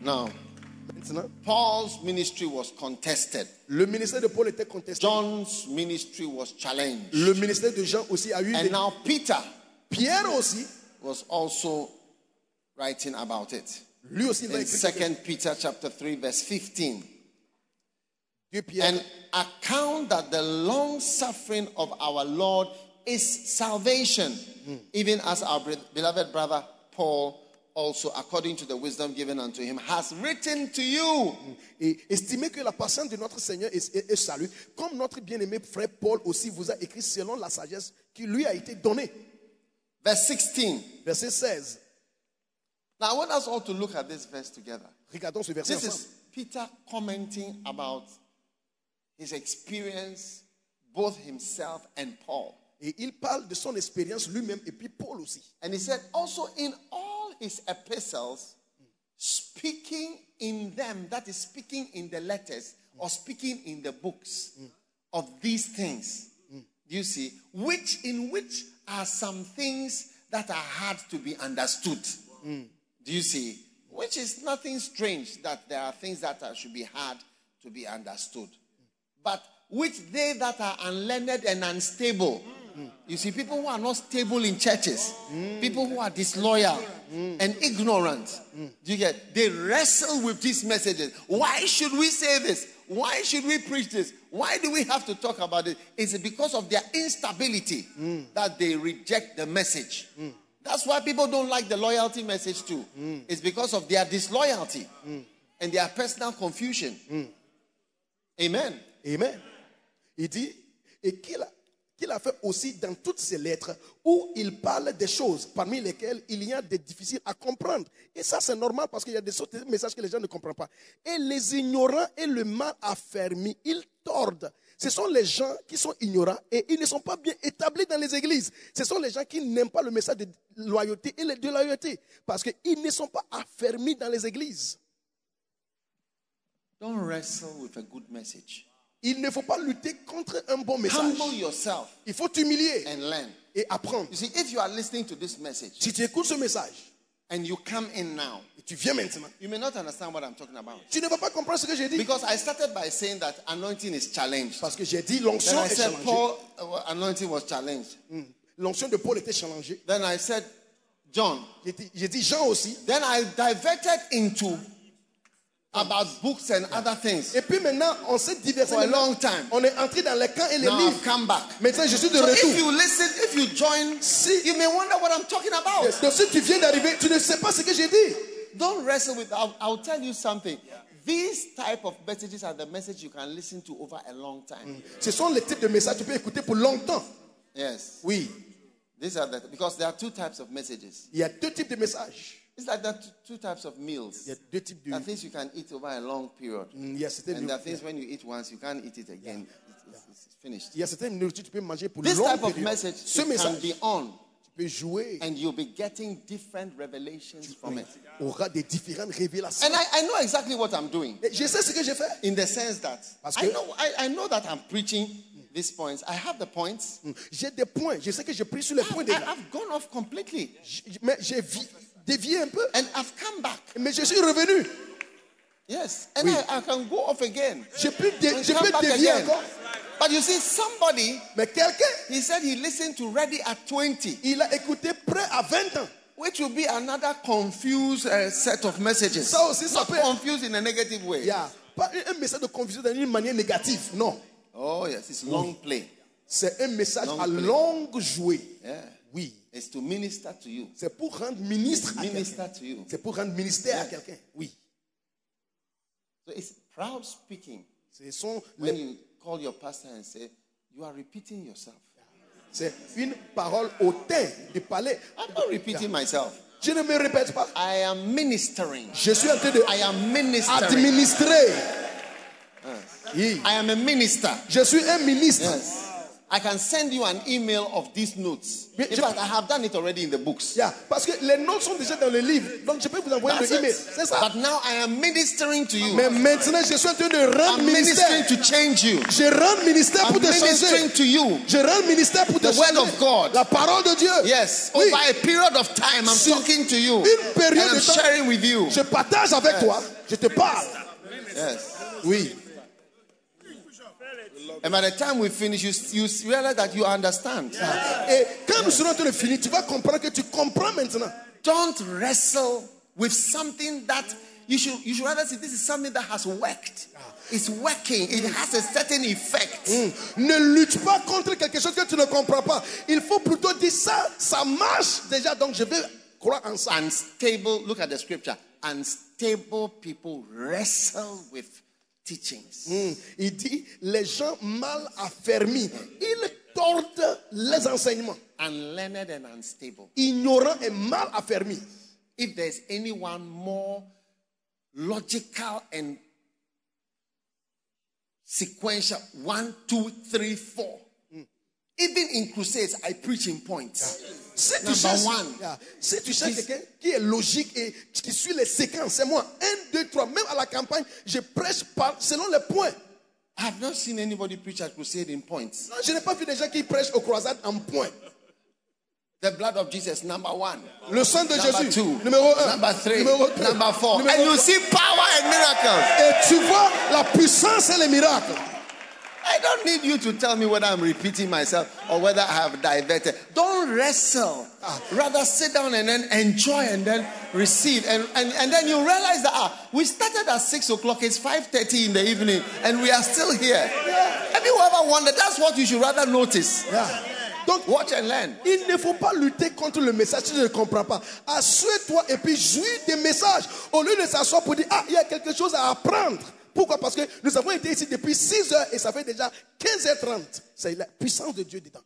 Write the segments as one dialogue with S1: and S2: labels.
S1: Now,
S2: Maintenant,
S1: Paul's ministry was contested.
S2: le ministère de Paul était contesté.
S1: John's ministry was challenged.
S2: Le ministère de Jean aussi a eu
S1: And
S2: des...
S1: now Peter
S2: Pierre aussi,
S1: was also writing about it.
S2: lui aussi il a
S1: In
S2: écrit quelque
S1: 2 Peter chapter 3 verse 15.
S2: Dieu Pierre.
S1: And account that the long suffering of our Lord is salvation, even as our bre- beloved brother Paul also, according to the wisdom given unto him, has written to you.
S2: Et estimez que la patience de notre Seigneur est, est- est salut, comme notre bien-aimé frère Paul aussi vous a écrit selon la sagesse qui lui a été donnée.
S1: Verse 16.
S2: Verset 16.
S1: Now, I want us all to look at this verse together.
S2: Regardons ce verset
S1: This
S2: ensemble.
S1: is Peter commenting about his experience, both himself and Paul.
S2: Et il parle de son expérience lui-même et puis Paul aussi.
S1: And he said, also in all his epistles, speaking in them, that is, speaking in the letters or speaking in the books of these things, you see, which in which are some things that are hard to be understood. Do you see? Which is nothing strange that there are things that are, should be hard to be understood. But which they that are unlearned and unstable, you see, people who are not stable in churches, people who are disloyal and ignorant, do you get? They wrestle with these messages. Why should we say this? Why should we preach this? Why do we have to talk about it? Is it because of their instability that they reject the message? That's why people don't like the loyalty message too. It's because of their disloyalty and their personal confusion. Amen.
S2: Amen. Il dit, et qu'il a, qu'il a fait aussi dans toutes ses lettres où il parle des choses parmi lesquelles il y a des difficiles à comprendre. Et ça, c'est normal parce qu'il y a des sortes de messages que les gens ne comprennent pas. Et les ignorants et le mal affermi, ils tordent. Ce sont les gens qui sont ignorants et ils ne sont pas bien établis dans les églises. Ce sont les gens qui n'aiment pas le message de loyauté et de loyauté parce qu'ils ne sont pas affermis dans les églises.
S1: Don't wrestle with a good message.
S2: Il ne faut pas lutter contre un bon message.
S1: Humble yourself
S2: Il faut t'humilier.
S1: and learn.
S2: et apprendre.
S1: You see, if you are listening to this message
S2: Si tu écoutes ce message
S1: and you come in now,
S2: et tu viens maintenant,
S1: you may not understand what I'm talking about.
S2: tu ne vas pas comprendre ce que j'ai dit.
S1: Because I started by saying that anointing is challenged.
S2: Parce que j'ai dit
S1: Then
S2: l'onction
S1: I
S2: est
S1: said
S2: challengée.
S1: Paul, uh, anointing was challenged.
S2: Hmm. L'onction de Paul était challengée.
S1: Then I said John,
S2: J'ai dit, j'ai dit Jean aussi.
S1: Then I diverted into about books and other things.
S2: Et puis maintenant, on s'est diversé.
S1: For a
S2: maintenant.
S1: long time.
S2: On est entré dans les camps et les
S1: Now I've
S2: livres.
S1: come back.
S2: Maintenant, je suis de
S1: So if
S2: retour.
S1: you listen, if you join,
S2: Si-
S1: you may wonder what I'm talking about.
S2: Donc si tu viens d'arriver, tu ne sais pas ce que j'ai dit.
S1: Don't wrestle with. I'll, I'll tell you something. These type of messages are the message you can listen to over a long time.
S2: Ce sont les types de messages que tu peux écouter pour longtemps.
S1: Yes,
S2: Oui,
S1: these are the because there are two types of messages.
S2: il y a deux types de messages.
S1: It's like there are two- two types of meals.
S2: Il y a deux types de...
S1: There are things you can eat over a long period,
S2: Hmm, Il y a certaines,
S1: and there are things when you eat once you can't eat it again. It's- It's, it's finished.
S2: il y a certaines nourritures que tu peux manger pour
S1: This type
S2: longtemps.
S1: of message
S2: Ce
S1: it can
S2: message,
S1: be
S2: tu
S1: on,
S2: peux jouer.
S1: and you'll be getting different revelations from it.
S2: aura des différentes révélations.
S1: And I, I know exactly what I'm doing
S2: Et je sais ce que j'ai fait.
S1: in the sense that
S2: Parce
S1: I
S2: que-
S1: know I, I know that I'm preaching these points. I have the points.
S2: Hmm. J'ai des points. Je sais que j'ai pris sur les points
S1: I've, I-
S2: déjà.
S1: I've gone off completely,
S2: J- Mais j'ai vi- dévié un peu.
S1: and I've come back.
S2: Mais je suis revenu.
S1: Yes, and
S2: Oui.
S1: I, I can go off again.
S2: Je peux, dé-
S1: And
S2: je
S1: come
S2: peux
S1: back
S2: dévier
S1: again.
S2: encore.
S1: But you see, somebody
S2: Mais quelqu'un,
S1: he said he listened to Ready at 20,
S2: il a écouté près à 20 ans.
S1: which will be another confused uh, set of messages.
S2: Ça aussi, ça peut être.
S1: confused in a negative way.
S2: Il y a pas un message de confusion d'une manière négative. Non.
S1: Oh yes, it's long play.
S2: C'est un message
S1: Long
S2: à
S1: play.
S2: longue jouée.
S1: Yeah.
S2: Oui.
S1: It's to minister to you.
S2: C'est pour rendre ministre à quelqu'un.
S1: Minister to you.
S2: C'est pour rendre ministère à quelqu'un. Oui.
S1: So it's proud speaking
S2: Ce sont
S1: when
S2: les-
S1: you call your pastor and say, You are repeating yourself.
S2: c'est une parole hautaine de parler.
S1: I'm not repeating myself.
S2: Je ne me répète pas.
S1: I am ministering.
S2: Je suis en train de
S1: I am ministering.
S2: administrer. Oui.
S1: Hein. I am a minister.
S2: Je suis un ministre.
S1: Yes. I can send you an email of these notes.
S2: Mais
S1: In
S2: je-
S1: fact, I have done it already in the books.
S2: Yeah, parce que les notes sont déjà dans le livre. Donc je peux vous envoyer
S1: That's
S2: le email.
S1: it.
S2: C'est ça.
S1: But now I am ministering to you.
S2: Mais maintenant, je suis en train de rendre
S1: I'm ministering
S2: ministère.
S1: to change you.
S2: Je rends ministère
S1: I'm
S2: pour te changer.
S1: ministering to you.
S2: Je rends ministère pour te
S1: The word
S2: changer.
S1: of God.
S2: La parole de Dieu.
S1: Yes.
S2: Oui.
S1: Over a period of time, I'm
S2: Sur
S1: talking to you.
S2: une période
S1: And I'm
S2: de temps-
S1: sharing with you.
S2: Je partage avec toi. Je te parle.
S1: Yes.
S2: Oui.
S1: And by the time we finish, you, you realize that you understand.
S2: Et quand nous serons en train de finir, tu vas comprendre que tu comprends maintenant.
S1: Don't wrestle with something that you should, you should rather say this is something that has worked. It's working, it has a certain effect.
S2: Ne lutte pas contre quelque chose que tu ne comprends pas. Il faut plutôt dire ça, ça marche déjà, donc je vais croire en ça.
S1: Unstable, look at the scripture. Unstable people wrestle with teachings.
S2: Hmm. Il dit, les gens mal affermis, ils tordent les enseignements.
S1: Unlearned and unstable.
S2: Ignorants et mal affermis.
S1: If there's anyone more logical and sequential, one, two, three, four. Even in crusades, I preach in points.
S2: Si tu
S1: Number
S2: cherches,
S1: one.
S2: Yeah. Si tu cherches quelqu'un qui est logique et qui suit les séquences, c'est moi. Un, deux, trois. Même à la campagne, je prêche par, selon les points.
S1: I have not seen anybody preach at crusade in points.
S2: Non, je n'ai pas vu des gens qui prêchent aux croisades en points.
S1: The blood of Jesus, number one.
S2: Le sang de
S1: Number
S2: Jésus,
S1: two.
S2: numéro un,
S1: Number three.
S2: numéro deux,
S1: number four.
S2: numéro
S1: and you
S2: trois.
S1: see power and miracles.
S2: Et tu vois la puissance et les miracles.
S1: I don't need you to tell me whether I'm repeating myself or whether I have diverted. Don't wrestle. Ah, Rather sit down and then enjoy and then receive. And, and, and then you realize that ah, we started at 6 o'clock, it's 5.30 in the evening, and we are still here. Have you ever wondered? That's what you should rather notice.
S2: Yeah. Donc,
S1: Watch and learn.
S2: il ne faut pas lutter contre le message si tu ne le comprends pas. Assure-toi et puis jouis des messages au lieu de s'asseoir pour dire Ah, il y a quelque chose à apprendre. Pourquoi Parce que nous avons été ici depuis 6 heures et ça fait déjà 15h30. C'est la puissance de Dieu dedans.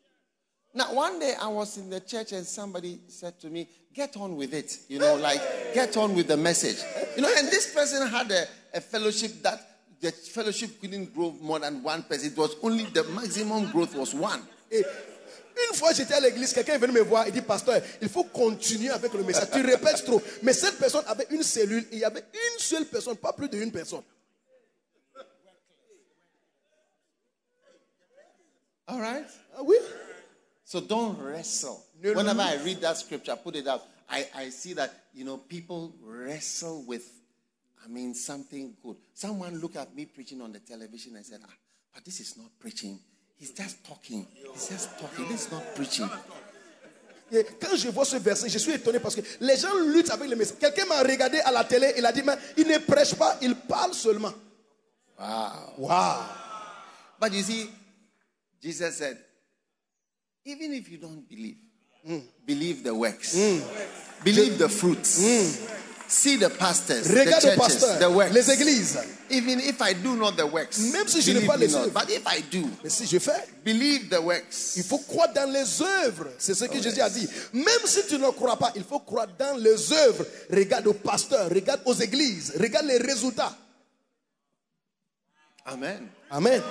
S1: Now, one day I was in the church and somebody said to me, Get on with it. You know, like, get on with the message. You know, and this person had a, a fellowship that the fellowship couldn't grow more than one person. It was only the maximum growth was one.
S2: Et une fois, j'étais à l'église, quelqu'un est venu me voir et dit Pasteur, il faut continuer avec le message. Tu répètes trop. Mais cette personne avait une cellule et il y avait une seule personne, pas plus d'une personne.
S1: All right?
S2: Ah oui
S1: So don't wrestle.
S2: No, no,
S1: Whenever
S2: no.
S1: I read that scripture, I put it up. I, I see that, you know, people wrestle with, I mean, something good. Someone looked at me preaching on the television and said, ah, but this is not preaching. He's just talking. He's just talking. This is not preaching.
S2: Et quand je vois ce verset, je suis étonné parce que les gens luttent avec le message. Quelqu'un m'a regardé à la télé, il a dit, mais il ne prêche pas, il parle seulement.
S1: Wow.
S2: Waouh
S1: But you see, Jesus said, even if you don't believe,
S2: Mm.
S1: believe the works, believe the fruits, see the pastors,
S2: Regarde
S1: the churches,
S2: le Mm. pasteur,
S1: the works.
S2: les églises.
S1: Even if I do not the works,
S2: Même si je n'ai
S1: believe
S2: pas
S1: me
S2: les
S1: not.
S2: œuvres.
S1: But if I do,
S2: Mais si je fais,
S1: believe the works.
S2: il faut croire dans les œuvres. C'est ce que Jésus a dit. Même si tu ne crois pas, il faut croire dans les œuvres. Regarde aux pasteurs, regarde aux églises, regarde les résultats.
S1: Amen.
S2: Amen.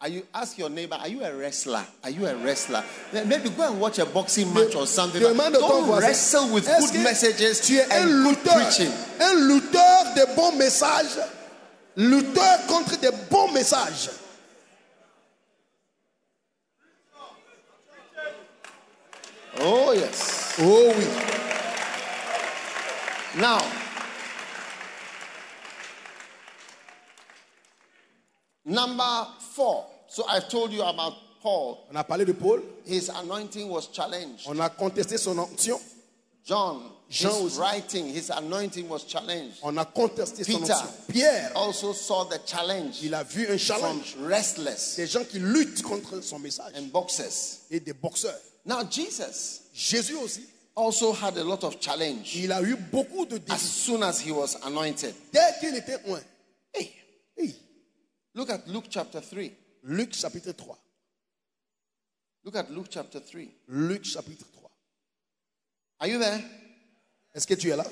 S1: Are you ask your neighbor? Are you a wrestler? Are you a wrestler? Then Maybe go and watch a boxing match or something. but
S2: Demande à ton
S1: Don't
S2: voisin,
S1: wrestle with
S2: est-ce
S1: good
S2: que
S1: messages
S2: Tu es un
S1: and good
S2: lutteur,
S1: preaching.
S2: un lutteur de bons messages, lutteur contre des bons messages.
S1: Oh yes.
S2: Oh oui.
S1: Now, number four. So I told you about Paul.
S2: On a parlé de Paul,
S1: His anointing was challenged.
S2: on a contesté son onction,
S1: John,
S2: Jean
S1: his
S2: aussi.
S1: writing, his anointing was challenged.
S2: on a contesté son
S1: Peter.
S2: onction. Pierre,
S1: Also saw the challenge
S2: il a vu
S1: from
S2: un challenge.
S1: restless
S2: Des gens qui luttent contre son message
S1: and boxers.
S2: et des boxeurs.
S1: Now Jesus
S2: Jésus aussi,
S1: also had a lot of challenge
S2: il a eu beaucoup de
S1: as
S2: défis
S1: soon as he was anointed.
S2: dès qu'il était loin.
S1: Hey,
S2: Hey,
S1: look at Luke chapter 3.
S2: Luc chapitre 3.
S1: Look at Luke chapter 3.
S2: Luc chapitre 3.
S1: Are you there?
S2: Est-ce que tu es là?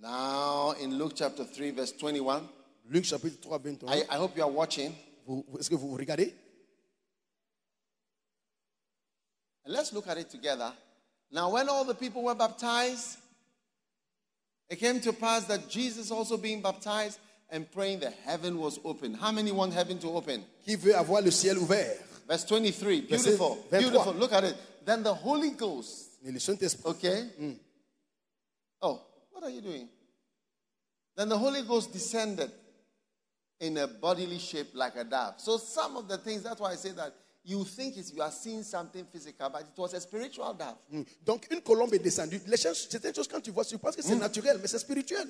S1: Now, in Luke chapter 3, verse 21,
S2: Luc chapitre 3, 21.
S1: I, I hope you are watching.
S2: Vous- vous- Est-ce que vous regardez?
S1: And let's look at it together. Now, when all the people were baptized, it came to pass that Jesus also being baptized and praying, the heaven was open. How many want heaven to open?
S2: Qui veut avoir le ciel ouvert?
S1: Verse 23.
S2: Verset
S1: Beautiful.
S2: 23.
S1: Beautiful. Look at it. Then the Holy Ghost.
S2: Et le Saint-Esprit.
S1: Okay? Oh, what are you doing? Then the Holy Ghost descended in a bodily shape like a dove. So some of the things, that's why I say that you think it's, you are seeing something physical, but it was a spiritual dove.
S2: Mm. Donc, une colombe est descendue. Les choses, certaines choses, quand tu vois, tu penses
S1: Hmm.
S2: que c'est naturel, mais c'est spirituel.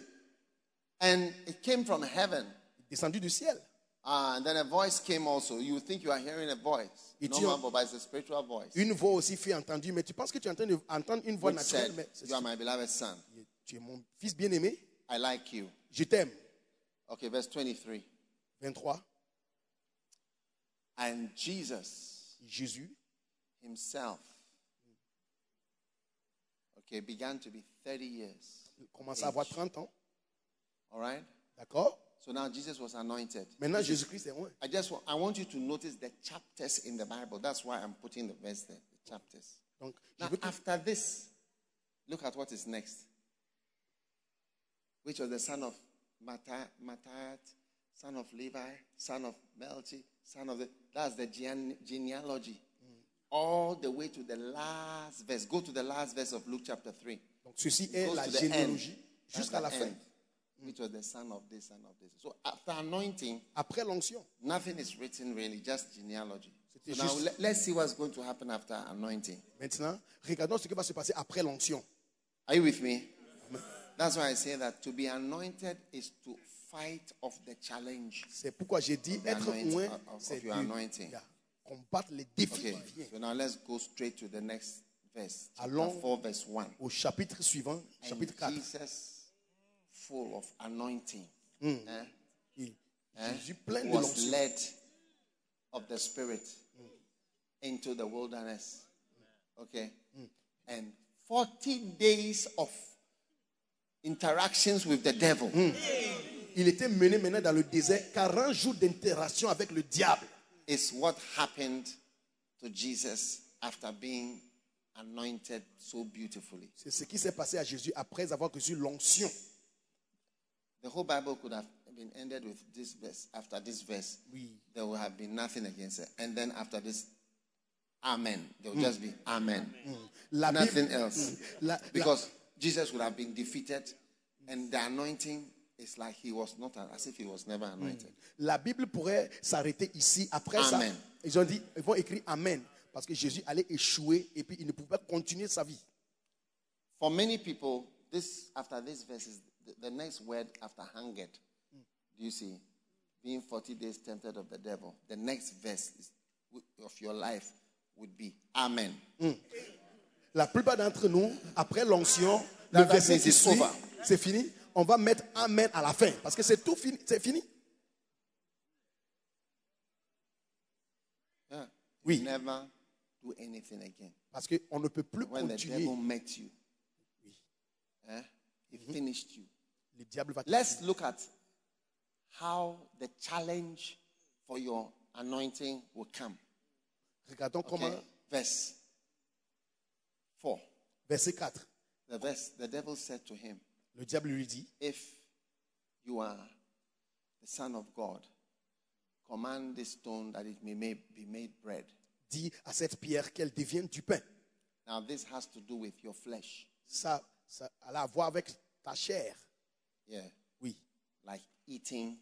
S1: And it came from heaven.
S2: Descendu du ciel.
S1: Ah, and then a voice came also. You think you are hearing a voice.
S2: It
S1: no
S2: you-
S1: man, but it's a spiritual voice.
S2: Une voix aussi fut entendue, mais tu penses que tu entends entendre une voix
S1: Which
S2: naturelle,
S1: said,
S2: mais c'est-
S1: You are my beloved son.
S2: tu es mon fils bien-aimé,
S1: I like you.
S2: je t'aime.
S1: Okay, verse 23.
S2: 23.
S1: And Jesus
S2: Jésus
S1: himself, okay, began to be 30 years.
S2: commence à avoir 30 ans.
S1: All right?
S2: D'accord
S1: So now Jesus was anointed.
S2: Maintenant, Jésus-Christ est loin.
S1: I just want, I want you to notice the chapters in the Bible. That's why I'm putting the verse there, the chapters.
S2: Donc, je
S1: Now,
S2: veux que-
S1: after this, look at what is next. Which was the son of Matthias, son of Levi, son of Melchi, son of the. That's the gene- genealogy. All the way to the last verse. Go to the last verse of Luke chapter 3.
S2: donc, ceci
S1: It
S2: est
S1: goes
S2: la
S1: to the end.
S2: généalogie
S1: That's
S2: jusqu'à
S1: the
S2: la fin.
S1: end, Mm. Which was the son of this, son of this. So after anointing,
S2: Après l'onction,
S1: nothing is written really, just genealogy.
S2: C'était
S1: So now
S2: juste-
S1: let- let's see what's going to happen after anointing.
S2: maintenant, regardons ce qui va se passer après l'onction.
S1: Are you with me? That's why I say that to be anointed is to fight off the challenge.
S2: C'est pourquoi j'ai dit être
S1: anointing-
S2: loin,
S1: of- of
S2: c'est
S1: your
S2: de-
S1: anointing.
S2: yeah, combattre les défis
S1: Okay,
S2: qui viennent.
S1: so now let's go straight to the next verse. Chapter
S2: Allons.
S1: 4, verse 1.
S2: Au chapitre suivant, chapitre
S1: And
S2: 4,
S1: Jesus, full of anointing, eh,
S2: et
S1: eh,
S2: Jésus plein de
S1: was
S2: l'onction
S1: led of the Spirit into the wilderness. Okay, and 40 days of interactions with the devil.
S2: Il était mené maintenant dans le désert 40 jours d'interaction avec le diable.
S1: is what happened to Jesus after being anointed so beautifully.
S2: C'est ce qui s'est passé à Jésus après avoir reçu l'onction.
S1: The whole Bible could have been ended with this verse. After this verse,
S2: Oui.
S1: there would have been nothing against it. And then after this, Amen. There would just be Amen.
S2: La
S1: Nothing
S2: Bible-
S1: else.
S2: Mm. La- la-
S1: Because Jesus would have been defeated, and the anointing is like he was not, as if he was never anointed.
S2: La Bible pourrait s'arrêter ici. Après
S1: Amen.
S2: ça, ils ont dit, ils vont écrire Amen. Parce que Jésus allait échouer et puis il ne pouvait pas continuer sa vie.
S1: For many people, this after this verse is the, the next word after hungered. Do you see? Being 40 days tempted of the devil. The next verse is, of your life would be Amen.
S2: La plupart d'entre nous, après l'onction, le
S1: That- that
S2: verset
S1: means
S2: qui
S1: it's
S2: suit,
S1: over.
S2: c'est fini. On va mettre Amen à la fin. Parce que c'est tout fini. C'est fini.
S1: Yeah.
S2: Oui.
S1: You never do anything again.
S2: Parce qu'on ne peut plus
S1: When the
S2: continuer.
S1: devil met you, eh, he finished you.
S2: Le diable va
S1: Let's look at how the challenge for your anointing will come.
S2: Regardons
S1: Okay?
S2: comment.
S1: Verse 4.
S2: Verset 4.
S1: The verse, the devil said to him,
S2: Le diable lui dit
S1: If you are the Son of God, command this stone that it may ma- be made bread.
S2: Dis à cette pierre qu'elle devienne du pain.
S1: Now, this has to do with your flesh.
S2: Ça, ça a à voir avec ta chair.
S1: Yeah.
S2: Oui.
S1: Like eating,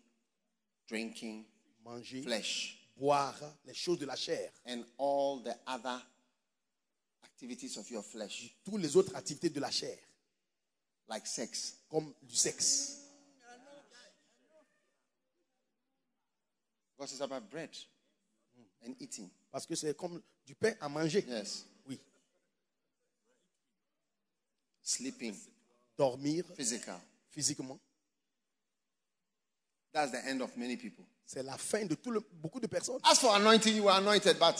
S1: drinking,
S2: Manger,
S1: flesh,
S2: boire, les choses de la chair.
S1: and all the other activities of your flesh,
S2: Toutes les autres activités de la chair,
S1: like sex.
S2: comme du sexe.
S1: Because it's about bread and eating.
S2: Parce que c'est comme du pain à manger.
S1: Yes.
S2: Oui.
S1: Sleeping,
S2: Dormir
S1: physical.
S2: physiquement,
S1: That's the end of many people.
S2: c'est la fin de tout le, beaucoup de personnes.
S1: As for anointing, you were anointed, but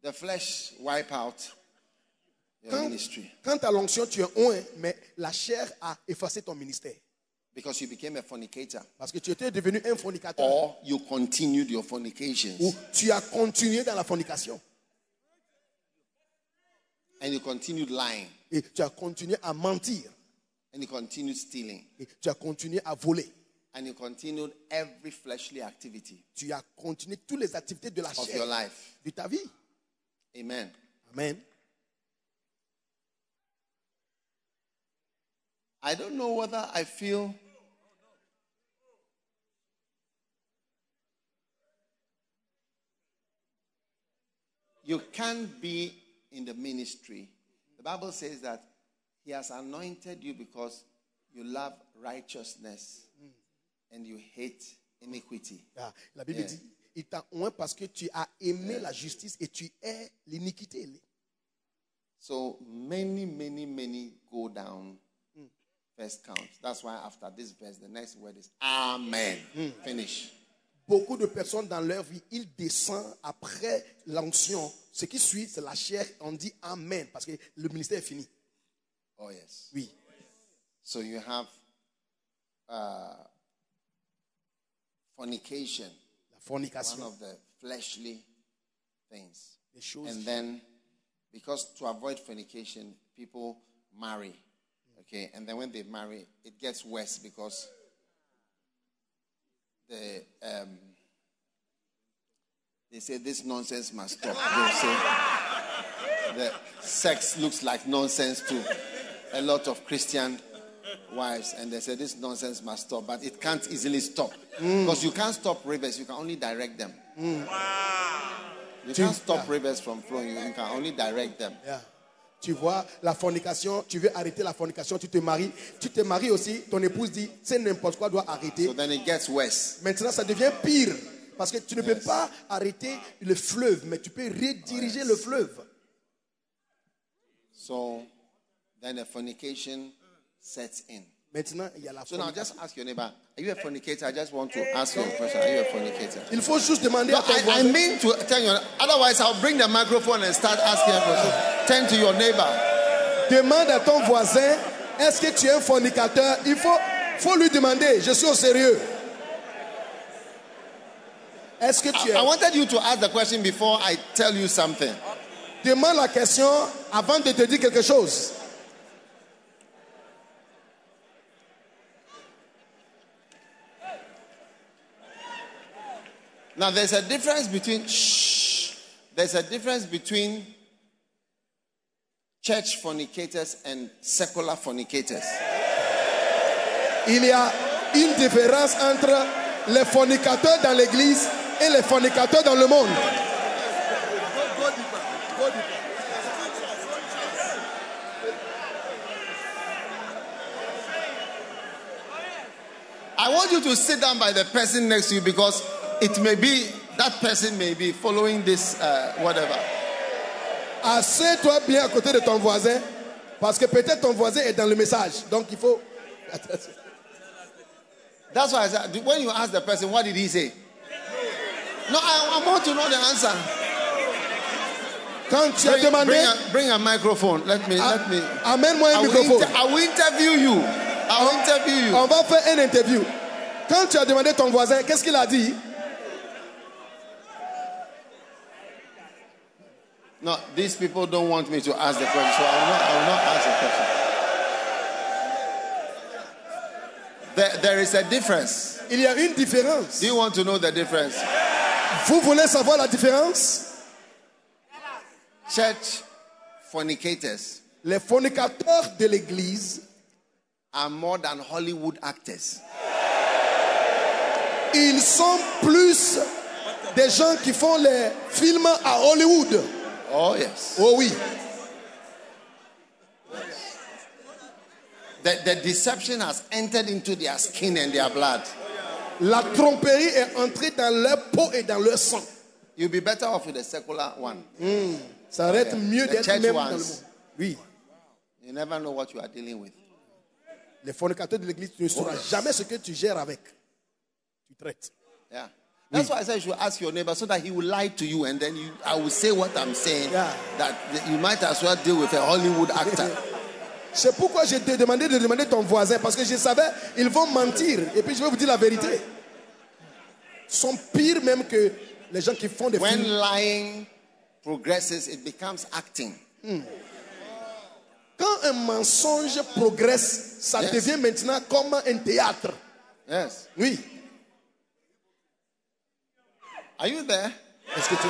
S1: the flesh wipe out your
S2: Quand,
S1: ministry
S2: quand à l'onction, tu es oint, mais la chair a effacé ton ministère.
S1: because you became a fornicator
S2: Parce que tu étais devenu un fornicateur.
S1: or you continued your fornications.
S2: Ou tu as continué dans la fornication.
S1: And you continued lying.
S2: Et tu as continué à mentir.
S1: And you continued stealing.
S2: Et tu as continué à voler.
S1: And you continued every fleshly activity
S2: Tu as continué toutes les activités de la
S1: of your
S2: chair
S1: life.
S2: de ta vie.
S1: Amen.
S2: Amen.
S1: I don't know whether I feel. You can't be in the ministry. The Bible says that He has anointed you because you love righteousness and you hate iniquity.
S2: Ah, la Bible
S1: Yeah.
S2: dit, il t'a oint parce que tu as aimé la justice et tu hais l'iniquité.
S1: So many, many, many go down. First count. That's why after this verse, the next word is Amen. Finish.
S2: Beaucoup de personnes dans leur vie, ils descendent après l'onction. Ce qui suit, c'est la chair. On dit Amen parce que le ministère est fini.
S1: Oh, yes.
S2: Oui.
S1: So you have uh, fornication,
S2: La
S1: one
S2: fornication,
S1: of the fleshly things.
S2: les choses.
S1: And then, because to avoid fornication, people marry. Okay, and then when they marry, it gets worse because the um, they say this nonsense must stop. They say the sex looks like nonsense to a lot of Christian wives, and they say this nonsense must stop, but it can't easily stop because you can't stop rivers; you can only direct them. You can't stop rivers from flowing; you you can only direct them.
S2: Yeah. Tu vois, la fornication, tu veux arrêter la fornication, tu te maries. Tu te maries aussi, ton épouse dit, c'est n'importe quoi, doit arrêter.
S1: So then it gets worse.
S2: Maintenant, ça devient pire. Parce que tu ne peux pas arrêter le fleuve, mais tu peux rediriger le fleuve.
S1: So then the fornication sets in.
S2: Maintenant, il y a la
S1: So now
S2: fornication.
S1: just ask your neighbor, are you a fornicator? I just want to ask you a question. Are you a fornicator?
S2: Il faut juste demander à ton
S1: I, I
S2: voisin.
S1: mean to tell you, otherwise I'll bring the microphone and start asking everyone. So turn to your neighbor.
S2: Demande à ton voisin, est-ce que tu es un fornicateur Il faut, faut lui demander, je suis au sérieux. Est-ce que tu es
S1: I wanted you to ask the question before I tell you something.
S2: Demande la question avant de te dire quelque chose.
S1: Now there's a difference between shh. There's a difference between church fornicators and secular fornicators.
S2: Il y a une différence entre les fornicateurs dans l'église et les fornicateurs dans le monde.
S1: I want you to sit down by the person next to you because it may be that person may be following this uh, whatever.
S2: Assieds-toi bien à côté de ton voisin parce que peut-être ton voisin est dans le message. Donc il faut.
S1: That's why I said when you ask the person, what did he say? No, I, I want to know the answer.
S2: Quand tu as demandé,
S1: Bring a, bring a microphone. Let me.
S2: a-
S1: let me.
S2: amène-moi un
S1: I will,
S2: microphone. Uh,
S1: inter- I will interview you. I will interview you.
S2: On va faire une interview. Quand tu as demandé ton voisin, qu'est-ce qu'il a dit
S1: No, these people don't want me to ask the question, so I will not, I will not ask the question. There, there is a difference.
S2: Il y a une différence.
S1: Do you want to know the difference?
S2: Vous voulez savoir la différence
S1: Church fornicators
S2: Les fornicateurs de l'église,
S1: are more than Hollywood actors.
S2: ils sont plus des gens qui font les films à Hollywood.
S1: Oh, yes.
S2: Oh oui.
S1: The, the deception has entered into their skin and their blood.
S2: La tromperie est entrée dans leur peau et dans leur sang.
S1: You'll be better off with the secular one.
S2: Ça va être
S1: Yeah.
S2: mieux
S1: The
S2: d'être
S1: church
S2: même
S1: ones.
S2: dans le monde. Oui.
S1: You never know what you are dealing with.
S2: Les fornicateurs de l'église, tu ne sauras
S1: Oh.
S2: jamais ce que tu gères avec. Tu traites.
S1: Yeah. That's why I said you should ask your neighbor so that he will lie to you and then you, I will say what I'm saying.
S2: Yeah.
S1: That you might as well deal with a Hollywood actor.
S2: C'est pourquoi je t'ai demandé de demander ton voisin, parce que je savais, ils vont mentir. Et puis je vais vous dire la vérité. Ils sont pires même que les gens qui font des
S1: when
S2: films.
S1: lying progresses, it becomes acting.
S2: Quand un mensonge progresse, ça
S1: Yes.
S2: devient maintenant comme un théâtre.
S1: Yes.
S2: Oui.
S1: Are you there?
S2: Est-ce que tu...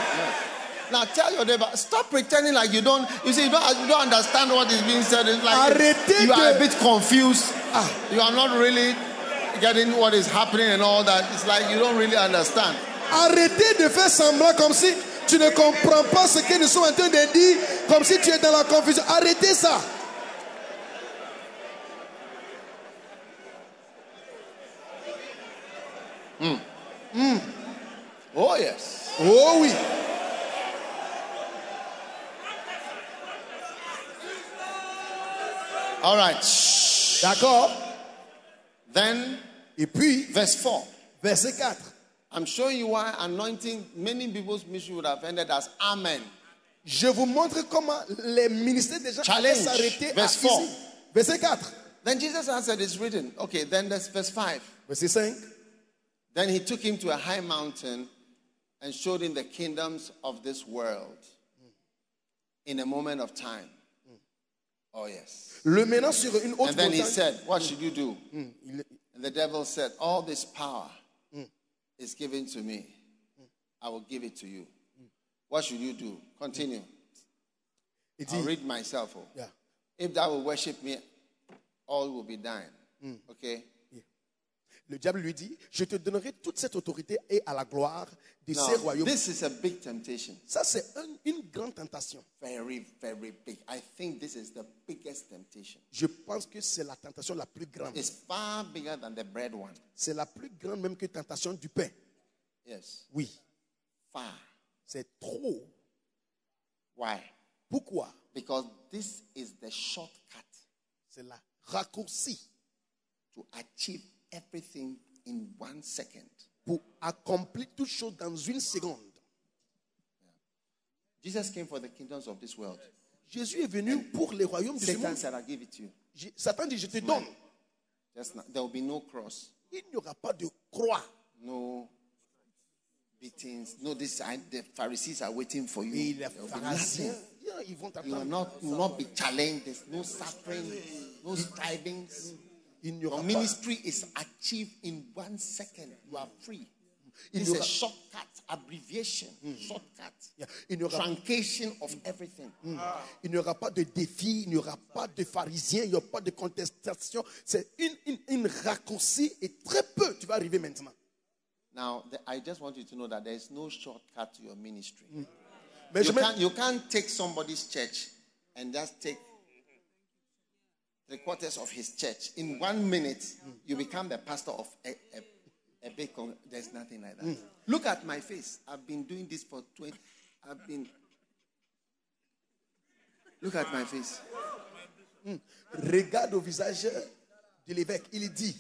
S1: Now tell your neighbor, stop pretending like you don't. You see, you don't, you don't understand what is being said. It's like
S2: Arrêtez
S1: you are
S2: de-
S1: a bit confused.
S2: Ah.
S1: You are not really getting what is happening and all that. It's like you don't really understand.
S2: Arrêtez de faire semblant comme si tu ne comprends pas ce que nous sommes en train de dire, comme si tu es dans la confusion. Arrêtez ça.
S1: Oh yes.
S2: Oh oui.
S1: All right. Shh.
S2: D'accord.
S1: Then
S2: Et puis,
S1: verse four.
S2: verset 4.
S1: I'm showing you why anointing many people's mission would have ended as amen.
S2: Je vous montre comment les ministères des gens allaient
S1: Challenge.
S2: s'arrêter à
S1: Verse four.
S2: ici. Verset 4.
S1: Then Jesus answered, "It's written." Okay. Then that's verse five.
S2: Verset 5.
S1: Then he took him to a high mountain and showed him the kingdoms of this world in a moment of time. Oh, yes.
S2: Le menant sur une autre
S1: And then he
S2: montagne.
S1: said, What should mm, you Mm. do?
S2: Il-
S1: And the devil said, All this power is given to me. I will give it to you. What should you do? Continue.
S2: il dit,
S1: I'll read myself. oh.
S2: yeah.
S1: If thou will worship me, all will be thine. Okay?
S2: le diable lui dit, je te donnerai toute cette autorité et à la gloire de
S1: Now,
S2: ces royaumes.
S1: this is a big temptation.
S2: Ça, c'est un- une grande tentation.
S1: Very, very big. I think this is the biggest temptation.
S2: Je pense que c'est la tentation la plus grande.
S1: It's far bigger than the bread one.
S2: C'est la plus grande même que tentation du pain.
S1: Yes.
S2: Oui,
S1: Far.
S2: c'est trop.
S1: Why?
S2: Pourquoi
S1: Because this is the shortcut
S2: C'est la raccourci
S1: to achieve everything in one second.
S2: pour accomplir toute chose dans une seconde.
S1: Jesus came for the kingdoms of this world.
S2: Jésus est venu pour les royaumes du
S1: Satan
S2: monde.
S1: said, I'll give it to you.
S2: J- Satan dit, je te donne.
S1: Just not, there will be no cross,
S2: Il n'y aura pas de croix.
S1: no beatings. No, this I, the Pharisees are waiting for
S2: Et
S1: you.
S2: les
S1: There will be nothing.
S2: pharisiens, ils
S1: You
S2: vont
S1: will
S2: t'attendre.
S1: not, you will not be challenged. There's no suffering, no strivings.
S2: Il n'y aura
S1: Your
S2: pas.
S1: ministry is achieved in one second. You are free.
S2: Il
S1: It's
S2: n'y
S1: a
S2: aura-
S1: shortcut, abbreviation, shortcut,
S2: Yeah. Hmm. Il n'y aura,
S1: truncation of everything.
S2: il n'y aura pas de défi, il n'y aura pas de pharisiens, il n'y aura pas de contestation. C'est une, une, une raccourci et très peu. Tu vas arriver maintenant.
S1: Now, the, I just want you to know that there is no shortcut to your ministry.
S2: Mais je
S1: You,
S2: mets-
S1: can't, you can't take somebody's church and just take three quarters of his church. In one minute, you become the pastor of a, a, a big con- There's nothing like that. Look at my face. I've been doing this for 20. I've been. Look at my face.
S2: regarde au visage de l'évêque. Il dit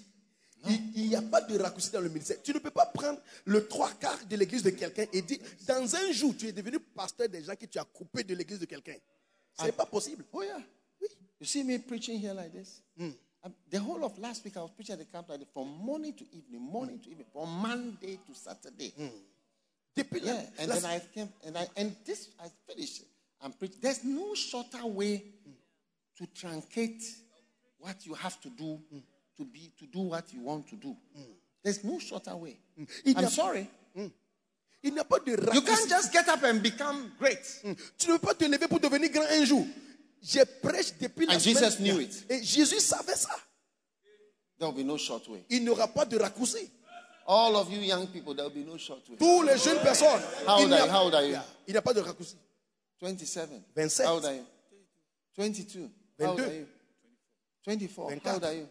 S2: il- il n'y a pas de raccourci dans le ministère. Tu ne peux pas prendre le trois quarts de l'église de quelqu'un et dire dans un jour, tu es devenu pasteur des gens que tu as coupés de l'église de quelqu'un. Ce n'est pas possible.
S1: Oh, yeah. You see me preaching here like this? Um, the whole of last week, I was preaching at the camp like this, from morning to evening, morning to evening, from Monday to Saturday.
S2: Depuis là,
S1: Yeah, and
S2: là,
S1: then I came, and I and this I finished. I'm preaching. There's no shorter way to truncate what you have to do to be to do what you want to do. There's no shorter way.
S2: Il n'y
S1: I'm
S2: a-
S1: sorry.
S2: il n'y a pas de
S1: You
S2: raccourci.
S1: can't
S2: Hmm.
S1: just get up and become great.
S2: Tu ne peux pas te lever pour devenir grand un jour. Je prêche depuis la
S1: And
S2: semaine
S1: Jesus knew
S2: dernière.
S1: it.
S2: Et Jésus savait ça.
S1: There will be no short way.
S2: Il n'y aura pas de raccourci.
S1: All of you young people, there will be no short way.
S2: Tous les jeunes personnes.
S1: How
S2: il
S1: old
S2: n'y a-
S1: are you? How old are you?
S2: Il n'y a pas de raccourci.
S1: 27.
S2: 27.
S1: How old are you? 22. How old
S2: 22.
S1: are you? 24. How
S2: 24.
S1: old are you?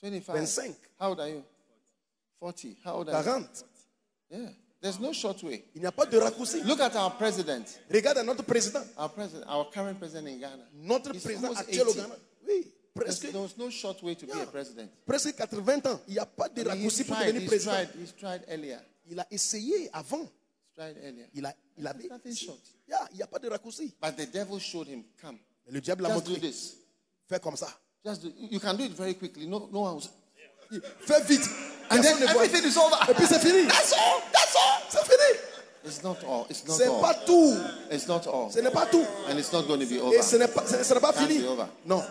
S1: 25.
S2: 25.
S1: How old are you? 40. How old are you?
S2: 40.
S1: Yeah. There's no short way.
S2: Il n'y a pas de raccourci.
S1: Look at our president.
S2: Regarde à notre président.
S1: Our president, our current president in Ghana.
S2: Notre
S1: He's
S2: président
S1: almost
S2: actuel au
S1: 80.
S2: Ghana. Oui,
S1: There's,
S2: presque,
S1: there's no short way to be
S2: Yeah.
S1: a president.
S2: presque 80 ans. Il n'y a pas de
S1: I mean,
S2: raccourci
S1: he's,
S2: pour
S1: tried,
S2: devenir
S1: he's,
S2: président.
S1: tried, he's tried earlier.
S2: Il a essayé avant.
S1: He's tried earlier.
S2: Il a, il avait.
S1: Nothing short.
S2: Yeah, il n'y a pas de raccourci.
S1: But the devil showed him, come,
S2: Mais le diable l'a
S1: just do
S2: montré.
S1: this.
S2: Fais comme ça.
S1: Just do, you can do it very quickly. No, no one was.
S2: Fais vite.
S1: And
S2: Personne
S1: then
S2: ne voit.
S1: everything is over.
S2: Et puis c'est fini.
S1: That's all. That's all.
S2: C'est fini.
S1: It's not all. It's
S2: Ce
S1: not
S2: n'est
S1: all.
S2: pas tout.
S1: It's not all.
S2: Ce n'est pas tout.
S1: And it's not going to be over.
S2: Et ce n'est pas, ce ce n'est pas
S1: Can't
S2: fini.
S1: be over.
S2: Non.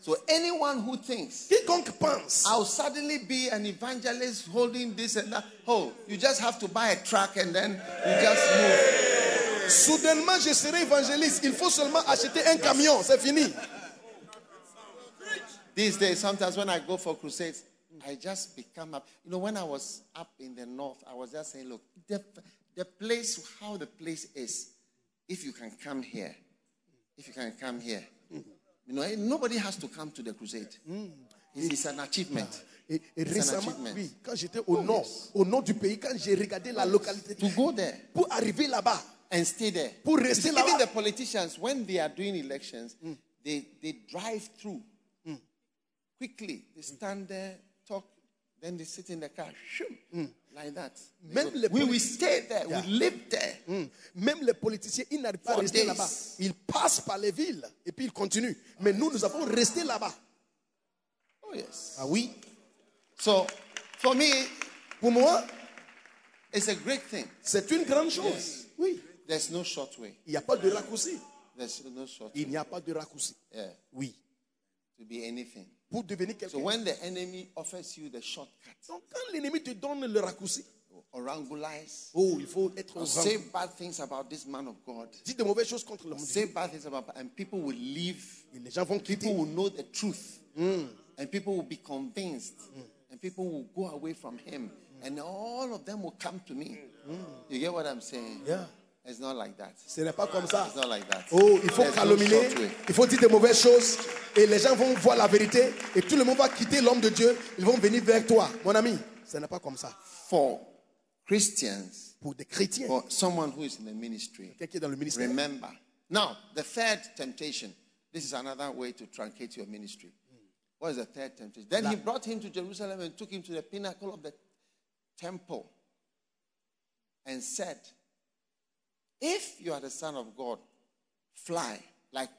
S1: So anyone who thinks
S2: Quiconque pense
S1: I'll suddenly be an evangelist holding this and that, oh, you just have to buy a truck and then you just move.
S2: Soudainement, je serai évangéliste. Il faut seulement acheter un camion. C'est fini.
S1: These days, sometimes when I go for crusades, I just become up. You know, when I was up in the north, I was just saying, look, the, the place, how the place is, if you can come here, if you can come here, you know, nobody has to come to the crusade. It's, it's an achievement.
S2: Et, et
S1: It's an
S2: récemment,
S1: achievement.
S2: oui, quand j'étais au nord, au nord du pays, quand j'ai regardé la localité,
S1: To go there,
S2: pour arriver là-bas,
S1: and stay there.
S2: Pour rester
S1: Even
S2: là-bas.
S1: the politicians, when they are doing elections, they, they drive through quickly. They stand there, talk, then they sit in the car, shoo, like that. They
S2: Même
S1: go.
S2: les
S1: we,
S2: politi-
S1: we stay there,
S2: Yeah.
S1: we live there.
S2: hmm, même les politiciens, ils n'arrivent pas à
S1: For
S2: rester
S1: days.
S2: là-bas. Ils passent par les villes et puis ils continuent. Mais nous, nous avons resté là-bas.
S1: Oh, yes.
S2: Ah oui.
S1: So for me,
S2: Pour moi,
S1: it's a great thing.
S2: c'est une grande chose. Oui.
S1: There's no short way.
S2: Il n'y a pas de raccourci.
S1: There's no short
S2: Il n'y a pas de raccourci.
S1: yeah,
S2: Oui.
S1: to be anything.
S2: Pour devenir
S1: So
S2: quelqu'un.
S1: when the enemy offers you the shortcut,
S2: Donc, quand l'ennemi te donne le raccourci,
S1: orangulize,
S2: oh, il faut être au
S1: say bad things about this man of God.
S2: Dis de mauvaises choses contre le monde.
S1: say bad things about and people will leave
S2: Et les gens vont
S1: people
S2: quitter.
S1: will know the truth
S2: Mm.
S1: and people will be convinced and people will go away from him
S2: Mm.
S1: and all of them will come to me you get what i'm saying
S2: Yeah.
S1: it's not like that
S2: Ce n'est pas comme ça.
S1: it's not like that
S2: Oh, il faut
S1: There's no
S2: calomnier,
S1: short way.
S2: il faut dire de mauvaises choses, et les gens vont voir la vérité, et tout le monde va quitter l'homme de Dieu, ils vont venir vers toi, mon ami. Ce n'est pas comme ça.
S1: for christians
S2: Pour des chrétiens,
S1: for someone who is in the ministry
S2: quelqu'un qui est dans le ministère.
S1: remember now the third temptation this is another way to truncate your ministry what is the third temptation then he brought him to jerusalem and took him to the pinnacle of the temple and said if you are the son of god fly like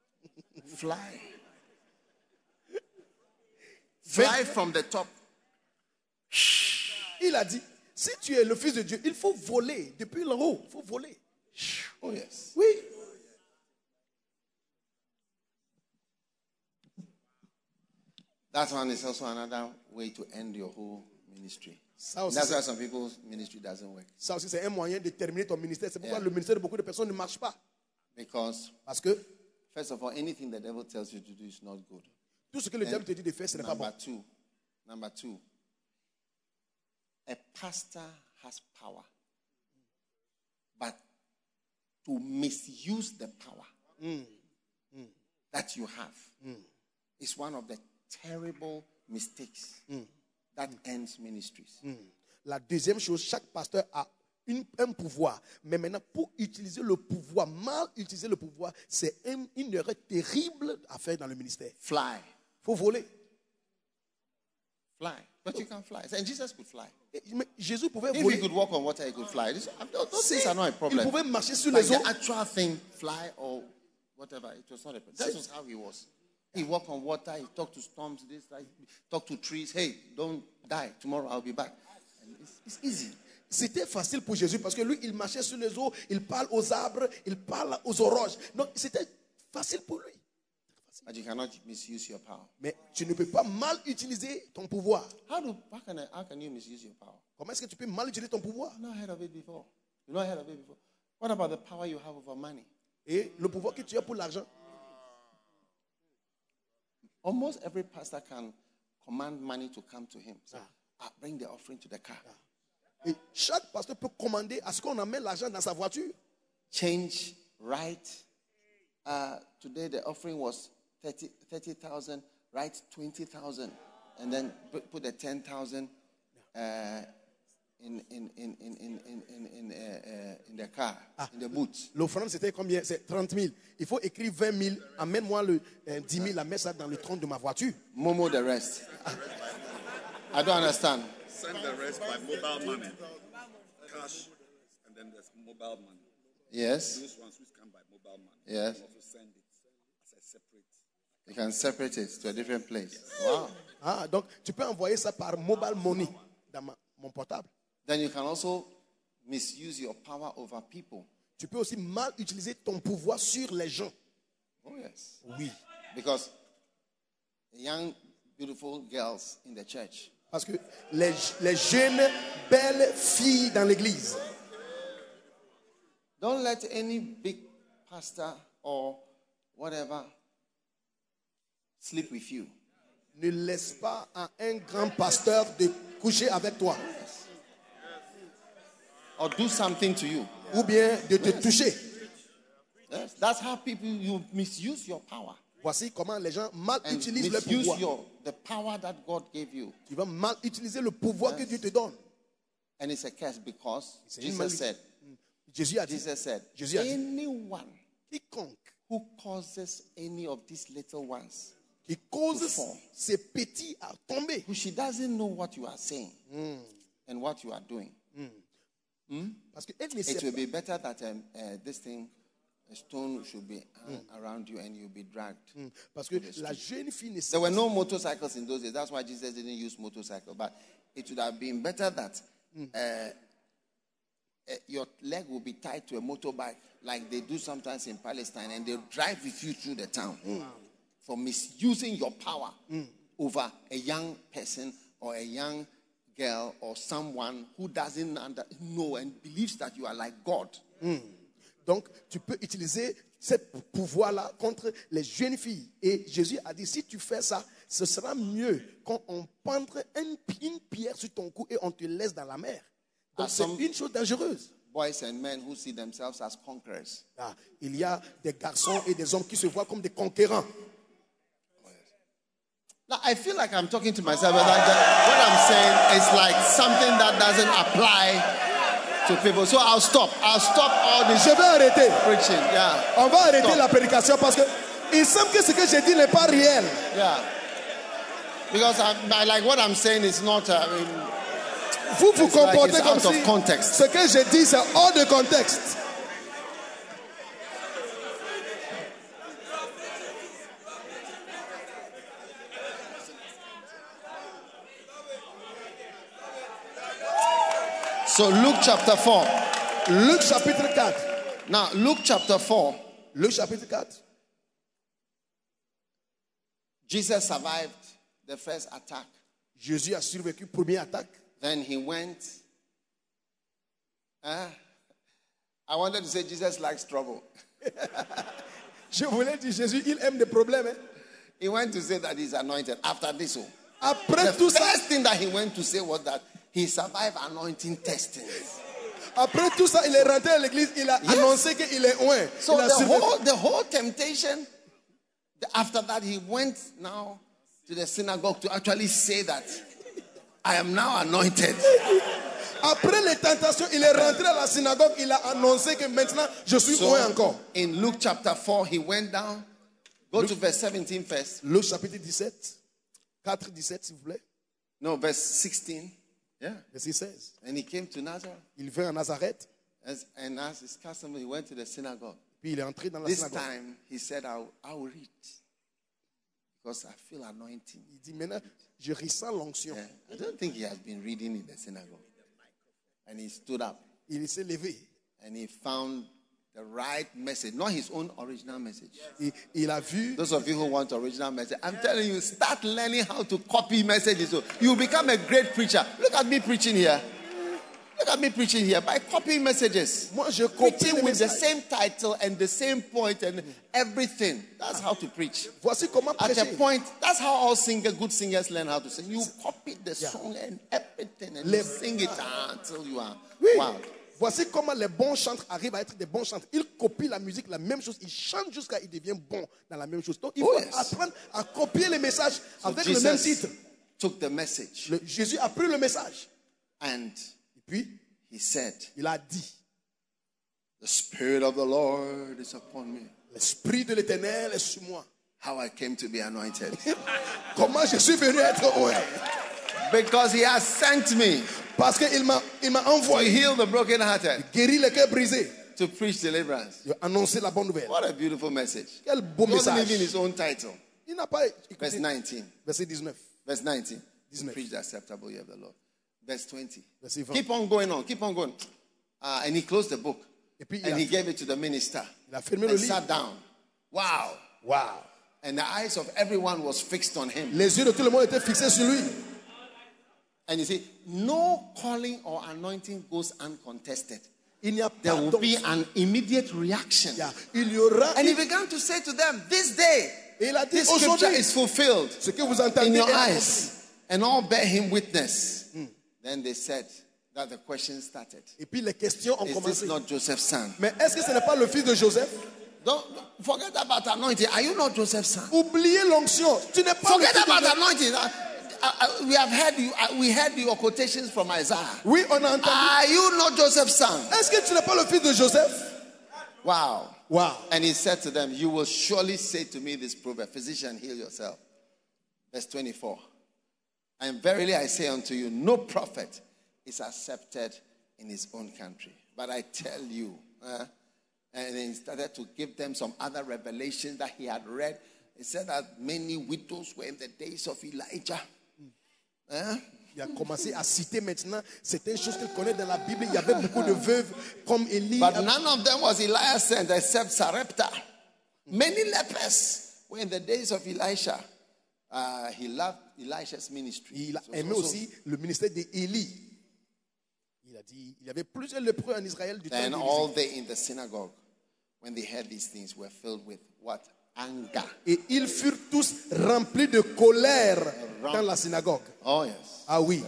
S1: fly fly from the top
S2: Il a dit, si tu es le fils de Dieu, il faut voler depuis le haut, il faut voler.
S1: oh yes
S2: Oui.
S1: That one is also another way to end your whole ministry.
S2: Ça aussi,
S1: That's
S2: c'est-
S1: why some people's ministry doesn't work.
S2: Ça aussi, c'est un moyen de terminer ton ministère. C'est pourquoi
S1: Yeah.
S2: le ministère de beaucoup de personnes ne marche pas.
S1: Because,
S2: Parce que
S1: first of all, anything the devil tells you to do is not good.
S2: tout ce que le diable te dit de faire, ce n'est pas bon.
S1: Number two, number two, a pastor has power, but to misuse the power that you have is one of the terrible mistakes that ends ministries.
S2: La deuxième chose, chaque pasteur a une- un pouvoir. Mais maintenant, pour utiliser le pouvoir, mal utiliser le pouvoir, c'est un- une erreur terrible à faire dans le ministère.
S1: Fly,
S2: faut voler.
S1: fly, but you can fly. And Jesus could fly.
S2: Et- mais Jésus pouvait
S1: If he
S2: voler.
S1: could walk on water, he could fly. This- those those
S2: Si,
S1: things are not a
S2: il
S1: problem.
S2: pouvait marcher sur
S1: Like
S2: les eaux.
S1: the actual thing, fly or whatever, it was not a problem. That was how he was. He walked on water, he talked to storms, this, like, talked to trees. Hey, don't die. Tomorrow I'll be back. And it's, it's easy.
S2: C'était facile pour Jésus parce que lui, il marchait sur les eaux, il parle aux arbres, il parle aux orages. Donc, c'était facile pour lui.
S1: But you cannot misuse your power.
S2: Mais tu ne peux pas mal utiliser ton pouvoir.
S1: How, do, how, can, I, how can you misuse your power?
S2: Comment est-ce que tu peux mal utiliser ton pouvoir
S1: I've not heard of it before. You've not heard of it before. What about the power you have over money?
S2: Et le pouvoir que tu as pour l'argent
S1: Almost every pastor can command money to come to him. So, "Ah, bring the offering to the car.
S2: Et chaque pasteur peut commander à ce qu'on amène l'argent dans sa voiture.
S1: change right uh, today the offering was 30 30000 right 20000 and then pu- put the 10000 uh, in, in, in, in, in, in, in, in, uh, uh, in the car in the boot
S2: L'offrande, c'était combien C'est 30 000. Il faut écrire 20 000. Amène-moi le euh, 10 000, amène ça dans le tronc de ma voiture.
S1: momo the rest i don't understand
S3: Send the rest by mobile money. Cash, and then there's mobile money.
S1: yes
S3: Those ones which come by mobile money.
S1: Yes.
S3: You also send it as a separate.
S1: you can separate it to a different place wow
S2: Ah, donc, tu peux envoyer ça par mobile money dans ma- mon portable.
S1: then you can also misuse your power over people.
S2: Tu peux aussi mal utiliser ton pouvoir sur les gens.
S1: Oh, yes.
S2: Oui.
S1: Because young, beautiful girls in the church,
S2: Parce que les, les jeunes, belles filles dans l'église,
S1: don't let any big pastor or whatever sleep with you.
S2: ne laisse pas à un grand pasteur de coucher avec toi
S1: or do something to you.
S2: ou bien de te toucher.
S1: Yes, That's how people you misuse your power
S2: Voici comment les gens mal
S1: and
S2: utilisent le
S1: misuse
S2: pouvoir.
S1: your the power that God gave you.
S2: Tu vas mal utiliser le pouvoir que Dieu te donne.
S1: And it's a curse because
S2: C'est une
S1: Jesus
S2: malédiction.
S1: said,
S2: Jésus a dit,
S1: Jesus said,
S2: Jésus a dit.
S1: anyone
S2: quiconque
S1: who causes any of these little ones
S2: qui cause
S1: Au fond.
S2: ses petits à tomber,
S1: who she doesn't know what you are saying and what you are doing,
S2: parce qu'elle ne sait
S1: it
S2: pas.
S1: will be better that um, uh, this thing, a stone, should be uh, around you and you'll be dragged.
S2: Parce que la jeune fille ne sait
S1: There were
S2: pas.
S1: no motorcycles in those days. That's why Jesus didn't use motorcycle. But it would have been better that uh, uh, your leg will be tied to a motorbike, like they do sometimes in Palestine, and they'll drive with you through the town for misusing your power over a young person or a young girl or someone who doesn't under- know and believes that you are like God.
S2: Donc, tu peux utiliser ce pouvoir-là contre les jeunes filles. Et Jésus a dit, si tu fais ça, ce sera mieux quand on pendre un- une pierre sur ton cou et on te laisse dans la mer.
S1: Ah,
S2: Donc, c'est
S1: some-
S2: une chose dangereuse.
S1: Boys and men who see themselves as conquerors.
S2: Ah, il y a des garçons et des hommes qui se voient comme des conquérants.
S1: Now, I feel like I'm talking to myself, but like that, what I'm saying is like something that doesn't apply to people. So I'll stop. I'll stop all this
S2: Je vais arrêter.
S1: preaching. Yeah,
S2: On va arrêter
S1: Stop.
S2: la prédication parce que il semble que ce que j'ai dit n'est pas réel.
S1: yeah. Because I'm, I- like what I'm saying is not. uh, I mean,
S2: Vous vous
S1: It's like
S2: comportez
S1: it's
S2: comme
S1: out of
S2: si
S1: context.
S2: ce que j'ai dit c'est hors de contexte.
S1: so Luke chapter four.
S2: Luc chapitre 4.
S1: Now Luke chapter four.
S2: Luc chapitre 4.
S1: Jesus survived the first attack.
S2: Jésus a survécu première attaque.
S1: Then he went. Uh, I wanted to say Jesus likes trouble.
S2: Je voulais dire Jésus, il aime des problèmes. hein.
S1: He went to say that he's anointed after this one.
S2: Après
S1: The
S2: tout ça,
S1: first thing that he went to say was that he survived anointing testings.
S2: après tout ça, il est rentré à l'église, il a
S1: Yes.
S2: annoncé qu'il est loin.
S1: So
S2: il a
S1: the
S2: survécu.
S1: whole, the whole temptation, the- after that, he went now to the synagogue to actually say that I am now anointed.
S2: Après les tentations, il est rentré à la synagogue, il a annoncé que maintenant je suis loin encore.
S1: in Luke chapter 4, he went down. Go to verse 17 first.
S2: Luc chapitre 17, 4, 17 s'il vous plaît,
S1: No, verse 16. Yeah.
S2: verset 16.
S1: And he came to Nazareth.
S2: Il vint à Nazareth,
S1: As, and as his custom, he went to the synagogue.
S2: puis il est entré dans la
S1: This
S2: synagogue.
S1: time, he said, I will, I will read because I feel anointing.
S2: Il dit maintenant, je ressens l'onction.
S1: Yeah. I don't think he has been reading in the synagogue. And he stood up
S2: Il s'est levé.
S1: and he found the right message, not his own original message.
S2: Il, il a vu.
S1: Those of you who want original message, I'm telling you, start learning how to copy messages. So you become a great preacher. Look at me preaching here. Look at me preaching here by copying messages.
S2: Moi, je copie
S1: Preaching
S2: les
S1: with the
S2: messages.
S1: same title and the same point and everything. That's how to preach.
S2: Voici comment
S1: At
S2: prêcher.
S1: a point, that's how all singer, good singers learn how to sing. You copy the
S2: Yeah.
S1: song and everything and
S2: Les-
S1: you sing it until you are
S2: Oui.
S1: wow.
S2: Voici comment les bons chantres arrivent à être des bons chantres. Ils copient la musique, la même chose. Ils chantent jusqu'à ils deviennent bons dans la même chose. Donc, il
S1: Oh,
S2: faut
S1: yes.
S2: apprendre à copier les messages avec le
S1: Jesus
S2: même titre.
S1: took the message
S2: Le- Jésus a pris le message.
S1: and
S2: Et puis,
S1: he said,
S2: il a dit
S1: The Spirit of the Lord is upon me.
S2: L'Esprit de l'Éternel est sur moi.
S1: How I came to be anointed.
S2: Comment je suis venu être oint
S1: because he has sent me
S2: Parce qu'il m'a il m'a
S1: to
S2: envoyé
S1: heal the brokenhearted,
S2: guérir les cœurs brisés.
S1: to preach deliverance.
S2: Il a annoncé la bonne nouvelle.
S1: What a beautiful message.
S2: Quel beau
S1: He wasn't even
S2: message.
S1: his own title.
S2: Il n'a pas
S1: Verse
S2: écouté.
S1: 19.
S2: Verset 19.
S1: Verse 19.
S2: Isn't it?
S1: Preach the acceptable year of the Lord. Verse 20.
S2: Verse 20.
S1: Keep on going on. Keep on going. Uh, and he closed the book.
S2: Et puis, il
S1: and
S2: a-
S1: he gave it to the minister.
S2: Il a fermé le
S1: and
S2: livre.
S1: sat down. Wow.
S2: Waouh.
S1: And the eyes of everyone was fixed on him.
S2: Les yeux de tout le monde étaient fixés sur lui.
S1: And you see, no calling or anointing goes uncontested.
S2: Il n'y a
S1: There
S2: pas
S1: will
S2: d'onction.
S1: be an immediate reaction.
S2: Il y a- Il y aura.
S1: And he began to say to them, This day,
S2: Et il a dit
S1: Oh, this scripture
S2: aujourd'hui,
S1: is fulfilled
S2: ce que vous
S1: in
S2: entendez
S1: your
S2: est-
S1: eyes, and all bear him witness. Hmm. Then they said that the question started
S2: Et puis les questions ont
S1: Is this
S2: commencé.
S1: not Joseph's son?
S2: Mais est-ce que ce n'est pas le fils de Joseph
S1: Don't forget about anointing. Are you not Joseph's son?
S2: Oubliez l'onction. Tu n'es pas le
S1: Forget
S2: fils de
S1: about
S2: Joseph.
S1: anointing. Uh, uh, uh, we have heard you. uh, we heard your quotations from Isaiah.
S2: Oui, on a entendu.
S1: Are you not Joseph's son?
S2: Est-ce que tu n'es pas le fils de Joseph
S1: Wow.
S2: Waouh.
S1: And he said to them, You will surely say to me this proverb, Physician, heal yourself. Verse 24. And verily I say unto you, no prophet is accepted in his own country. But I tell you, eh, and then he started to give them some other revelations that he had read. He said that many widows were in the days of Elijah.
S2: Il a commencé à citer maintenant certaines choses qu'il connaît dans la Bible. Il y avait beaucoup de veuves comme Élie.
S1: But none of them was Elias sent except Sarepta. Many lepers were in the days of Elisha. Uh, he loved Elisha's ministry.
S2: Il a
S1: So-
S2: aimé
S1: so- so-
S2: aussi le ministère d'Élie. Il a dit, il y avait plusieurs lépreux en Israël du temps
S1: Then
S2: d'Élisée.
S1: all they in the synagogue, when they heard these things, were filled with what? Anger.
S2: Et ils furent tous remplis de colère dans la synagogue.
S1: Oh, yes.
S2: Ah oui.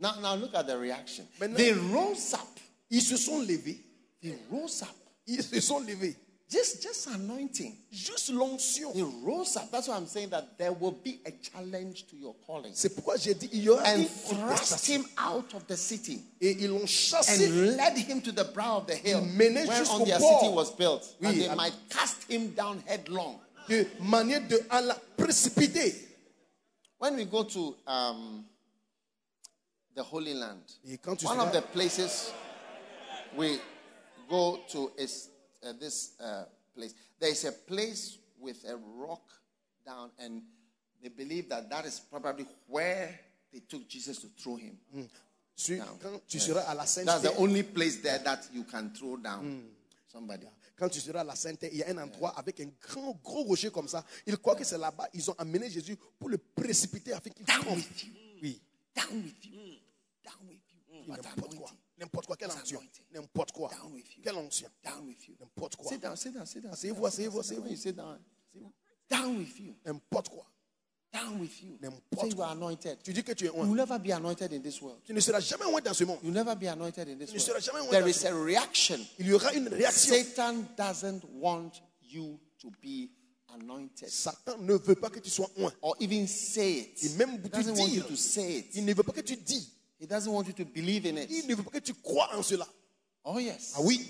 S1: Now, now look at the reaction.
S2: But no-
S1: they rose up.
S2: Ils se sont levés.
S1: They rose up.
S2: Ils se sont levés.
S1: Just, just anointing.
S2: Juste l'onction.
S1: They rose up. That's why I'm saying that there will be a challenge to your calling.
S2: C'est pourquoi j'ai dit, il y aura une
S1: And thrust
S2: contestation.
S1: him out of the city.
S2: Et ils l'ont chassé.
S1: and led him to the brow of the hill
S2: Il menait
S1: whereon
S2: jusqu'au
S1: their
S2: bord.
S1: city was built,
S2: Oui,
S1: and they
S2: à-
S1: might cast him down headlong.
S2: de manière de à la précipiter.
S1: When we go to um, the Holy Land,
S2: Et quand tu
S1: one
S2: seras-
S1: of the places we go to is uh, this uh, place. There is a place with a rock down, and they believe that that is probably where they took Jesus to throw him.
S2: Sur- quand tu seras à la sainte
S1: That's the only place there that you can throw down somebody.
S2: quand tu seras à la sainte il y a un endroit avec un grand gros rocher comme ça. Ils croient que c'est là-bas. Ils ont amené Jésus pour le précipiter afin qu'il
S1: Down
S2: tombe.
S1: with you.
S2: Oui,
S1: down with you. Ah, Down with you. What
S2: n'importe
S1: anointing.
S2: quoi, n'importe quoi, quelle
S1: What's
S2: onction,
S1: anointing?
S2: n'importe quoi,
S1: Down with you.
S2: quelle onction,
S1: Down with you.
S2: n'importe quoi,
S1: Sit down, sit down, sit down.
S2: Asseyez-vous, asseyez-vous,
S1: When
S2: asseyez-vous.
S1: you sit down. Down with you.
S2: n'importe quoi.
S1: Down with you.
S2: N'importe
S1: Say you
S2: quoi.
S1: are anointed.
S2: Tu dis que tu es
S1: You will
S2: loin.
S1: never be anointed in this world.
S2: Tu ne seras jamais loin dans ce monde.
S1: You will never be anointed in this
S2: ne seras jamais
S1: world.
S2: un
S1: There
S2: dans
S1: is
S2: ce
S1: a reaction.
S2: Il y aura une réaction.
S1: Satan doesn't want you to be anointed
S2: Satan ne veut pas que tu sois loin.
S1: or even say it.
S2: Et même
S1: He doesn't
S2: tu
S1: want you
S2: dire.
S1: to say it.
S2: Il ne veut pas que tu dis.
S1: He doesn't want you to believe in it.
S2: Il ne veut pas que tu crois en cela.
S1: Oh, yes.
S2: Ah oui,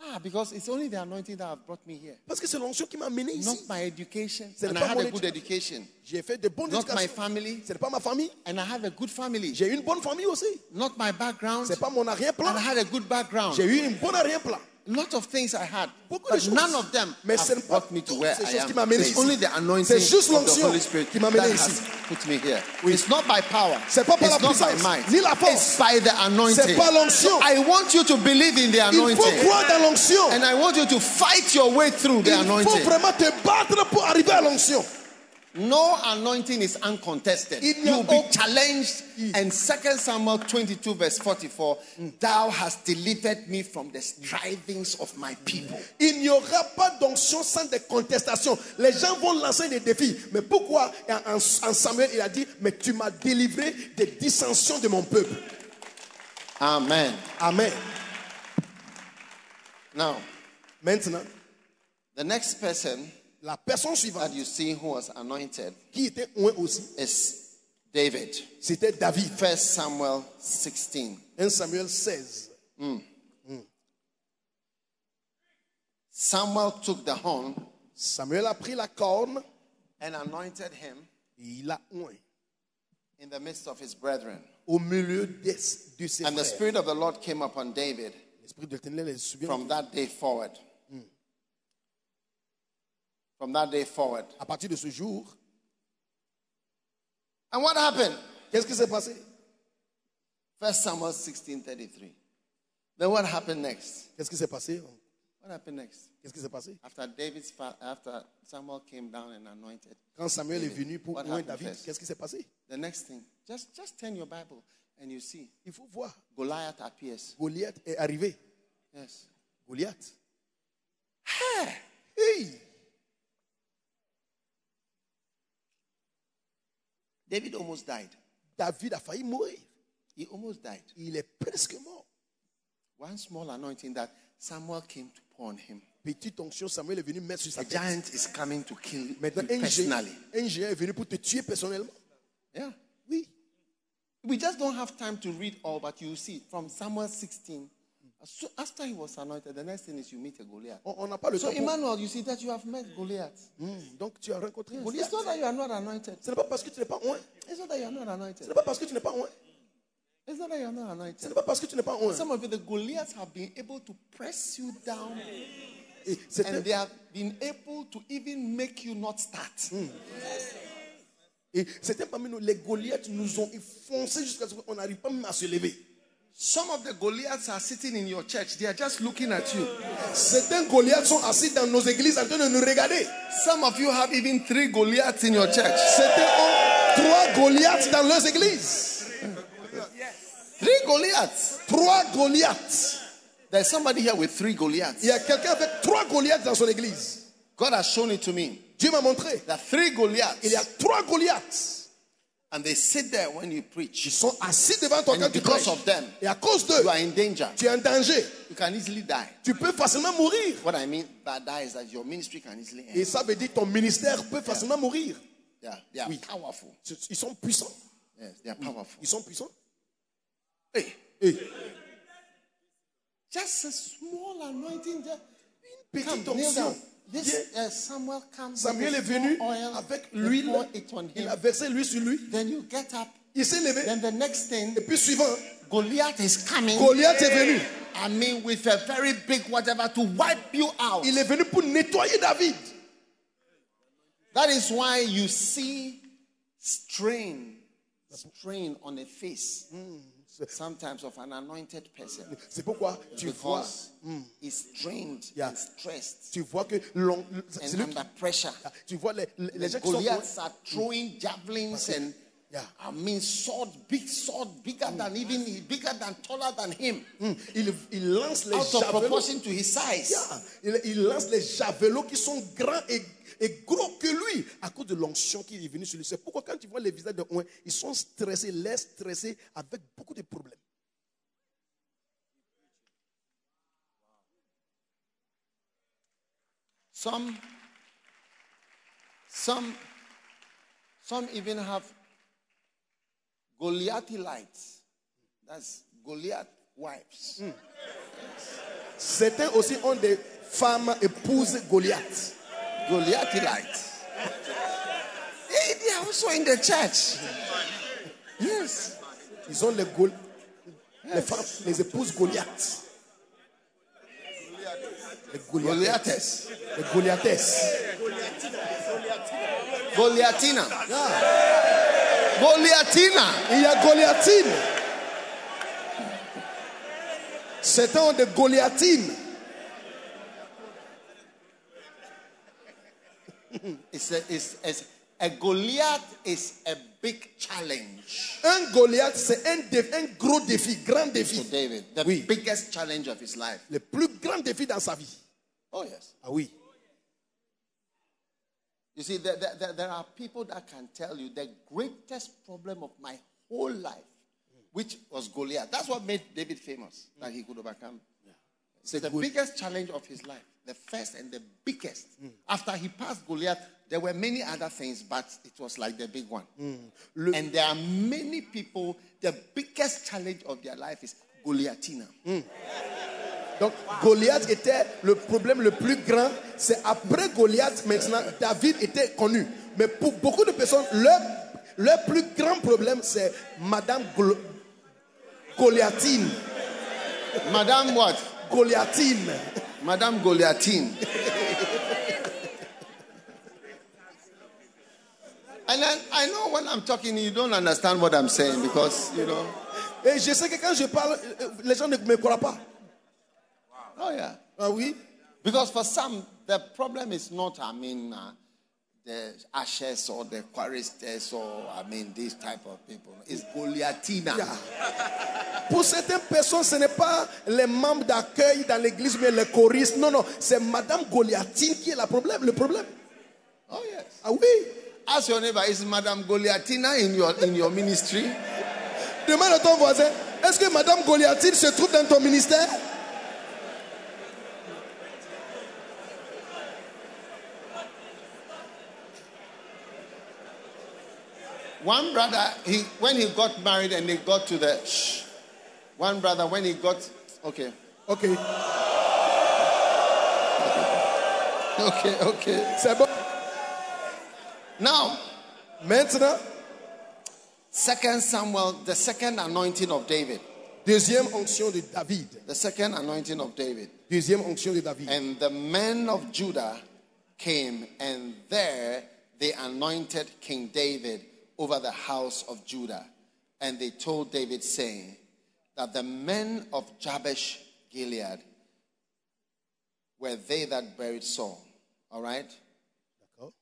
S1: Ah, because it's only the anointing that have brought me here.
S2: parce que c'est l'onction qui m'a amené
S1: Not
S2: ici.
S1: my education.
S2: Ce n'est
S1: and
S2: pas
S1: I had
S2: mon
S1: a good
S2: éducation.
S1: education.
S2: J'ai fait de bonnes
S1: Not my
S2: éducations.
S1: family.
S2: Ce n'est pas ma famille.
S1: And I have a good family.
S2: J'ai une bonne famille aussi.
S1: Not my background.
S2: Ce n'est pas mon
S1: And I
S2: arrière-plan.
S1: had a good background.
S2: J'ai eu une bonne arrière-plan.
S1: A lot of things I had.
S2: Beaucoup de
S1: But
S2: choses.
S1: none of them
S2: Mais ce n'est
S1: have
S2: pas
S1: brought me to
S2: toutes
S1: where
S2: ces
S1: I
S2: choses qui
S1: am.
S2: m'ont amené
S1: It's
S2: ici.
S1: only the anointing
S2: C'est
S1: of
S2: juste
S1: the
S2: l'onction
S1: Holy Spirit
S2: qui m'a
S1: that
S2: amené
S1: has
S2: ici.
S1: put me here.
S2: Oui.
S1: It's not by power.
S2: C'est pas par
S1: it's
S2: la
S1: not by
S2: puissance,
S1: might.
S2: ni la force.
S1: It's by the anointing.
S2: C'est pas l'onction.
S1: So I want you to believe in the
S2: Il faut
S1: anointing.
S2: croire dans l'onction.
S1: And I want you to fight your way through the
S2: Il faut
S1: anointing.
S2: vraiment te battre pour arriver à l'onction.
S1: No anointing is uncontested.
S2: Il n'y a
S1: You'll be
S2: aucun-
S1: challenged. And 2 Samuel 22, verse 44, thou hast delivered me from the strivings of my people.
S2: Il n'y aura pas d'onction sans des contestations. Les gens vont lancer des défis. Mais pourquoi en, en- en Samuel, il a dit, mais tu m'as délivré des dissensions de mon peuple.
S1: Amen.
S2: Amen.
S1: Now,
S2: Maintenant,
S1: the next person
S2: la personne
S1: that
S2: suivante
S1: you see who was anointed
S2: qui était loin aussi,
S1: is David.
S2: c'était David.
S1: 1 Samuel 16.
S2: 1 Samuel 16.
S1: Samuel took the horn
S2: Samuel a pris la corne
S1: and anointed him
S2: et il a oint
S1: in the midst of his brethren.
S2: au milieu des- de ses
S1: And the
S2: frères.
S1: Spirit of the Lord came upon David
S2: L'esprit de l'Éternel est sur lui.
S1: from that day forward. From that day forward.
S2: À partir de ce jour,
S1: And what happened?
S2: qu'est-ce qui s'est passé
S1: 1 Samuel 16:33. Then what happened next?
S2: Qu'est-ce qui s'est passé
S1: What happened next?
S2: Qu'est-ce qui s'est passé
S1: After David's pa- after Samuel came down and anointed,
S2: Quand Samuel est venu pour
S1: What
S2: louer
S1: happened
S2: David,
S1: first?
S2: qu'est-ce qui s'est passé
S1: the next thing, just just turn your Bible and you see
S2: Il faut voir.
S1: Goliath appears.
S2: Goliath est arrivé.
S1: Yes.
S2: Goliath. Hein? Hey!
S1: David almost died.
S2: David a failli mourir.
S1: He almost died.
S2: Il est presque mort.
S1: One small anointing that Samuel came to pour on him.
S2: Petite onction, Samuel est venu mettre sur
S1: The
S2: sa tête.
S1: giant is coming to kill you
S2: Maintenant, un géant,
S1: personally.
S2: un géant est venu pour te tuer personnellement.
S1: Yeah.
S2: Oui.
S1: We just don't have time to read all, but you see from Samuel 16. as soo- after he was anointed, the next thing is you meet a Goliath.
S2: On on n'a pas le
S1: So,
S2: temps. pour-
S1: Emmanuel, you see that you have met Goliath.
S2: Hmm, Donc, tu as rencontré Goliath.
S1: It's not that you are not anointed.
S2: Ce n'est pas parce que tu n'es pas loin.
S1: It's not that you are not
S2: Ce
S1: anointed.
S2: n'est pas parce que tu n'es pas loin.
S1: It's not that you are not
S2: Ce
S1: anointed.
S2: n'est pas parce que tu n'es pas loin.
S1: Some of you, the Goliaths have been able to press you down
S2: Et
S1: and
S2: c'était-
S1: they have been able to even make you not start.
S2: et c'était parmi nous. Les Goliaths nous ont foncé jusqu'à ce qu'on n'arrive pas même à se lever.
S1: Some of the Goliaths are sitting in your church. They are just looking at you.
S2: Certains Goliaths sont assis dans nos églises en train de nous regarder.
S1: Some of you have even three Goliaths in your church.
S2: Certains ont trois Goliaths dans leurs églises.
S1: Three Goliaths.
S2: Trois Goliaths.
S1: There's somebody here with three Goliaths.
S2: Il y a quelqu'un avec trois Goliaths dans son église.
S1: God has shown it to me.
S2: Dieu m'a montré.
S1: There are three
S2: Il y a
S1: Goliaths.
S2: trois Goliaths.
S1: And they sit there when you preach.
S2: Ils sont assis devant toi
S1: And
S2: quand tu
S1: because
S2: prêches.
S1: of them,
S2: Et à cause d'eux,
S1: You are in danger.
S2: tu es en danger.
S1: You can easily die.
S2: Tu peux facilement mourir.
S1: What I mean by that is that your ministry can easily
S2: Et
S1: end.
S2: ça veut dire que ton ministère peut facilement mourir.
S1: Yeah, they are
S2: Oui.
S1: powerful.
S2: Ils sont puissants.
S1: Yes, they are powerful.
S2: Ils sont puissants.
S1: Hey,
S2: Et
S1: just a small anointing. Just
S2: petite
S1: Come, kneel down.
S2: onction. Viens.
S1: This uh, Samuel comes.
S2: Samuel est
S1: with more
S2: venu
S1: oil
S2: avec
S1: and
S2: l'huile.
S1: pour it on
S2: Il
S1: him.
S2: a versé l'huile sur lui.
S1: Then you get up.
S2: Il s'est levé.
S1: Then the next thing,
S2: Et puis suivant,
S1: Goliath is coming.
S2: Goliath est venu.
S1: I mean, with a very big whatever to wipe you out.
S2: Il est venu pour nettoyer David.
S1: That is why you see strain, strain on the face sometimes of an anointed person.
S2: C'est pourquoi tu vois,
S1: Because he's strained,
S2: mm. Yeah.
S1: he's stressed,
S2: tu vois que l'on- c'est
S1: and
S2: lui qui-
S1: under pressure.
S2: tu vois les, les- les gens qui sont
S1: Goliaths are throwing javelins and
S2: Yeah. Mm.
S1: I mean sword, big sword, bigger than even he- bigger than taller than him,
S2: Hmm. il, il lance les
S1: out of
S2: javelots.
S1: proportion to his size.
S2: Yeah. Il, il lance les javelots qui sont grands et, et gros que lui à cause de l'onction qui est venue sur lui. C'est pourquoi quand tu vois les visages de Ouen, ils sont stressés, l'air stressé avec beaucoup de problèmes.
S1: Some, some, some even have Goliathilites. That's Goliath wives.
S2: Mm. Certains aussi ont des femmes épouses Goliath.
S1: Goliathilites. Hey, they are also in the church. Yes.
S2: Ils ont les, Gol- les femmes, les épouses Goliath. Les Goliath.
S1: Goliaths.
S2: Les Goliathesses.
S1: Goliathina.
S2: Ah,
S1: Goliathina.
S2: il y a Goliathine. Certains ont des Goliathines.
S1: It's a, it's, it's a Goliath is a big challenge
S2: Un Goliath, c'est un, dé- un gros défi, grand défi.
S1: to David. The
S2: Oui.
S1: biggest challenge of his life.
S2: Le plus grand défi dans sa vie.
S1: Oh, yes.
S2: Ah oui.
S1: You see, there, there- there- there are people that can tell you the greatest problem of my whole life, which was Goliath. That's what made David famous, that he could overcome.
S2: C'est
S1: The
S2: Go-
S1: biggest challenge of his life, the first and the biggest. After he passed Goliath, there were many other things, but it was like the big one.
S2: le,
S1: And there are many people, the biggest challenge of their life is Goliathina.
S2: donc, Goliath était le problème le plus grand. C'est après Goliath, maintenant, David était connu. Mais pour beaucoup de personnes, leur, leur plus grand problème, c'est Madame Glo- Goliathine.
S1: Madame what?
S2: Goliathine.
S1: Madame Goliathine. and I, I know when I'm talking, you don't understand what I'm saying because, you know,
S2: Et je sais que quand je parle, euh, les gens ne me croient pas.
S1: Oh, yeah.
S2: Ah oui
S1: Because for some, the problem is not, I mean, uh, the ashes or the choristers or, I mean, these type of people. It's Goliathina.
S2: Yeah. Pour certaines personnes, ce n'est pas les membres d'accueil dans l'église, mais les choristes. Non, non, c'est Madame Goliathine qui est la problème, le problème.
S1: Oh, yes.
S2: Ah oui
S1: Ask your neighbor, is Madam Goliathina in your, in your ministry?
S2: Demande à ton voisin, est-ce que Madame Goliathine se trouve dans ton ministère
S1: One brother, he when he got married and they got to the shh. One brother, when he got okay,
S2: Ok,
S1: okay, okay.
S2: c'est bon.
S1: Now,
S2: Maintenant,
S1: second Samuel, the second anointing of David,
S2: deuxième onction de David.
S1: the second anointing of David,
S2: Deuxième onction de David.
S1: and the men of Judah came, and there they anointed King David over the house of Judah, and they told David, saying, that the men of Jabesh Gilead were they that buried Saul. All right.
S2: D'accord.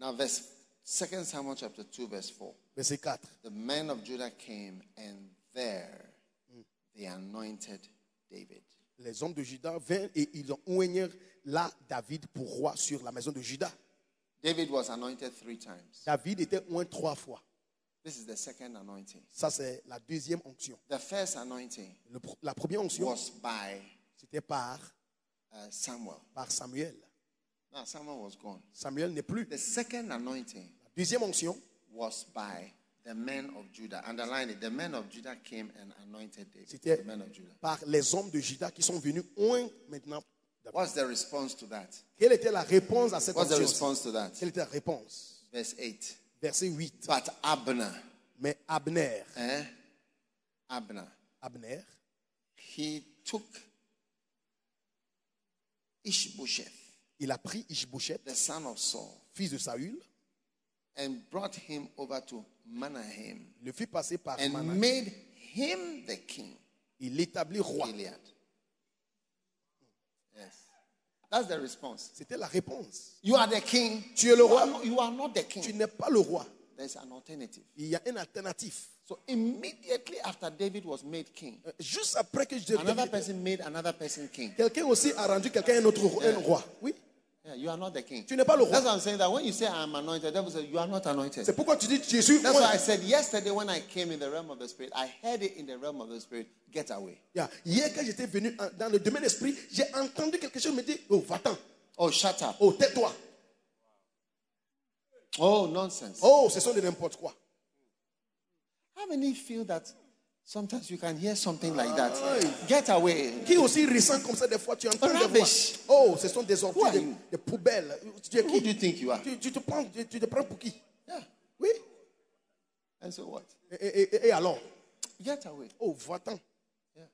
S1: Now, verse 2 Samuel chapter 2, verse 4.
S2: Verset 4.
S1: The men of Judah came, and there they anointed David.
S2: Les hommes de Juda vinrent et ils ont oigné là David pour roi sur la maison de Juda.
S1: David was anointed three times.
S2: David était oint trois fois.
S1: This is the second anointing.
S2: Ça, c'est la deuxième onction.
S1: The first anointing
S2: Le pr- la première onction,
S1: was by
S2: c'était par,
S1: uh, Samuel.
S2: par Samuel.
S1: Now, Samuel was gone.
S2: Samuel n'est plus.
S1: The second anointing
S2: La deuxième onction,
S1: was by the men of Judah. Underline it. The men of Judah came and anointed David.
S2: C'était-
S1: The men of Judah.
S2: par les hommes de Juda qui sont venus oint maintenant. David.
S1: What's the response to that?
S2: Quelle était la réponse à cette
S1: What's the
S2: onction
S1: response to that?
S2: Quelle était la réponse
S1: Verse 8.
S2: Verset 8.
S1: But Abner,
S2: Mais Abner,
S1: eh? Abner,
S2: Abner,
S1: he took Ishbosheth,
S2: il a pris Ishbosheth,
S1: the son of Saul,
S2: fils de Saül,
S1: and brought him over to Manahem
S2: le fit passer par
S1: and
S2: Mana.
S1: made him the king
S2: Il l'établit
S1: of
S2: roi.
S1: Gilead. Yes. That's the response.
S2: C'était la réponse.
S1: You are the king.
S2: Tu es
S1: You
S2: le
S1: are
S2: roi.
S1: not, you are not the
S2: Tu
S1: king.
S2: n'es pas le roi.
S1: There's an alternative.
S2: Il y a un alternatif.
S1: So immediately after David was made king,
S2: Euh, Juste après que je
S1: another person made another person king.
S2: quelqu'un aussi a rendu quelqu'un un autre
S1: Euh.
S2: roi. un roi. Oui.
S1: Yeah, you are not the king.
S2: Tu n'es pas le roi.
S1: That's what I'm saying. That when you say I'm anointed, devil says you are not anointed.
S2: C'est pourquoi tu dis je suis
S1: That's why I
S2: roi.
S1: said yesterday when I came in the realm of the spirit, I heard it in the realm of the spirit. Get away.
S2: Yeah. Hier quand j'étais venu en- dans le domaine esprit, j'ai entendu quelque chose me dire oh va-t'en,
S1: Oh, shut up.
S2: oh tais-toi,
S1: Oh, nonsense.
S2: oh ce sont de n'importe quoi.
S1: How many feel that sometimes you can hear something like
S2: Aye.
S1: that? Get away.
S2: Qui aussi ressent comme ça des fois tu entends des voix.
S1: Rubbish.
S2: Oh ce sont des
S1: Who
S2: orties,
S1: are
S2: des,
S1: you?
S2: des poubelles. Tu es
S1: Who
S2: qui
S1: do you think you are?
S2: tu, tu te prends, tu, tu te prends pour qui
S1: Yeah.
S2: Oui.
S1: And so what?
S2: Et, et- et- et alors
S1: Get away.
S2: Oh va-t'en.
S1: Yeah.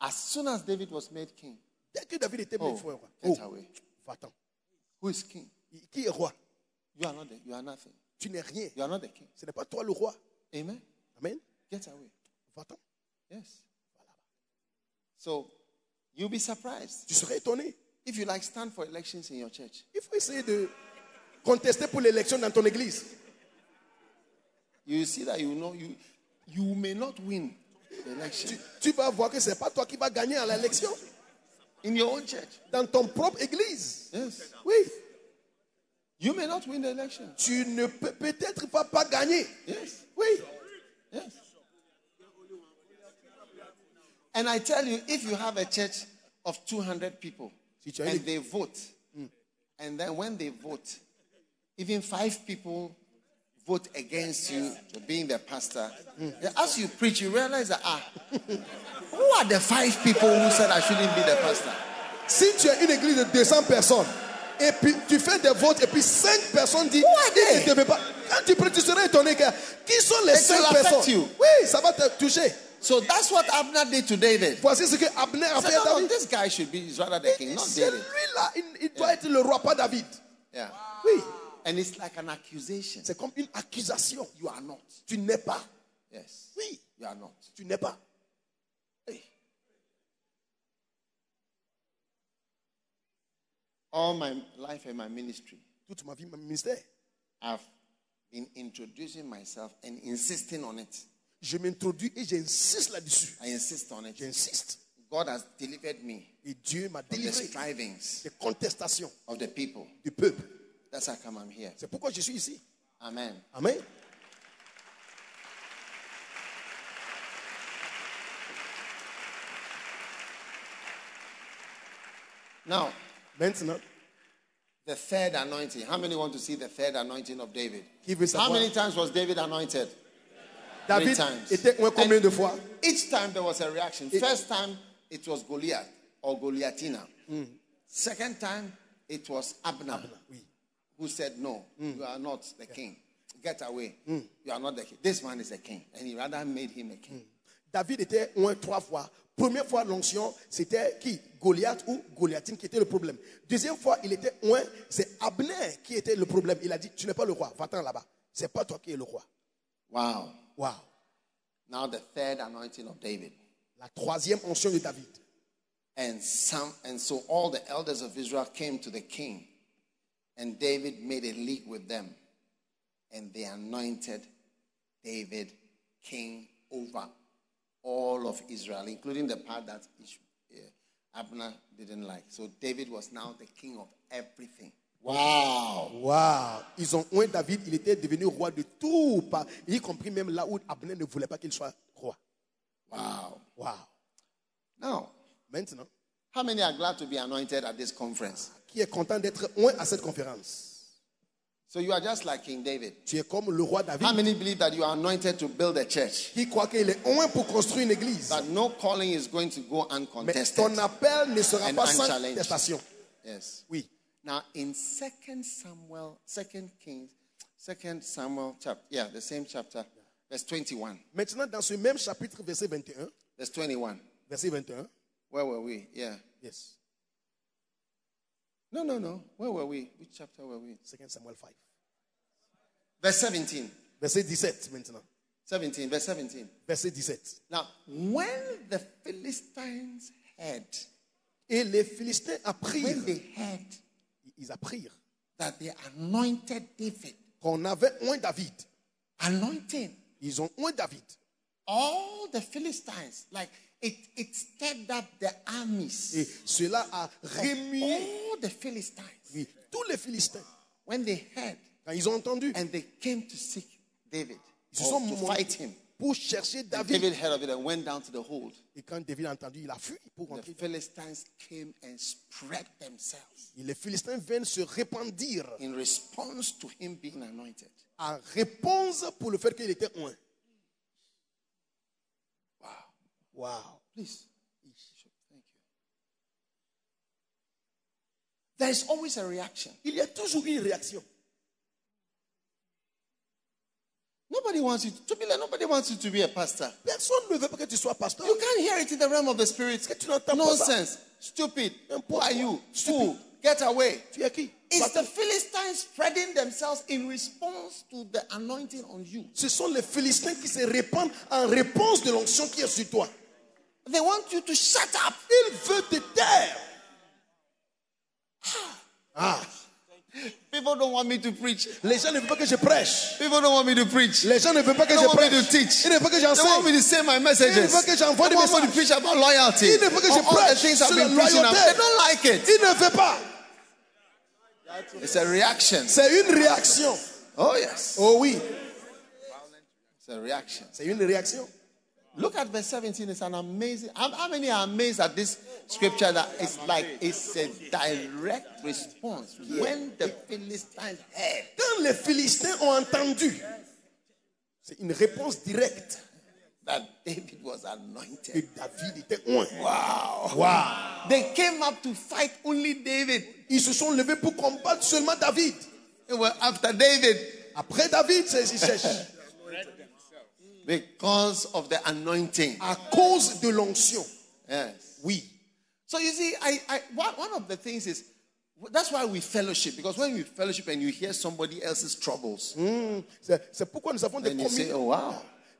S1: As soon as David was made king,
S2: Dès que David était
S1: Oh,
S2: mis fort,
S1: get
S2: oh,
S1: away.
S2: va-t'en.
S1: who is king?
S2: Qui est roi
S1: You are not the, you are nothing.
S2: Tu n'es rien.
S1: You are not the king.
S2: Ce n'est pas toi le roi.
S1: Amen.
S2: Amen.
S1: Get away.
S2: Va-t'en.
S1: Yes. So you'll be surprised.
S2: Tu serais étonné.
S1: If you like stand for elections in your church,
S2: Il faut essayer de contester pour l'élection dans ton église.
S1: you will see that you know you you may not win the election
S2: Tu, tu vas voir que ce n'est pas toi qui vas gagner à l'élection.
S1: in your own church.
S2: Dans ton propre église.
S1: Yes.
S2: Oui.
S1: You may not win the election.
S2: Tu ne peux peut-être pas, pas gagner.
S1: Yes.
S2: Oui.
S1: Yes. And I tell you, if you have a church of 200 people
S2: Si tu as une-
S1: and they vote, and then when they vote, even five people vote against you for being the pastor, as you preach, you realize that, ah, who are the five people who said I shouldn't be the pastor?
S2: Si tu as une église de 200 personnes et puis tu fais des votes et puis 5 personnes disent
S1: are
S2: ils ne
S1: they?
S2: te veulent pas. Quand tu pries, tu serais étonné que qui sont les
S1: It will
S2: 5
S1: affect
S2: personnes
S1: you.
S2: Oui, ça va te toucher.
S1: So that's what Abner did to David.
S2: Voici ce que Abner a
S1: He
S2: fait
S1: said,
S2: à
S1: no, no,
S2: David.
S1: this guy should be he's rather the king, not
S2: C'est
S1: David.
S2: lui là, il, il doit être le roi, pas David.
S1: Yeah.
S2: Oui.
S1: And it's like an accusation.
S2: C'est comme une accusation.
S1: You are not.
S2: Tu n'es pas.
S1: Yes.
S2: Oui,
S1: You are not.
S2: tu n'es pas.
S1: Hey. All my life and my ministry,
S2: Toute ma vie, mon ministère,
S1: I've been introducing myself and insisting on it.
S2: je m'introduis et j'insiste là-dessus.
S1: I insist on it.
S2: J'insiste.
S1: God has delivered me
S2: Et Dieu m'a
S1: from the
S2: délivré
S1: strivings
S2: des contestations
S1: of the people.
S2: du peuple.
S1: That's how come I'm here.
S2: C'est pourquoi je suis ici.
S1: Amen.
S2: Amen.
S1: Now,
S2: Maintenant,
S1: the third anointing. How many want to see the third anointing of David?
S2: Qui veut
S1: How
S2: savoir?
S1: many times was David anointed?
S2: David
S1: times.
S2: était un combien de fois
S1: Each time there was a reaction. First time it was Goliath or Goliathina. Second time it was Abner,
S2: Mm. Oui. Mm.
S1: who said, No, you are not the king. Get away. You are not the king. This man is a king. And he rather made him a king.
S2: David était loin trois fois. Première fois, l'onction, c'était qui Goliath ou Goliathine qui était le problème. Deuxième fois, il était loin, c'est Abner qui était le problème. Il a dit Tu n'es pas le roi, va-t'en là-bas. C'est pas toi qui es le roi. Mm.
S1: Wow.
S2: Waouh
S1: Now the third anointing of David.
S2: La troisième onction de David.
S1: And some and so all the elders of Israel came to the king, and David made a league with them, and they anointed David king over all of Israel, including the part that Ish- eh, Abner didn't like. So David was now the king of everything. Wow!
S2: Waouh Ils ont loin David, il était devenu roi de tout, pas- y compris même là où Abner ne voulait pas qu'il soit roi.
S1: Wow!
S2: Waouh
S1: Now,
S2: Maintenant,
S1: how many are glad to be anointed at this conference?
S2: qui est content d'être loin à cette conférence
S1: So you are just like King David.
S2: Tu es comme le roi
S1: How
S2: David
S1: many believe that you are anointed to build a church?
S2: qui croit qu'il est loin pour construire une église.
S1: But no calling is going to go
S2: Mais
S1: uncontested.
S2: ton appel ne sera
S1: And
S2: pas sans
S1: unchallenged.
S2: contestation.
S1: Yes.
S2: Oui.
S1: Now in Second Samuel, Second Kings, Second Samuel chapter, yeah, the same chapter, verse twenty-one.
S2: Maintenant, dans ce même chapitre, verset 21,
S1: Verse twenty-one.
S2: verset 21,
S1: Where were we? Yeah.
S2: yes,
S1: No, no, no. Where were we? Which chapter were we?
S2: 2 Samuel 5,
S1: Verse seventeen.
S2: verset 17 maintenant,
S1: Seventeen. Verse seventeen.
S2: verset 17.
S1: Now, when the Philistines heard,
S2: Et les Philistins apprirent,
S1: when they heard
S2: ils apprirent
S1: that they anointed David,
S2: qu'on avait un David.
S1: anointing
S2: Ils ont un David.
S1: all the Philistines, like it, it stirred up the armies.
S2: Et cela a remué
S1: all the Philistines
S2: oui, tous les Philistins.
S1: when they heard
S2: Quand ils ont entendu,
S1: and they came to seek David
S2: ils se
S1: or
S2: sont
S1: to fight him.
S2: montés pour chercher
S1: And
S2: David.
S1: David heard of it and went down to the hold.
S2: Et quand David a entendu, il a fui pour
S1: The
S2: rentrer.
S1: Philistines came and spread themselves
S2: Et les Philistins viennent se répandir
S1: in response to him being anointed.
S2: en réponse pour le fait qu'il était un.
S1: Wow.
S2: Wow.
S1: Please. Thank you. There is always a reaction.
S2: Il y a toujours une réaction.
S1: Nobody wants you to be like, nobody wants you to be a pastor.
S2: Personne ne veut pas que tu sois pasteur.
S1: You can't hear it in the realm of the spirit.
S2: que tu n'entends pas ça.
S1: Nonsense. Stupid. Who
S2: N'importe
S1: are
S2: quoi.
S1: you?
S2: Stupid.
S1: Fool. Get away.
S2: Tu es qui
S1: It's the
S2: Pasteur.
S1: Philistines spreading themselves in response to the anointing on you.
S2: Ce sont les Philistins qui se répandent en réponse de l'onction qui est sur toi.
S1: They want you to shut up.
S2: Il veut te taire. Ah,
S1: People don't want me to preach.
S2: les gens ne veulent pas que je prêche.
S1: People don't want me to preach.
S2: Les gens ne veulent pas que
S1: They
S2: je
S1: don't want me
S2: prêche.
S1: to teach.
S2: Ils ne veulent pas que
S1: They want me
S2: j'enseigne.
S1: to say my
S2: Ils ne
S1: messages.
S2: veulent que j'envoie
S1: They
S2: des
S1: want me to
S2: messages.
S1: preach about loyalty.
S2: Ils ne veulent que je
S1: All- all the
S2: prêche
S1: things I've
S2: sur la
S1: been preaching now.
S2: loyauté.
S1: They don't like it.
S2: Ils ne veulent pas.
S1: It's a reaction.
S2: C'est une réaction.
S1: Oh, yes.
S2: Oh oui,
S1: It's a reaction.
S2: c'est une réaction.
S1: Look at verse 17. It's an amazing. How, how many are amazed at this scripture that it's like it's a direct response? When the Philistines heard,
S2: Eh, Quand les Philistins ont entendu, c'est une réponse directe
S1: that David was
S2: que
S1: anointed.
S2: David était loin.
S1: Wow.
S2: Wow.
S1: They came up to fight only David.
S2: Ils se sont levés pour combattre seulement David.
S1: They were after David
S2: Après David, c'est- ils cherchent.
S1: because of the anointing.
S2: À cause de l'onction.
S1: Yes.
S2: Oui.
S1: So you see, I, I one, one of the things is That's why we fellowship. Because when you fellowship and you hear somebody else's troubles,
S2: C'est c'est pourquoi nous avons des
S1: then you say,
S2: communions.
S1: oh, wow.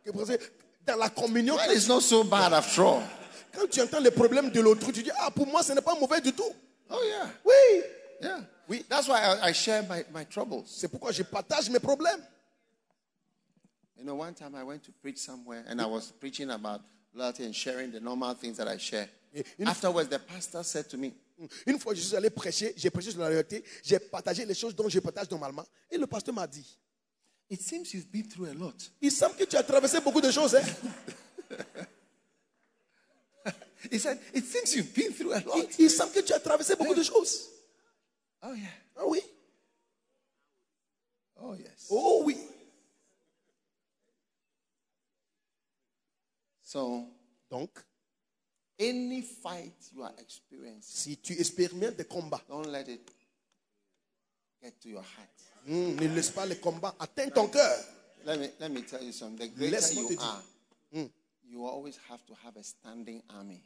S2: Que vous savez, Dans la communion,
S1: Well, it's not so bad after all.
S2: quand tu entends les problèmes de l'autre, tu dis Ah, pour moi, ce n'est pas mauvais du tout.
S1: Oh, yeah.
S2: Oui.
S1: Yeah. We, that's why I, I share my, my troubles.
S2: C'est pourquoi je partage mes problèmes.
S1: You know, one time I went to preach somewhere and I was preaching about loyalty and sharing the normal things that I share.
S2: Yeah, you know-
S1: Afterwards, the pastor said to me,
S2: Une fois, je suis allé prêcher, j'ai prêché sur la réalité, j'ai partagé les choses dont je partage normalement. Et le pasteur m'a dit
S1: It seems you've been through a lot.
S2: Il semble que tu as traversé beaucoup de choses. hein.
S1: He said, It seems you've been through a lot.
S2: Il, il semble que tu as traversé beaucoup de choses.
S1: Oh, yeah.
S2: Ah oui
S1: Oh, yes.
S2: Oh oui
S1: So,
S2: Donc,
S1: any fight you are experiencing,
S2: si tu expérimentes des combats,
S1: don't let it get to your heart.
S2: hum, ne laisse pas les combats atteindre ton cœur.
S1: Let me, let me tell you something. The greater
S2: Laisse-moi te
S1: you
S2: dire.
S1: are, you always have to have a standing army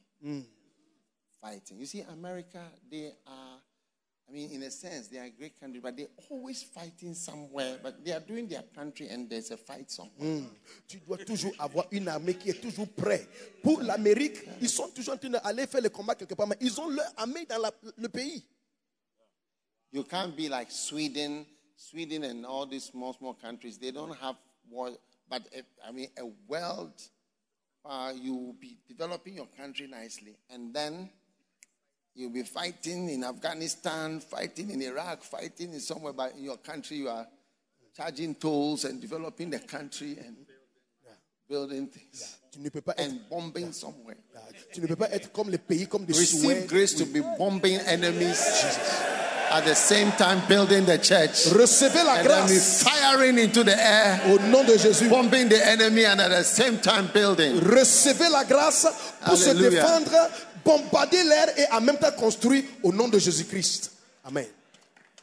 S1: fighting. You see, America, they are, I mean, in a sense, they are a great country, but they're always fighting somewhere. But they are doing their country and there's a fight somewhere.
S2: Tu dois toujours avoir une armée qui est toujours prête. Pour l'Amérique, ils sont toujours en train d'aller faire le combat quelque part, mais ils ont leur armée dans la- le pays.
S1: You can't be like Sweden, Sweden and all these small, small countries. They don't have war, but eh, I mean, a world uh, you will be developing your country nicely, and then you'll be fighting in Afghanistan, fighting in Iraq, fighting in somewhere, but in your country you are charging tolls and developing the country and building things
S2: Tu ne peux pas être,
S1: and bombing somewhere.
S2: tu ne peux pas être comme les pays, comme des
S1: Receive
S2: Suèdes.
S1: grace to be bombing enemies at the same time building the church.
S2: Recevez la
S1: And then be
S2: grâce
S1: firing into the air,
S2: au nom de Jésus.
S1: bombing the enemy, and at the same time building.
S2: Recevez la grâce pour se
S1: Alléluia.
S2: défendre, bombarder l'air et en même temps construire au nom de Jésus-Christ. Amen.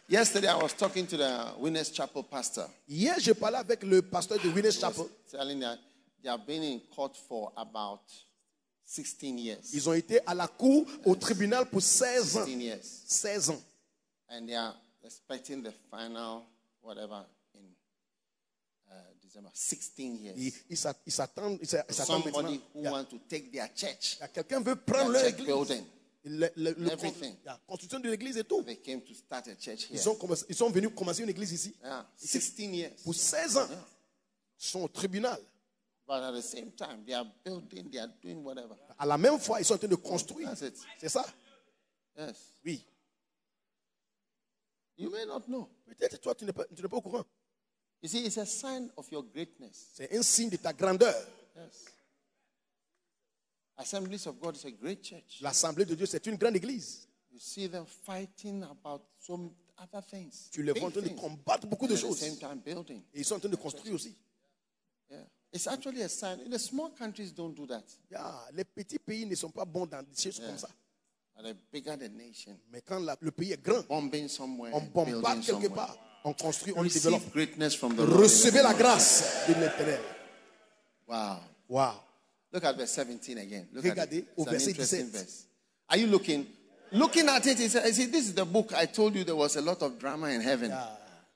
S1: Yesterday, I was talking to the Winners Chapel pastor.
S2: Hier, je parlais avec le pasteur de Winners
S1: I was
S2: Chapel.
S1: telling that they have been in court for about 16 years.
S2: Ils ont été à la cour, au tribunal pour 16 ans.
S1: 16 years.
S2: 16 ans.
S1: And they are expecting the final, whatever, in uh, December. 16
S2: Ils
S1: years.
S2: ils s'at- ils s'attendent ils s'at- ils s'attendent maintenant.
S1: Somebody who
S2: Yeah.
S1: wants to take their church,
S2: Il y a Quelqu'un veut
S1: their
S2: prendre leur
S1: church
S2: église.
S1: building.
S2: Le- le- le-
S1: Everything.
S2: la construction de l'église et tout.
S1: They came to start a church here.
S2: Ils, ont commencé- ils sont venus commencer une église ici.
S1: Yeah, 16 years.
S2: Pour 16 ans, ils sont au tribunal.
S1: But at the same time, they are building, they are doing whatever.
S2: À la même fois, ils sont en train de construire.
S1: That's it.
S2: C'est ça
S1: Yes.
S2: Oui.
S1: You may not know.
S2: Peut-être toi, tu n'es pas, tu n'es pas au courant.
S1: You see, it's a sign of your greatness.
S2: C'est un signe de ta grandeur.
S1: Yes. Assemblies of God is a great church.
S2: L'Assemblée de Dieu, c'est une grande église.
S1: You see them fighting about some other things.
S2: Tu les
S1: big
S2: vois en train de
S1: things,
S2: combattre beaucoup
S1: and
S2: de
S1: at the
S2: choses.
S1: same
S2: Et
S1: time building.
S2: ils sont en train de construire aussi.
S1: Yeah. It's actually a sign. The small countries don't do that.
S2: Yeah, les petits pays ne sont pas bons dans des choses
S1: Ah.
S2: comme ça.
S1: But the bigger the nation,
S2: Mais quand la- le pays est grand,
S1: bombing somewhere,
S2: on
S1: and building
S2: bombarde quelque
S1: somewhere.
S2: part, on construit, on
S1: Receive
S2: développe.
S1: greatness from the Lord.
S2: Recevez la grâce de l'éternel.
S1: Wow.
S2: Wow.
S1: Look at verse 17 again. Look at
S2: Regardez
S1: it.
S2: au
S1: It's an
S2: verset
S1: interesting
S2: 17.
S1: verse. Are you looking? Looking at it, it's, I see, this is the book I told you there was a lot of drama in heaven.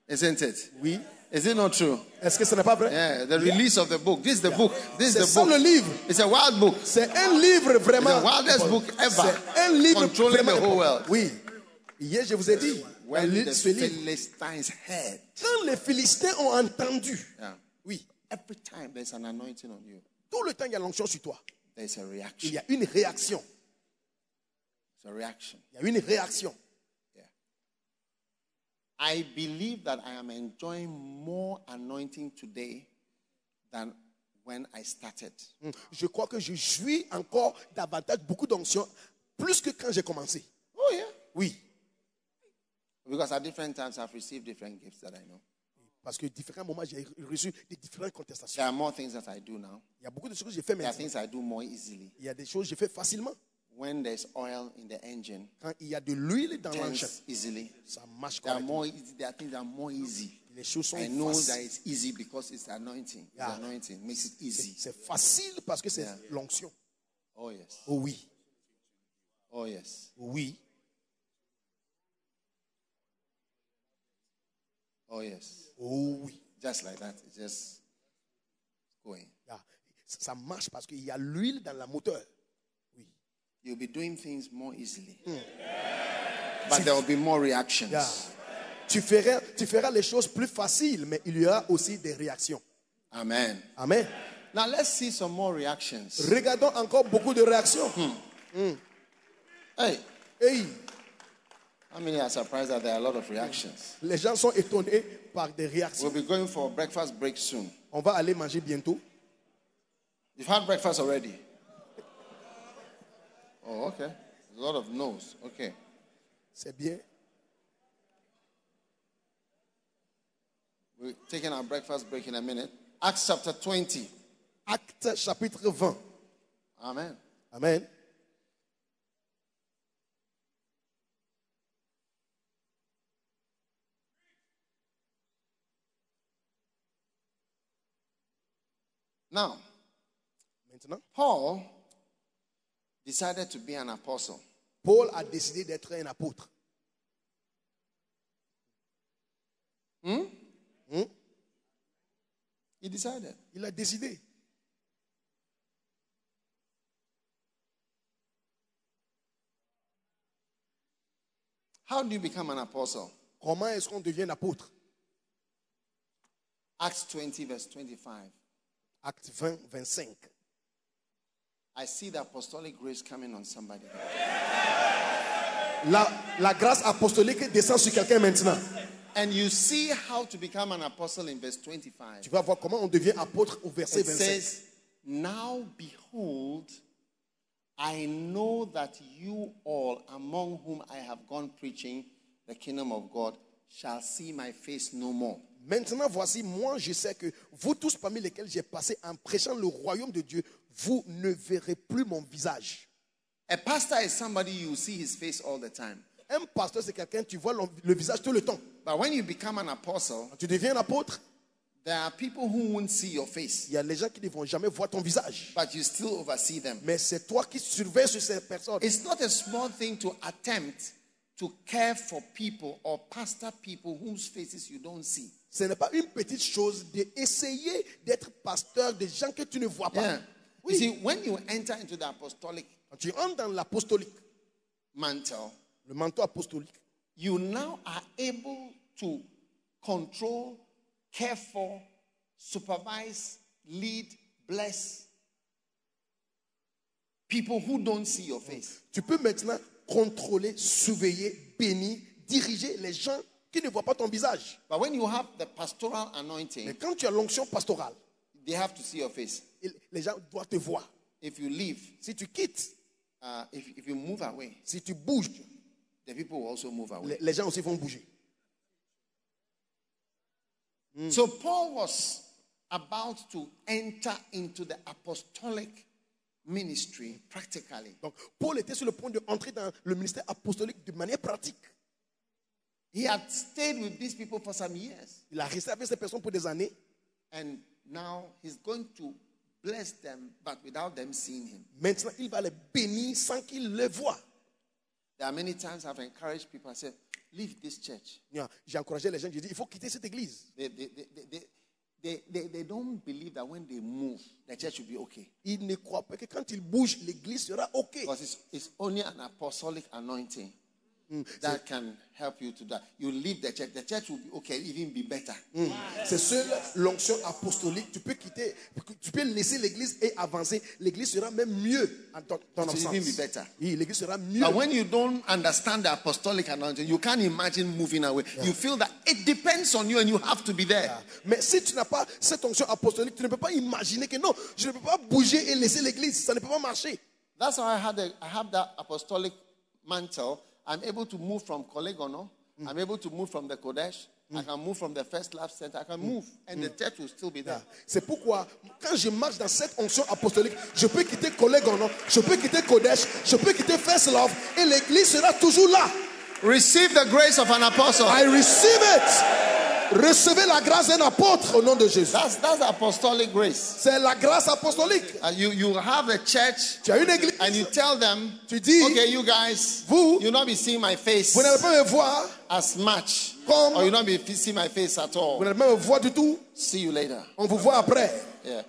S1: Isn't it?
S2: Oui.
S1: Is it not true?
S2: Est-ce que ce n'est pas vrai?
S1: Yeah, the release of the book. This is the book. This
S2: C'est
S1: is
S2: ça
S1: the
S2: le
S1: book.
S2: livre.
S1: It's a wild book.
S2: C'est un livre
S1: It's
S2: vraiment.
S1: the wildest book ever.
S2: C'est un livre
S1: Controlling
S2: vraiment
S1: the whole world.
S2: Oui. Hier, je vous ai dit,
S1: When
S2: on lit
S1: the
S2: ce livre.
S1: Philistines heard.
S2: Quand les Philistins ont entendu,
S1: Yeah.
S2: oui,
S1: Every time there's an anointing on you,
S2: tout le temps il y a l'onction sur toi.
S1: there's a
S2: Il
S1: reaction.
S2: y a une réaction.
S1: It's a reaction.
S2: Il y a une réaction.
S1: Yeah. I believe that I am enjoying more anointing today than when I started.
S2: Mm. Je crois que je jouis encore davantage beaucoup d'onction, plus que quand j'ai commencé.
S1: Oh, yeah.
S2: Oui,
S1: Because at different times I've received different gifts that I know.
S2: parce que différents moments, j'ai reçu des différentes contestations.
S1: There are more things that I do now.
S2: Il y a beaucoup de choses que j'ai fait
S1: There are
S2: maintenant.
S1: things I do more easily.
S2: Il y a des choses que j'ai fait facilement.
S1: When there's oil in the engine,
S2: Quand il y a de l'huile dans l'enchaîne,
S1: turns easily.
S2: ça marche
S1: There are
S2: correctement.
S1: more easy, there are things that are more easy.
S2: Les choses sont
S1: I know that
S2: faciles.
S1: it's easy because it's anointing. It's
S2: Yeah.
S1: anointing makes it easy.
S2: C'est facile parce que c'est
S1: Yeah.
S2: l'onction.
S1: Oh yes.
S2: Oh oui,
S1: Oh yes.
S2: oui.
S1: Oh, yes.
S2: Oh oui.
S1: Just like that. It's just going.
S2: Ah, Ça ça marche parce qu'il y a l'huile dans la moteur. Oui.
S1: You'll be doing things more easily. But there will be more reactions.
S2: Ah. Tu, feras, tu feras les choses plus faciles, mais il y aura aussi des réactions.
S1: Amen.
S2: Amen.
S1: Now let's see some more reactions.
S2: Regardons encore beaucoup de réactions.
S1: Hey,
S2: Hey,
S1: how many are surprised that there are a lot of reactions?
S2: les gens sont étonnés par des réactions.
S1: We'll be going for a breakfast break soon.
S2: On va aller manger bientôt.
S1: You've had breakfast already. Oh, okay. A lot of no's. Okay.
S2: C'est bien.
S1: We're taking our breakfast break in a minute. Acts chapter 20.
S2: Acte chapitre 20.
S1: Amen.
S2: Amen.
S1: Now,
S2: Maintenant,
S1: Paul decided to be an apostle.
S2: Paul a décidé d'être un apôtre.
S1: He decided.
S2: Il a décidé.
S1: How do you become an apostle?
S2: Comment est-ce qu'on devient apôtre
S1: Acts 20, verse 25.
S2: Acte 20, 25.
S1: I see the apostolic grace coming on somebody.
S2: La, la grâce apostolique descend sur quelqu'un maintenant.
S1: And you see how to become an apostle in verse 25.
S2: Tu vas voir comment on devient apôtre au verset
S1: It
S2: 25.
S1: says, Now behold, I know that you all, among whom I have gone preaching the kingdom of God, shall see my face no more.
S2: Maintenant, voici, moi, je sais que vous tous parmi lesquels j'ai passé en prêchant le royaume de Dieu, vous ne verrez plus mon visage.
S1: A pastor is somebody you see his face all the time.
S2: Un pasteur, c'est quelqu'un, tu vois l'en- le visage tout le temps.
S1: But when you become an apostle,
S2: Quand tu deviens un apôtre,
S1: there are people who won't see your
S2: il
S1: face,
S2: y a les gens qui ne vont jamais voir ton visage.
S1: but you still oversee them.
S2: Mais c'est toi qui surveilles sur ces personnes.
S1: It's not a small thing to attempt to care for people or pastor people whose faces you don't see.
S2: Ce n'est pas une petite chose d'essayer d'être pasteur des gens que tu ne vois pas.
S1: Yeah. You
S2: Oui.
S1: see, when you enter into the apostolic
S2: Quand tu entres dans l'apostolique,
S1: mantle,
S2: le manteau apostolique,
S1: you now are able to control, care for, supervise, lead, bless people who don't see your face.
S2: tu peux maintenant contrôler, surveiller, bénir, diriger les gens qui ne voient pas ton visage.
S1: But when you have the pastoral
S2: Mais
S1: anointing,
S2: quand tu as l'onction pastorale,
S1: they have to see your face.
S2: il- les gens doivent te voir.
S1: If you leave,
S2: Si tu quittes,
S1: uh, if, if you move away,
S2: si tu bouges,
S1: the people will also move away.
S2: les, les gens aussi vont bouger.
S1: So Paul was about to enter into the apostolic ministry practically.
S2: Donc, Paul était sur le point d'entrer dans le ministère apostolique de manière pratique.
S1: He had stayed with these people for some years.
S2: Il a resté avec ces personnes pour des années,
S1: And now he's going to bless them, but without them seeing him.
S2: Maintenant, il va les bénir sans qu'il les voie.
S1: There are many times I've encouraged people, I said, leave this church.
S2: Bien, J'ai encouragé les gens, j'ai dit, il faut quitter cette église.
S1: They, they, they, they, they, they, they, they don't believe that when they move, the church will be okay.
S2: Ils ne croient pas que quand ils bougent, l'église sera OK.
S1: Because it's, it's only an apostolic anointing that can help you to that. You leave the church, the church will be okay, even be better.
S2: C'est seule l'onction apostolique. Tu peux quitter, tu peux laisser l'église et avancer. L'église sera même mieux en ton, ton
S1: It will
S2: absence.
S1: even be better. Ah
S2: Oui, l'église sera mieux.
S1: But when you don't understand the apostolic anointing, you can't imagine moving away. You feel that it depends on you and you have to be there.
S2: Mais si tu n'as pas cette onction apostolique, tu ne peux pas imaginer que non, je ne peux pas bouger et laisser l'église. Ça ne peut pas marcher.
S1: That's how I had a, I have that apostolic mantle. I'm able to move from Kolegono. I'm able to move from the Kodesh. I can move from the First Love Center. I can move, and the church will still be there.
S2: C'est pourquoi, quand je marche dans cette onction apostolique, je peux quitter collègue en nom, je peux quitter Kodesh, je peux quitter First Love, et l'église sera toujours là.
S1: Receive the grace of an apostle.
S2: I receive it. Recevez la grâce d'un apôtre au nom de Jésus.
S1: That's that's apostolic grace.
S2: C'est la grâce apostolique.
S1: Uh, you you have a church,
S2: Tu as une église,
S1: and you tell them,
S2: Tu dis,
S1: okay, you guys,
S2: Vous-
S1: you'll not be seeing my face.
S2: vous n'allez pas me voir,
S1: as much,
S2: Come.
S1: or you'll not be see my face at
S2: Vous
S1: all.
S2: n'allez même voir du tout.
S1: See you later.
S2: On vous voit après.
S1: Yeah.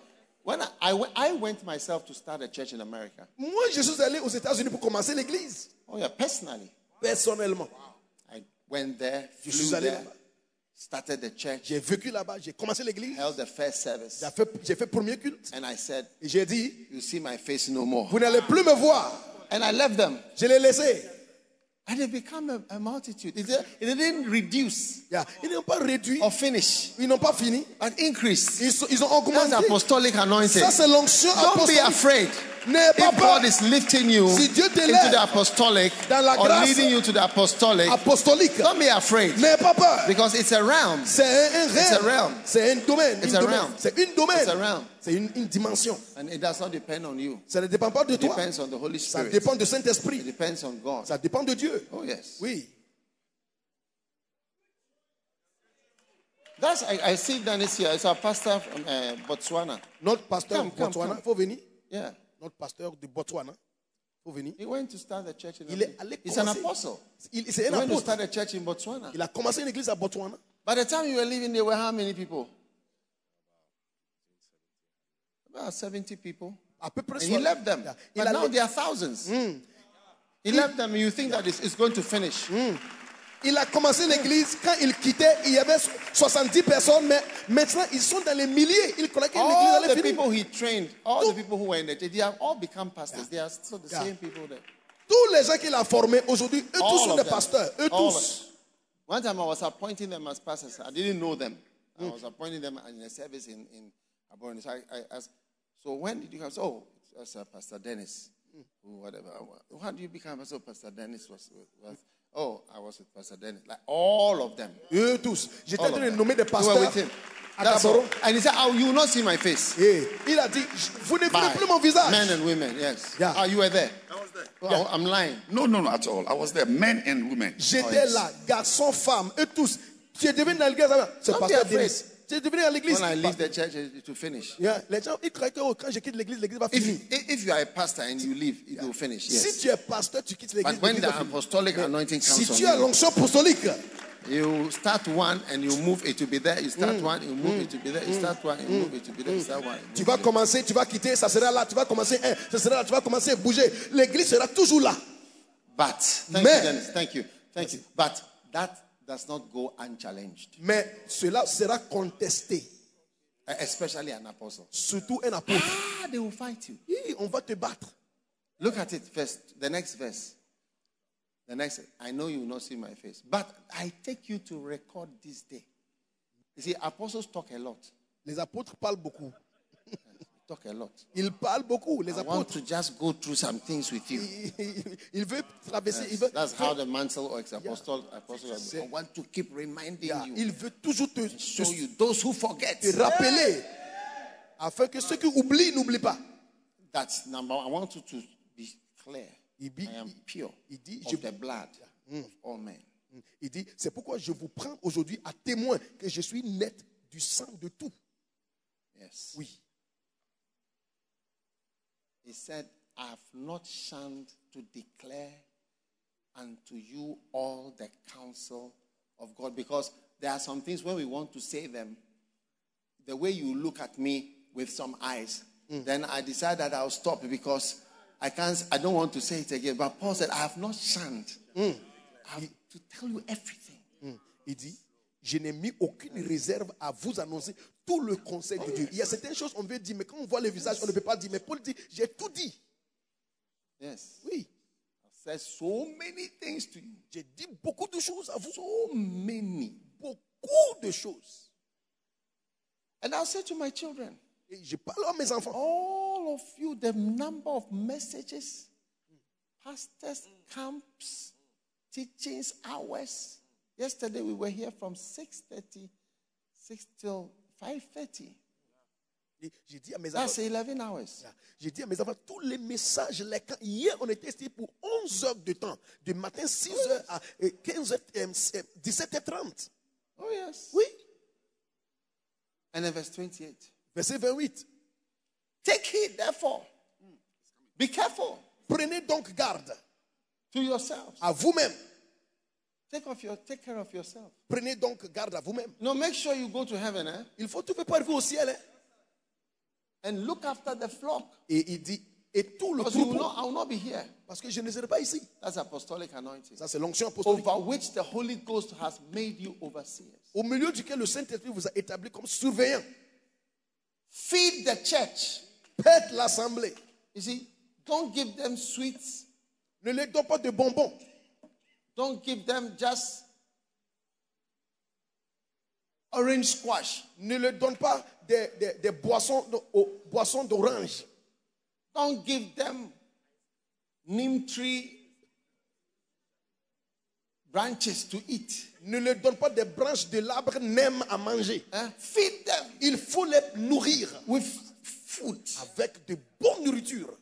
S1: When I, I, went- I went myself to start a church in America.
S2: Moi, je suis allé aux États-Unis pour commencer l'église.
S1: Oh yeah, personally,
S2: Personnellement.
S1: I went there,
S2: Je
S1: flew
S2: suis allé
S1: there,
S2: là-bas.
S1: started the church,
S2: J'ai vécu là-bas. J'ai commencé l'église.
S1: held the first service,
S2: J'ai fait, j'ai fait premier culte.
S1: and I said,
S2: Et j'ai dit,
S1: "You see my face no more."
S2: vous n'allez plus me voir.
S1: And I left them,
S2: Je l'ai laissé.
S1: and they become a, a multitude. It, di- it didn't reduce
S2: Yeah. Ils n'ont pas réduit.
S1: or finish,
S2: Ils n'ont pas fini.
S1: but increase.
S2: Ils, sont- ils ont
S1: That's
S2: augmenté.
S1: apostolic anointing.
S2: Ça, c'est l'onction
S1: Don't be
S2: apostolique.
S1: afraid.
S2: N'aie pas
S1: If God
S2: peur.
S1: is lifting you
S2: Si Dieu te
S1: into
S2: lève
S1: the apostolic
S2: dans la
S1: or
S2: grâce
S1: leading you to the apostolic,
S2: Apostolique.
S1: don't be afraid
S2: N'aie pas peur.
S1: because it's a realm.
S2: C'est un, un
S1: a realm.
S2: rêve. C'est un domaine.
S1: It's
S2: une
S1: a
S2: domaine.
S1: realm.
S2: C'est une domaine.
S1: It's a realm.
S2: C'est une, une dimension.
S1: And it does not depend on you.
S2: Ça ne dépend pas de
S1: It
S2: toi.
S1: depends on the Holy
S2: Ça
S1: Spirit.
S2: dépend du
S1: It
S2: Saint-Esprit.
S1: depends on God.
S2: Ça dépend de Dieu.
S1: Oh, yes.
S2: Oui.
S1: That's, I, I see Dennis here. It's our pastor from uh, Botswana.
S2: Notre pasteur
S1: Come,
S2: du
S1: come,
S2: Botswana,
S1: come.
S2: il faut venir.
S1: Yeah.
S2: Notre pasteur du Botswana, il faut venir.
S1: He went to start a church in
S2: Il est allé
S1: He's an
S2: commencer-
S1: apostle.
S2: Il, c'est
S1: He
S2: un
S1: went to
S2: apôtre.
S1: start a church in Botswana.
S2: Il a commencé une église à Botswana.
S1: By the time you were leaving, there were how many people? About 70 people.
S2: À peu près
S1: And he
S2: soixante.
S1: left them.
S2: Yeah. Mm. Il
S1: But
S2: a,
S1: now there are thousands. He left them. You think that it's, it's going to finish.
S2: Mm. il a commencé l'église. Quand il quittait, il y avait 70 personnes, mais maintenant, ils sont dans les milliers. Il croyait que
S1: All
S2: l'église
S1: the
S2: allait finir.
S1: people he trained, all the people who were in the church, they have all become pastors. They are still the
S2: Oh. Yeah.
S1: same people there.
S2: Tous les gens qu'il a formés aujourd'hui, eux tous
S1: All
S2: sont
S1: of
S2: des
S1: them.
S2: pasteurs. Eux
S1: All
S2: tous.
S1: of- One time I was appointing them as pastors. I didn't know them. I was appointing them in a service in, in Aborigines. So I, I asked, so when did you come? So, oh, that's uh, Pastor Dennis. Or Whatever. How do you become? So Pastor Dennis was, was, oh, I was with Pastor Dennis. Like all of them.
S2: Eux tous. J'étais en
S1: All of
S2: train de
S1: them.
S2: nommer des
S1: They were
S2: pasteurs
S1: with him.
S2: à
S1: That's
S2: Gaboron.
S1: all. And he said, oh, you will not see my face.
S2: Et Eh, il a dit, vous ne verrez
S1: Bye.
S2: plus mon
S1: Men
S2: visage.
S1: and women, yes.
S2: Yeah.
S1: Oh, you were there.
S3: I was there.
S1: Oh, I'm lying.
S3: No, no, no, at all. I was there, men and women.
S2: J'étais là, garçon, femme, eux tous. Tu es devenu dans l'église. C'est
S1: Don't be
S2: pasteur
S1: afraid.
S2: Denis. Tu es devenu dans l'église.
S1: When I leave the church uh, to finish.
S2: Yeah, Les gens, ils croient que oh, quand je quitte l'église, l'église va
S1: If,
S2: finir.
S1: if- if you are a pastor and you leave, it will finish.
S2: Si
S1: Mm. Yes.
S2: tu es pasteur, tu quittes l'église.
S1: But when
S2: l'église va
S1: the
S2: finir.
S1: apostolic anointing
S2: Si
S1: comes
S2: tu
S1: on
S2: as l'onction apostolique,
S1: you, you start one and you move it to be there. You start one, you move it to be there. You start one, you move it to be there. You start one. Mm. you
S2: tu
S1: move
S2: vas
S1: it.
S2: commencer, tu vas quitter, ça sera là, tu vas commencer, hein, ça sera là, tu vas commencer à bouger. L'église sera toujours là.
S1: But thank
S2: Mais-
S1: you, Dennis. Thank you, thank you. But that does not go unchallenged,
S2: Mais cela sera contesté.
S1: e- especially an apostle.
S2: Surtout un apôtre.
S1: Ah, they will fight you.
S2: Hi, on va te battre.
S1: Look at it first. The next verse. The next. I know you will not see my face, but I take you to record this day. You see, apostles talk a lot.
S2: Les apôtres parlent beaucoup.
S1: Talk a lot.
S2: Ils parlent beaucoup, les
S1: I want
S2: apôtres.
S1: to just go through some things with you.
S2: Il veut traverser. Il veut,
S1: That's how the mantle or apostle apostle. I want to keep reminding
S2: Yeah,
S1: you,
S2: il veut toujours te,
S1: show
S2: te-
S1: you those who forget.
S2: te rappeler afin que ceux qui oublient n'oublient pas.
S1: That's number. one. I want you to be clear.
S2: Il dit-
S1: I am pure
S2: il dit, je-
S1: of the blood of all men.
S2: Il dit, c'est pourquoi je vous prends aujourd'hui à témoin que je suis net du sang de tout.
S1: Yes.
S2: Oui.
S1: He said, I have not shunned to declare unto you all the counsel of God. Because there are some things when we want to say them, the way you look at me with some eyes, then I decide that I'll stop because I can't, I don't want to say it again. But Paul said, I have not shunned I have to tell you everything.
S2: Hmm. Il dit, je n'ai mis aucune réserve à vous annoncer tout le conseil de Dieu. Il y a certaines choses on veut dire, mais quand on voit le visage, on ne peut pas dire. Mais Paul dit, j'ai tout dit.
S1: Yes.
S2: Oui.
S1: I've said so many things to you.
S2: J'ai dit beaucoup de choses à vous.
S1: So many.
S2: Beaucoup de choses.
S1: And I'll say to my children,
S2: Et je parle à mes enfants.
S1: Oh. all of you, the number of messages, pastors, camps, teachings, hours. Yesterday we were here from 6.30, 6 till 5.30.
S2: Et J'ai dit à mes
S1: That's
S2: enfants.
S1: 11 hours.
S2: J'ai dit à mes enfants, tous les messages, les camps. Hier, on était ici pour 11 heures de temps. Du matin 6 heures à euh, 15 heures, euh, euh, 17h30.
S1: Oh yes.
S2: Oui.
S1: And then verse 28.
S2: Verset 28.
S1: Take heed therefore. Be careful
S2: Prenez donc garde
S1: to yourselves.
S2: à vous-même
S1: Take, off your, take care of yourself.
S2: Prenez donc garde à vous-même.
S1: No, make sure you go to heaven eh?
S2: Il faut tout faire pour arriver au ciel. hein.
S1: and look after the flock.
S2: Et il dit, et tout le
S1: Because you will
S2: troupeau,
S1: not, I will not be here.
S2: parce que je ne serai pas ici.
S1: That's apostolic anointing.
S2: Ça, c'est l'onction apostolique.
S1: Over which the Holy Ghost has made you overseers.
S2: Au milieu duquel le Saint-Esprit vous a établi comme surveillant.
S1: Feed the church.
S2: Pète l'assemblée.
S1: You see, don't give them sweets.
S2: Ne leur donne pas de bonbons.
S1: Don't give them just orange squash.
S2: Ne leur donne pas des, des- des boissons de- aux- boissons d'orange.
S1: Don't give them neem tree branches to eat.
S2: Ne leur donne pas des branches de l'arbre même à manger.
S1: Huh? Feed them
S2: Il faut les nourrir
S1: with food.
S2: avec de bonnes nourritures.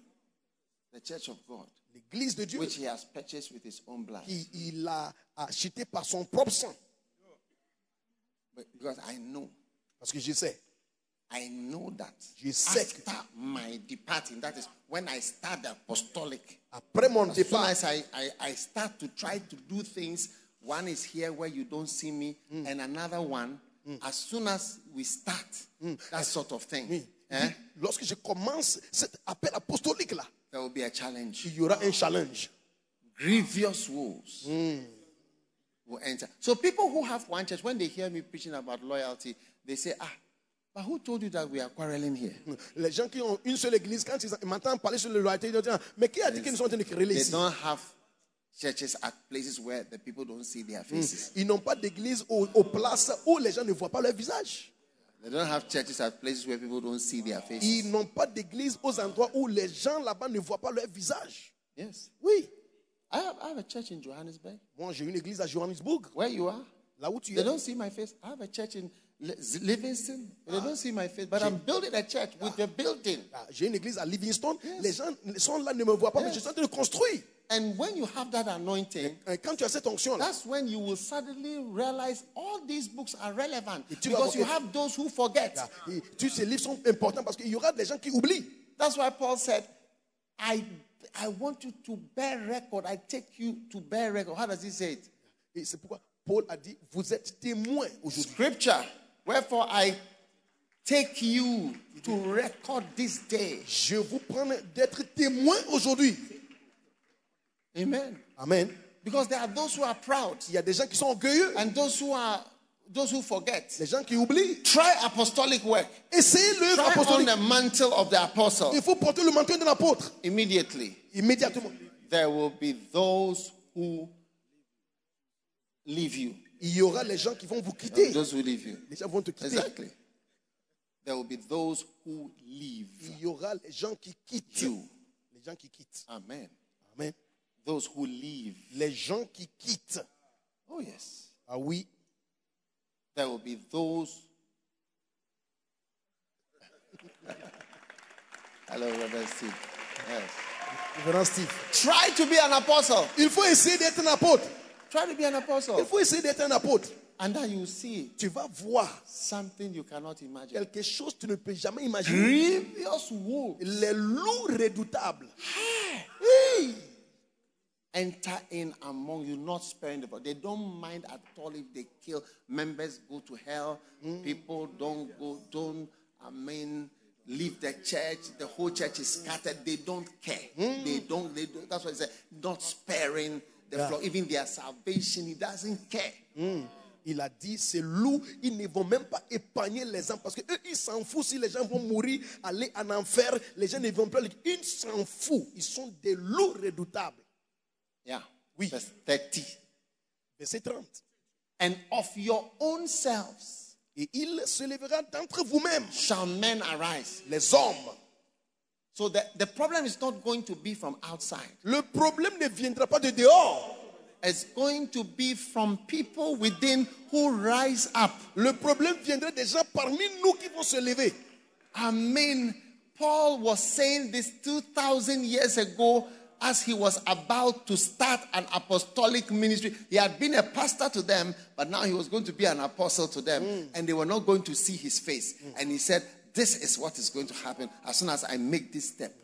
S1: The church of God,
S2: L'église de Dieu,
S1: which he has purchased with his own blood.
S2: qui il a acheté par son propre sang.
S1: But- Because I know,
S2: Parce que je sais,
S1: I know that
S2: Je sais que-
S1: after my departing, that is when I start the apostolic
S2: après mon
S1: As soon
S2: départ,
S1: as I, I, I start to try to do things, one is here where you don't see me, and another one, as soon as we start, that sort of thing,
S2: oui,
S1: eh,
S2: lorsque je commence cet appel apostolique-là,
S1: there will be a challenge.
S2: il y aura un challenge.
S1: Grievous woes will enter. So, people who have one church, when they hear me preaching about loyalty, they say, Ah, but who told you that we are quarreling here?
S2: Les gens qui ont une seule église, quand ils m'entendent parler sur le loyauté, ils disent Ah, Mais qui a dit qu'ils nous sont en train de quereller
S1: They
S2: ici
S1: don't have churches at places where the people don't see their faces,
S2: Ils n'ont pas d'église aux, aux places où les gens ne voient pas leur visage.
S1: they don't have churches at places where people don't see their faces.
S2: Ils n'ont pas d'église aux endroits où les gens là-bas ne voient pas leur visage.
S1: Yes.
S2: Oui.
S1: I have, I have a church in Johannesburg.
S2: Moi, j'ai une église à Johannesburg,
S1: Where you are?
S2: là où tu
S1: They
S2: es.
S1: don't see my face. I have a church in Li- Z- Livingston. They don't see my face. But I'm building a church with the building.
S2: Ah, J'ai une église à Livingston. Les gens sont là, ne me voient pas, mais je suis en train de construire.
S1: And when you have that anointing,
S2: Hein, Quand tu as cette onction-là,
S1: that's when you will suddenly realize all these books are relevant
S2: It took
S1: because you
S2: about-
S1: have those who forget.
S2: là, et tous ces livres sont importants parce qu'il y aura des gens qui oublient.
S1: That's why Paul said, I, I want you to bear record. I take you to bear record. How does he say it?
S2: Et c'est pourquoi Paul a dit Vous êtes témoins aujourd'hui.
S1: Scripture. Wherefore I take you to record this day.
S2: Je vous prends d'être témoins aujourd'hui.
S1: Amen.
S2: Amen.
S1: Because there are those who are proud.
S2: Il y a des gens qui sont orgueilleux,
S1: and those who are those who forget
S2: des gens qui oublient.
S1: try apostolic work
S2: Essayez l'œuvre
S1: try on
S2: apostolique.
S1: the mantle of the apostle
S2: Il faut porter le manteau de l'apôtre
S1: immediately
S2: immédiatement.
S1: there will be those who leave you
S2: Il y aura les gens qui vont vous
S1: There will be
S2: quitter.
S1: those who leave you
S2: Les gens vont te quitter.
S1: exactly there will be those who leave
S2: Il y aura les gens qui quittent.
S1: you
S2: Les gens qui quittent.
S1: amen
S2: Amen.
S1: those who leave
S2: Les gens qui quittent.
S1: oh yes
S2: Ah oui.
S1: there will be those hello Reverend Steve yes
S2: Révérend Steve.
S1: try to be an apostle
S2: Il faut essayer d'être un apôtre.
S1: try to be an apostle
S2: Il faut essayer d'être un apôtre.
S1: And that you see
S2: Tu vas voir
S1: something you cannot imagine.
S2: quelque chose que tu ne peux jamais imaginer.
S1: Grievous woe.
S2: Les loups redoutables.
S1: Enter in among you, not sparing the body. They don't mind at all if they kill. Members go to hell. People don't go, don't, I mean, leave the church. The whole church is scattered. They don't care. They don't, they don't. That's why it said, not sparing the flock. Even their salvation, he doesn't care.
S2: Il a dit, ces loups, ils ne vont même pas épargner les âmes parce que eux, ils s'en foutent si les gens vont mourir, aller en enfer. Les gens ne vont pas. Ils s'en foutent. Ils sont des loups redoutables.
S1: Yeah.
S2: Oui.
S1: Verse 30.
S2: Verset 30.
S1: And of your own selves
S2: Et il se lèvera d'entre vous-mêmes,
S1: shall men arise.
S2: les hommes.
S1: So the, the problem is not going to be from outside.
S2: Le problème ne viendra pas de dehors.
S1: It's going to be from people within who rise up.
S2: Le problème viendra des gens parmi nous qui vont se lever.
S1: I mean, Paul was saying this 2,000 years ago as he was about to start an apostolic ministry. He had been a pastor to them, but now he was going to be an apostle to them, and they were not going to see his face. And he said, This is what is going to happen as soon as I make this step.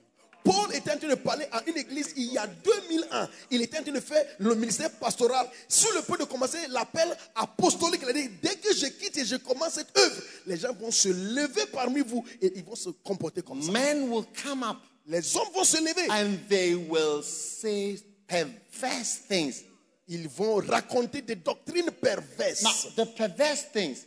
S2: Paul était en train de parler à une église il y a 2000 ans. Il était en train de faire le ministère pastoral. Sur le point de commencer l'appel apostolique, il a dit Dès que je quitte et je commence cette œuvre, les gens vont se lever parmi vous et ils vont se comporter comme ça.
S1: Men will come up
S2: Les hommes vont se lever.
S1: and they will say perverse things.
S2: Ils vont raconter des doctrines perverses.
S1: Now, the perverse things,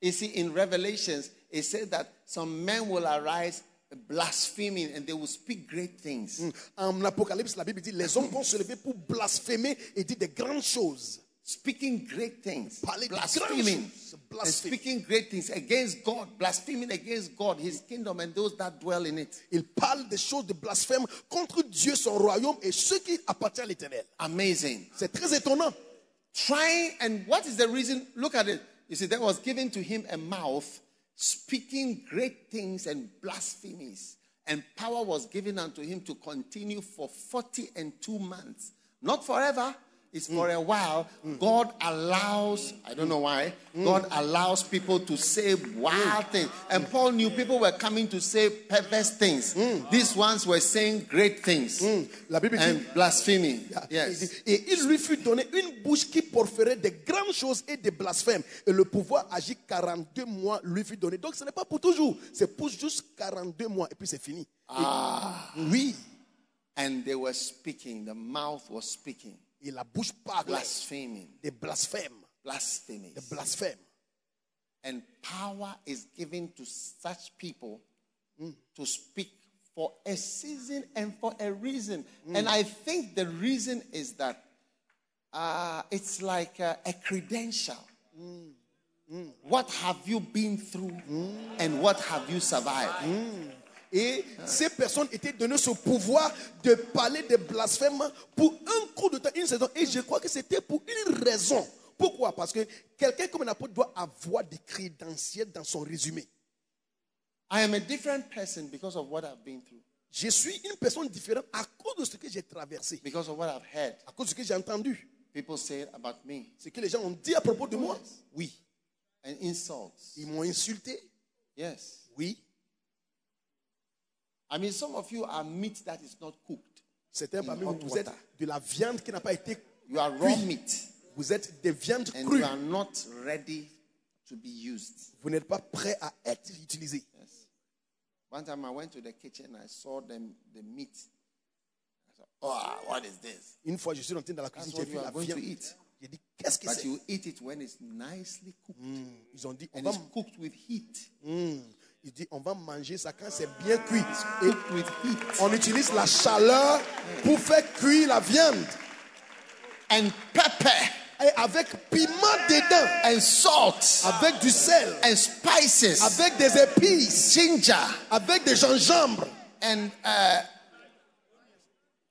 S1: you see, in Revelations, it says that some men will arise blaspheming and they will speak great things.
S2: Mm. En Apocalypse, la Bible dit les hommes vont se lever pour blasphémer et dire des grandes choses.
S1: Speaking great things,
S2: Parler de
S1: blaspheming,
S2: grandes choses,
S1: and
S2: blasphémer.
S1: speaking great things against God, blaspheming against God, His kingdom, and those that dwell in it.
S2: Il parle des choses de blasphème contre Dieu, son royaume et ceux qui appartiennent à l'éternel.
S1: Amazing.
S2: C'est très étonnant.
S1: Trying, and what is the reason? Look at it. You see, there was given to him a mouth, speaking great things and blasphemies. And power was given unto him to continue for 40 and two months. Not forever, it's for a while. God allows, I don't know why, God allows people to say wild things. And Paul knew people were coming to say perverse things. These ones were saying great things
S2: La Bible dit-
S1: and blaspheming.
S2: Il dit,
S1: Yes.
S2: Et il lui fut donné une bouche qui porferait des grandes choses et des blasphèmes. Et le pouvoir agit 42 mois lui fut donné. Donc ce n'est pas pour toujours. C'est pour juste 42 mois et puis c'est fini. Et- oui.
S1: And they were speaking, the mouth was speaking,
S2: Et la bouche parle
S1: blaspheming,
S2: des blasphèmes.
S1: blasphemies.
S2: Des blasphèmes.
S1: And power is given to such people to speak for a season and for a reason. And I think the reason is that uh, it's like uh, a credential. What have you been through and what have you survived?
S2: Et ces personnes étaient données ce pouvoir de parler des blasphèmes pour un court de temps, une saison. Et je crois que c'était pour une raison. Pourquoi Parce que quelqu'un comme un apôtre doit avoir des crédentiels dans son résumé.
S1: I am a different person because of what I've been through,
S2: Je suis une personne différente à cause de ce que j'ai traversé,
S1: because of what I've heard
S2: à cause de ce que j'ai entendu,
S1: people say about me.
S2: ce que les gens ont dit à propos de moi. Oui,
S1: and insults.
S2: ils m'ont insulté.
S1: Yes.
S2: Oui,
S1: I mean, some of you are meat that is not cooked.
S2: certains parmi
S1: In
S2: vous,
S1: hot
S2: vous êtes
S1: water.
S2: de la viande qui n'a pas été
S1: You are raw
S2: cuite.
S1: meat
S2: Vous êtes des viandes
S1: and
S2: crues.
S1: you are not ready to be used.
S2: Vous n'êtes pas prêt à être utilisé.
S1: One time I went to the kitchen, I saw them, the meat. I said, oh, what is this?
S2: Une fois, je suis rentré dans la cuisine,
S1: That's what
S2: j'ai vu
S1: you
S2: la
S1: are going to
S2: viande.
S1: eat.
S2: J'ai dit, qu'est-ce que
S1: But
S2: c'est
S1: you eat it when it's nicely cooked
S2: Ils ont dit, on
S1: and
S2: va,
S1: it's cooked with heat.
S2: il dit, on va manger ça quand c'est bien cuit. Et
S1: Cooked with heat.
S2: on utilise la chaleur pour faire cuire la viande.
S1: And pepper
S2: Et avec piment dedans,
S1: and salt
S2: avec du sel,
S1: and spices,
S2: avec des épices,
S1: ginger
S2: avec des gingembre.
S1: and uh,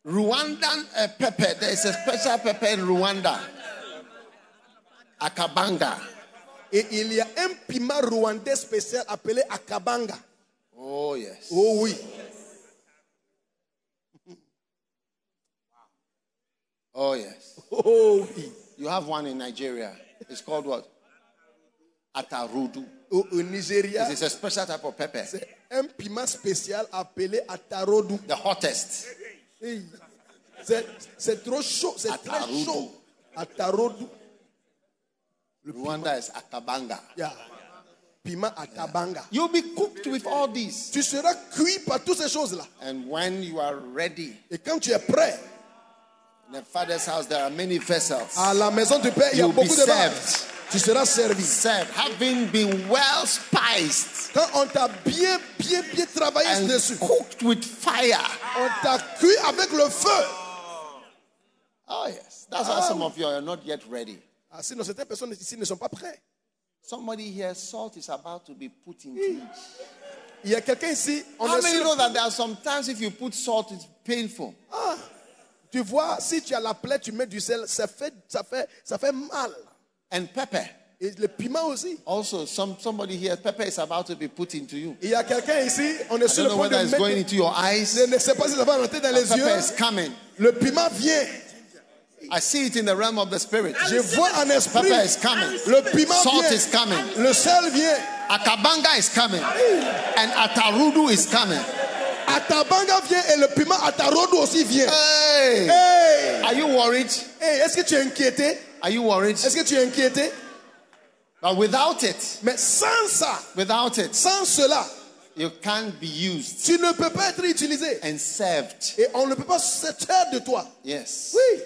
S1: Rwandan uh, pepper. There is a special pepper in Rwanda, akabanga.
S2: Et il y a un piment rwandais spécial appelé akabanga.
S1: Oh yes.
S2: Oh oui.
S1: Oh yes.
S2: Oh oui.
S1: You have one in Nigeria. It's called what? Atarudu.
S2: Au, au Nigeria,
S1: It's a special type of pepper.
S2: c'est un piment spécial appelé atarodu.
S1: The hottest.
S2: Hey. C'est- C'est trop chaud, c'est très
S1: Atarodu.
S2: chaud. Atarodu.
S1: Rwanda is akabanga.
S2: Yeah. Piment atabanga.
S1: You'll be cooked with all these.
S2: Tu seras cuit par toutes ces choses-là.
S1: And when you are ready,
S2: Et quand tu es prêt,
S1: in the Father's house, there are many vessels.
S2: à la maison du Père, il y a
S1: You'll be
S2: beaucoup de barres.
S1: served.
S2: Tu seras servi.
S1: Served, having been well spiced.
S2: Quand on t'a bien, bien, bien travaillé
S1: and
S2: dessus,
S1: cooked with fire.
S2: on t'a cuit avec le feu.
S1: Oh, yes. That's why some of you are not yet ready.
S2: Ah, sinon, certaines personnes ici ne sont pas prêtes.
S1: Somebody here, salt is about to be put into it.
S2: Il y a quelqu'un ici, on
S1: How
S2: est
S1: many
S2: sûr-
S1: know that there are sometimes if you put salt, it's painful?
S2: Tu vois, si tu as la plaie, tu mets du sel, ça fait, ça fait, ça fait mal.
S1: And pepper.
S2: Et le piment aussi.
S1: Also, some, somebody here, pepper is about to be put into you.
S2: Il y a quelqu'un ici, on est
S1: I don't
S2: sur le
S1: know
S2: point de
S1: whether it's
S2: mettre.
S1: going into your eyes.
S2: Je ne sais pas si ça va rentrer dans les
S1: Pepper
S2: yeux.
S1: is coming.
S2: Le piment vient.
S1: I see it in the realm of the spirit.
S2: Je vois en esprit.
S1: Pepper is coming.
S2: Le piment
S1: Salt is
S2: vient.
S1: coming.
S2: Le sel vient.
S1: Akabanga is coming. And Atarudu is coming.
S2: À ta banga vient et le piment à ta rodo aussi vient.
S1: Hey!
S2: Hey,
S1: Are you worried?
S2: hey, est-ce que tu es inquiété?
S1: Are you worried?
S2: Est-ce que tu es inquiété?
S1: But without it,
S2: Mais sans ça,
S1: without it,
S2: sans cela,
S1: you can't be used
S2: tu ne peux pas être utilisé.
S1: and served.
S2: Et on ne peut pas se servir de toi.
S1: Yes.
S2: Oui,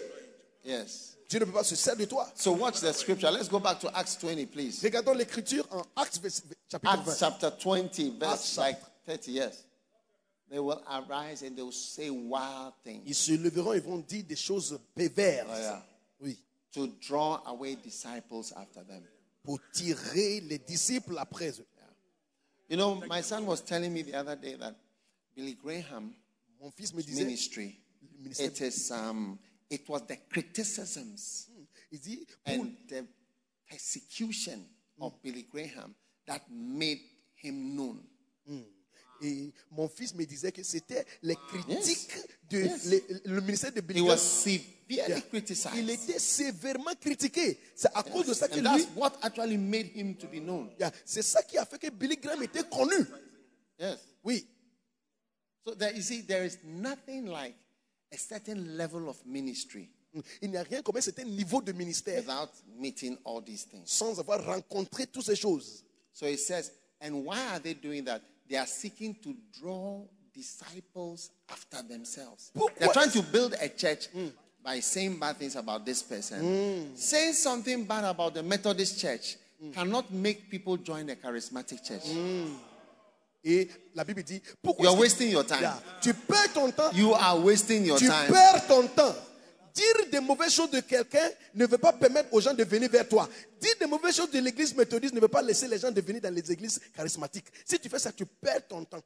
S1: Yes.
S2: tu ne peux pas se servir de toi.
S1: So watch the scripture. Let's go back to Acts 20, please.
S2: Regardons l'écriture en Actes vers- chapitre
S1: Acts
S2: 20.
S1: chapter 20,
S2: Acts
S1: verse
S2: chapter-
S1: like 30, yes. They will arise and they will say wild things
S2: Ils se leveront et vont dire des choses perverses.
S1: yeah.
S2: Oui,
S1: to draw away disciples after them.
S2: pour tirer les disciples après eux.
S1: You know, my son was telling me the other day that Billy Graham's
S2: Mon fils me disait,
S1: ministry,
S2: ministère-
S1: it is um, it was the criticisms
S2: il dit, pour-
S1: and the persecution of Billy Graham that made him known.
S2: et mon fils me disait que c'était les critiques de
S1: Yes.
S2: les- le ministère de
S1: He
S2: Billy
S1: was
S2: Graham.
S1: severely
S2: Yeah.
S1: criticized.
S2: Il était sévèrement critiqué. C'est à cause de ça que
S1: And that's
S2: lui,
S1: what actually made him to be known.
S2: Yeah, c'est ça qui a fait que Billy Graham était connu.
S1: Yes.
S2: Oui,
S1: So there, you see, there is nothing like a certain level of ministry
S2: il n'y a rien comme un certain niveau de ministère
S1: without meeting all these things.
S2: sans avoir rencontré toutes ces choses.
S1: So he says, and why are they doing that? They are seeking to draw disciples after themselves.
S2: Pourquoi
S1: They're trying to build a church by saying bad things about this person. Saying something bad about the Methodist church cannot make people join the charismatic church.
S2: Et la Bible dit, pourquoi
S1: You're
S2: est-ce que-
S1: wasting your time.
S2: Yeah, tu perds ton temps
S1: You are wasting your
S2: Tu
S1: time.
S2: perds ton temps. Dire des mauvaises choses de quelqu'un ne veut pas permettre aux gens de venir vers toi. Dire des mauvaises choses de l'église méthodiste ne veut pas laisser les gens de venir dans les églises charismatiques. Si tu fais ça, tu perds ton temps.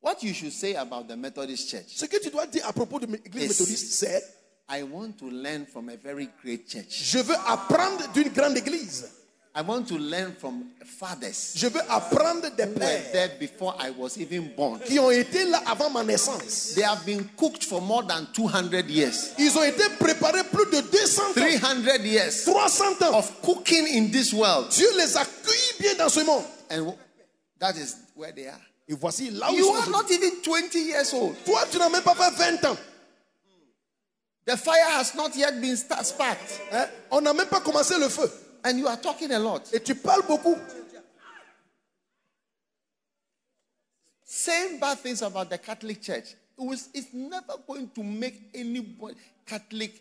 S1: What you should say about the Methodist church,
S2: Ce que tu dois dire à propos de l'église
S1: Yes.
S2: méthodiste, c'est
S1: I want to learn from a very great church.
S2: je veux apprendre d'une grande église.
S1: I want to learn from fathers
S2: Je veux apprendre des
S1: who were
S2: pères
S1: there before I was even born.
S2: qui ont été là avant ma naissance.
S1: They have been cooked for more than 200 years.
S2: Ils ont été préparés plus de 200 ans,
S1: 300 years
S2: 300 ans.
S1: of cooking in this world.
S2: Dieu les a cueillis bien dans ce monde.
S1: And that is where they are.
S2: Et voici là où ils
S1: You
S2: sont
S1: are
S2: aujourd'hui.
S1: not even 20 years old.
S2: Toi, tu n'as même pas fait 20 ans.
S1: The fire has not yet been sta- sparked.
S2: Hein? On n'a même pas commencé le feu.
S1: And you are talking a lot.
S2: Et tu parles beaucoup.
S1: Saying bad things about the Catholic Church it was, it's never going to make any Catholic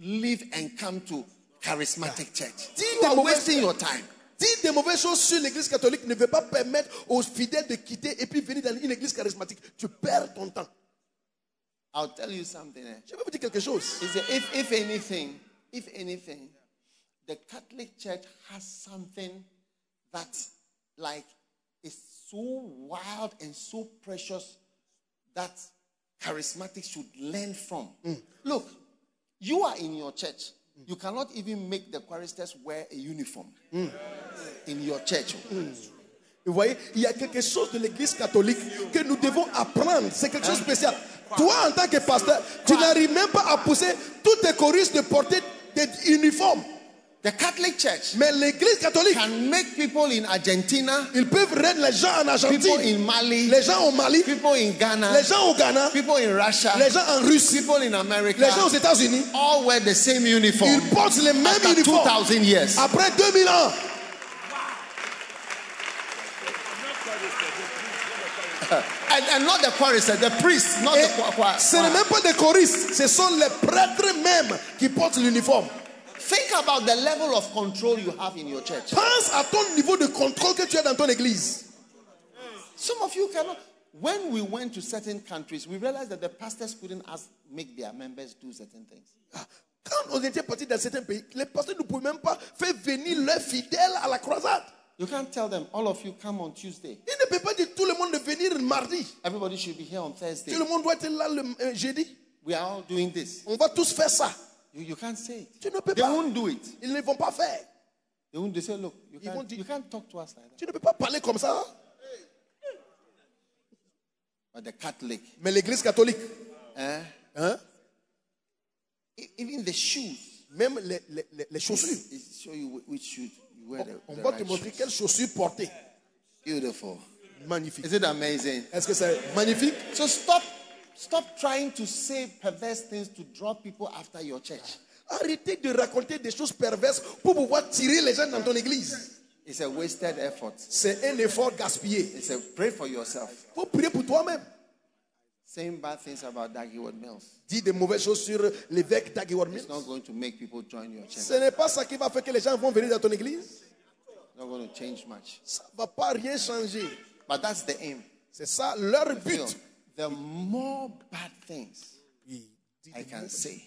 S1: live and come to charismatic church. You are wasting your time.
S2: Dire des mauvaises choses sur l'église catholique ne veut pas permettre aux fidèles de quitter et puis venir dans une église charismatique. Tu perds ton temps.
S1: I'll tell you something. eh.
S2: Je vais vous dire quelque chose.
S1: Is that if, if anything, if anything, the Catholic Church has something that, like, is so wild and so precious that charismatic should learn from. Look, you are in your church. You cannot even make the choristers wear a uniform in your church. oh.
S2: Vous voyez, il y a quelque chose de l'église catholique que nous devons apprendre. C'est quelque chose de spécial. Toi, en tant que pasteur, tu n'arrives même pas à pousser tous tes choristes de porter des uniformes.
S1: The Catholic Church
S2: Mais l'église catholique,
S1: can make people in Argentina,
S2: ils peuvent rendre les gens en
S1: people
S2: Argentine,
S1: in Mali,
S2: les gens au Mali,
S1: people in Ghana,
S2: les gens au Ghana,
S1: people in Russia,
S2: les gens en Russie,
S1: people in America,
S2: les gens aux États-Unis.
S1: all wear the same uniform
S2: Ils portent les mêmes
S1: after
S2: uniformes
S1: 2,000 years.
S2: après 2000 ans.
S1: And, and not the chorister, the priest, not
S2: Et
S1: the choir- choir.
S2: ce n'est même pas des choristes, ce sont les prêtres mêmes qui portent l'uniforme.
S1: Think about the level of control you have in your church.
S2: Pense à ton niveau de contrôle que tu as dans ton église.
S1: Some of you cannot. When we went to certain countries, we realized that the pastors couldn't ask, make their members do certain things.
S2: Quand on était parti dans certains pays, les pasteurs ne pouvaient même pas faire venir leurs fidèles à la croisade.
S1: You can't tell them, all of you come on Tuesday.
S2: Ils ne peuvent pas dire tout le monde de venir mardi.
S1: Everybody should be here on Thursday.
S2: Tout le monde doit être là le euh, jeudi.
S1: We are all doing this.
S2: On va tous faire ça.
S1: You, you can't say
S2: Tu ne
S1: it.
S2: peux
S1: They
S2: pas.
S1: won't do it.
S2: Ils ne vont pas faire.
S1: They won't they say, look, you
S2: won't
S1: can't,
S2: do-
S1: you can't talk to us like that.
S2: Tu ne peux pas parler comme ça. hein.
S1: But the Catholic,
S2: Mais l'église catholique,
S1: eh?
S2: hein,
S1: E- even the shoes.
S2: même les, les- les- les chaussures.
S1: It show you wh- which shoes you wear.
S2: On,
S1: the-
S2: on
S1: the
S2: va
S1: right
S2: te montrer
S1: shoes.
S2: quelles chaussures porter.
S1: Beautiful.
S2: Magnifique.
S1: Is it amazing?
S2: Est-ce que c'est magnifique
S1: So stop, stop trying to say perverse things to draw people after your church.
S2: Arrêtez de raconter des choses perverses pour pouvoir tirer les gens dans ton église.
S1: It's a wasted effort.
S2: C'est un effort gaspillé.
S1: It's a pray for yourself.
S2: Faut prier pour toi-même.
S1: Saying bad things about Daggy Ward Mills
S2: Dis des mauvaises choses sur l'évêque Dagiwar Mills.
S1: is not going to make people join your church.
S2: Ce n'est pas ça qui va faire que les gens vont venir dans ton église.
S1: Not going to change much.
S2: Ça ne va pas rien changer.
S1: But that's the aim.
S2: C'est ça leur
S1: Feel,
S2: but.
S1: the more bad things
S2: Oui. Dis
S1: I
S2: des
S1: can
S2: mauvaises-
S1: say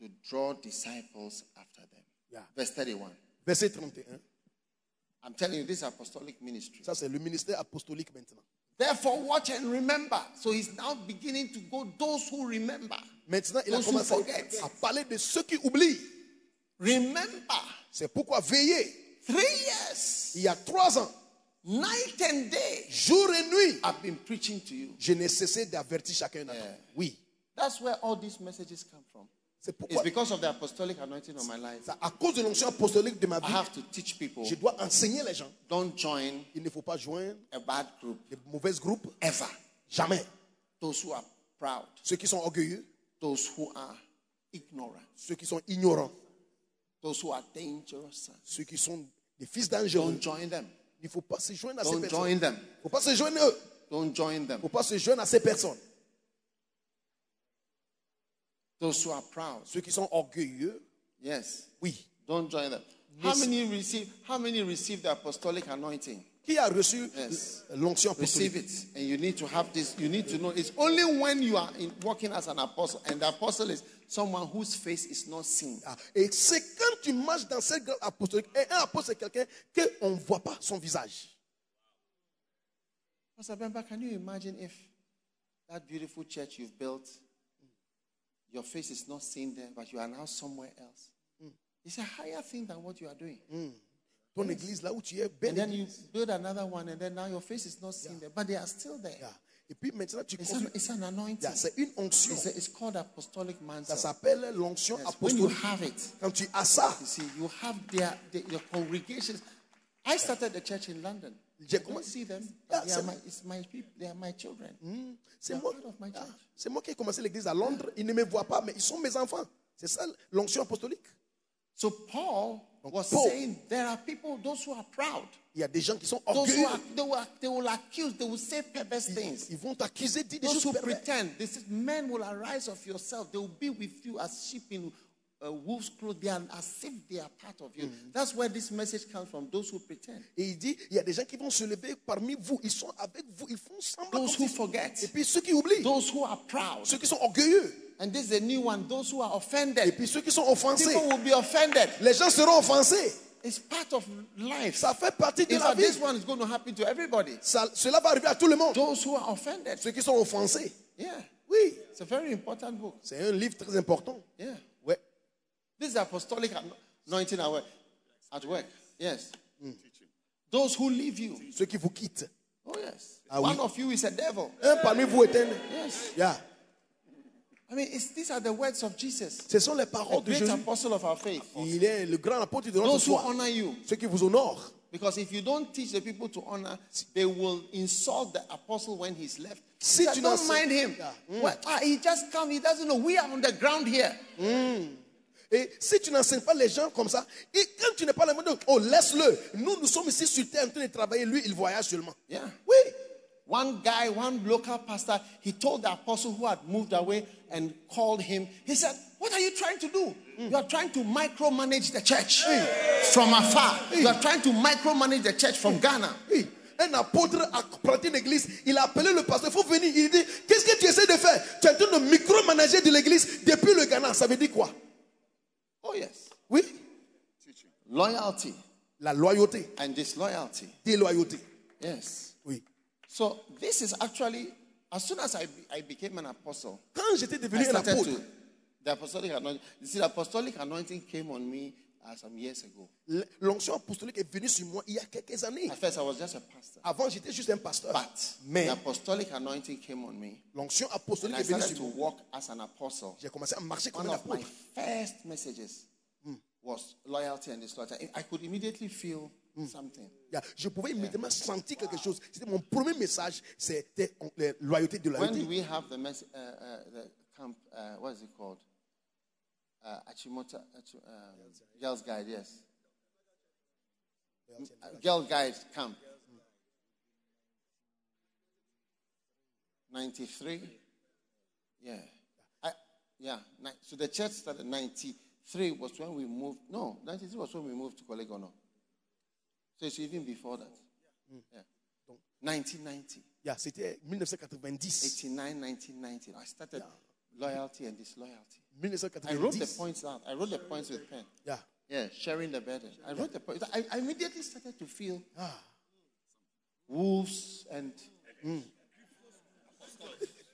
S1: to draw disciples after them.
S2: Yeah.
S1: Verse 31.
S2: Verset 31.
S1: I'm telling you, this is apostolic ministry.
S2: Ça, c'est le ministère apostolique maintenant.
S1: Therefore, watch and remember. So he's now beginning to go those who remember.
S2: Maintenant, il a
S1: Those who
S2: commencé
S1: forget.
S2: à parler de ceux qui oublient.
S1: Remember,
S2: C'est pourquoi veillez.
S1: three years,
S2: Il y a trois ans,
S1: night and day,
S2: jour et nuit,
S1: I've been preaching to you.
S2: je n'ai cessé d'avertir chacun d'entre
S1: Yeah.
S2: vous. Oui.
S1: That's where all these messages come from.
S2: C'est
S1: It's
S2: pourquoi,
S1: because of the apostolic anointing on my life.
S2: ça, à cause de l'onction apostolique de ma
S1: I
S2: vie,
S1: have to teach people
S2: je dois enseigner les gens.
S1: don't join
S2: Il ne faut pas joindre
S1: a bad group
S2: les mauvaises groupes.
S1: ever.
S2: Jamais.
S1: Those who are proud,
S2: Ceux qui sont orgueilleux,
S1: those who are ignorant,
S2: ceux qui sont ignorants,
S1: those who are dangerous.
S2: ceux qui sont des fils
S1: Don't
S2: dangereux.
S1: join them.
S2: Il ne faut pas se joindre à ces
S1: Don't
S2: personnes.
S1: join them.
S2: Il ne faut pas se joindre à eux.
S1: Don't join
S2: Il
S1: them.
S2: ne faut pas se joindre à ces personnes.
S1: Those who are proud.
S2: Ceux qui sont orgueilleux,
S1: Yes.
S2: oui.
S1: Don't join them. How many receive how many receive the apostolic anointing?
S2: Qui a reçu
S1: Yes.
S2: l'onction apostolique
S1: Receive it. And you need to have this, you need to know it's only when you are in, working as an apostle, and the apostle is someone whose face is not seen.
S2: Ah, Et c'est quand tu marches dans cette grande apostolique, et un apôtre, c'est quelqu'un qu'on ne voit pas son visage.
S1: Pastor Bemba, can you imagine if that beautiful church you've built, your face is not seen there, but you are now somewhere else? It's a higher thing than what you are doing.
S2: Ton église, là où tu es,
S1: And
S2: belle
S1: then you
S2: église.
S1: build another one, and then now your face is not seen there, but they are still there.
S2: Ah, Et puis maintenant, tu
S1: It's,
S2: construis.
S1: an, it's an anointing.
S2: Ah, C'est une onction.
S1: It's, a- it's called apostolic
S2: Ça
S1: mantle.
S2: s'appelle l'onction
S1: Yes, When you
S2: apostolique.
S1: have it,
S2: Quand tu as ça,
S1: you see, you have their, the your congregations. I started the church in London. I
S2: Yeah,
S1: don't see them.
S2: yeah,
S1: but They are
S2: so-
S1: my, it's my people. They are my children.
S2: c'est moi,
S1: part of my
S2: ah,
S1: church.
S2: c'est moi qui ai commencé l'église à Londres. Ils ne me voient pas, mais ils sont mes enfants. C'est ça l'onction apostolique.
S1: So Paul
S2: Donc,
S1: was
S2: Paul-
S1: saying there are people, those who are proud,
S2: Il y a des gens qui sont
S1: those who
S2: orgueilleux.
S1: are, they will, they will accuse, they will say perverse things.
S2: Ils vont t'accuser, dire des
S1: Those who
S2: choses perverses.
S1: pretend, this is, men will arise of yourself. They will be with you as sheep in uh, wolf's clothing, they are- as if they are part of you. That's where this message comes from. Those who pretend.
S2: Et il dit, il y a des gens qui vont se lever parmi vous. Ils sont avec vous. Ils font semblant.
S1: Those
S2: comme
S1: who
S2: si-
S1: forget.
S2: Et puis ceux qui oublient.
S1: Those who are proud.
S2: Ceux qui sont orgueilleux.
S1: And this is a new one. Those who are
S2: Et
S1: offended.
S2: puis ceux qui sont offensés.
S1: People will be offended.
S2: Les gens seront offensés.
S1: It's part of life.
S2: Ça fait partie de
S1: In
S2: la
S1: fact,
S2: vie.
S1: this one is going to happen to everybody.
S2: Ça- cela va arriver à tout le monde.
S1: Those who are offended.
S2: Ceux qui sont offensés.
S1: Yeah.
S2: Oui.
S1: It's a very important book.
S2: C'est un livre très important.
S1: Yeah.
S2: Ouais.
S1: This is apostolic anointing at work. At work. Yes. Hmm. Those who leave you.
S2: Ceux qui vous quittent.
S1: Oh, yes.
S2: Ah,
S1: One
S2: oui.
S1: of you is a devil.
S2: Un parmi vous est un.
S1: Yes.
S2: Yeah.
S1: I mean, it's, these are the words of Jesus,
S2: Ce sont les
S1: the
S2: paroles de
S1: great
S2: Jésus.
S1: apostle of our faith.
S2: Il est le grand apôtre de notre
S1: Those who
S2: foi.
S1: honor you.
S2: Ceux qui vous honorent.
S1: Because if you don't teach the people to honor, they will insult the apostle when he's left.
S2: Si
S1: Say,
S2: tu
S1: don't
S2: n'as-
S1: mind him.
S2: Yeah.
S1: What? Ah, he just come. He doesn't know. We are on the ground here.
S2: Et si tu n'enseignes pas les gens comme ça, et quand tu n'es pas le monde, oh laisse-le. Nous, nous sommes ici sur terre en train de travailler. Lui, il voyage seulement.
S1: Yeah.
S2: Oui.
S1: One guy, one local pastor, he told the apostle who had moved away and called him. He said, "What are you trying to do? You are trying to micromanage the church from afar. You are trying to micromanage the church from Ghana."
S2: Oui. Un apôtre a planté une église, il a appelé le pasteur, il faut venir. Il dit Qu'est-ce que tu essaies de faire Tu es en train de micromanager de l'église depuis le Ghana. Ça veut dire quoi
S1: Oh yes,
S2: Oui,
S1: loyalty
S2: la loyauté,
S1: and disloyalty.
S2: déloyauté.
S1: Yes.
S2: Oui.
S1: So this is actually, as soon as I, be- I became an apostle,
S2: Quand j'étais
S1: I
S2: devenu un
S1: started
S2: apôtre,
S1: to, the apostolic anointing. You see, the apostolic anointing came on me uh, some years ago.
S2: l'onction apostolique est venue sur moi il y a quelques années.
S1: At first, I was just a pastor,
S2: Avant, j'étais juste un pasteur.
S1: but
S2: Mais
S1: the apostolic anointing came on me.
S2: l'onction
S1: And
S2: apostolique
S1: I
S2: est venue
S1: started
S2: sur
S1: to
S2: moi.
S1: walk as an apostle.
S2: J'ai commencé à marcher comme
S1: One
S2: un
S1: of my
S2: apôtre.
S1: first messages was loyalty and disloyalty. I could immediately feel something.
S2: Yeah, Je pouvais immédiatement sentir quelque chose. C'était mon premier message, c'était on- la loyauté de
S1: When
S2: loyauté.
S1: do we have the, mess- uh, uh, the camp? Uh, what is it called? Uh, Achimota, Achi- um, Girls Guide, yes. Uh, Girl Guide Camp. 93. Yeah. I, yeah. ni- So the church started 93 was when we moved. No, 93 was when we moved to Kolegono. So it's even before that. Yeah. 1990.
S2: Yeah, C'était 1990.
S1: 89, 1990. I started loyalty and disloyalty. I wrote the
S2: 1990.
S1: points out. I wrote the points with pen.
S2: Yeah.
S1: Yeah, sharing the burden. Ah. I wrote the points. I, I immediately started to feel wolves and. hmm.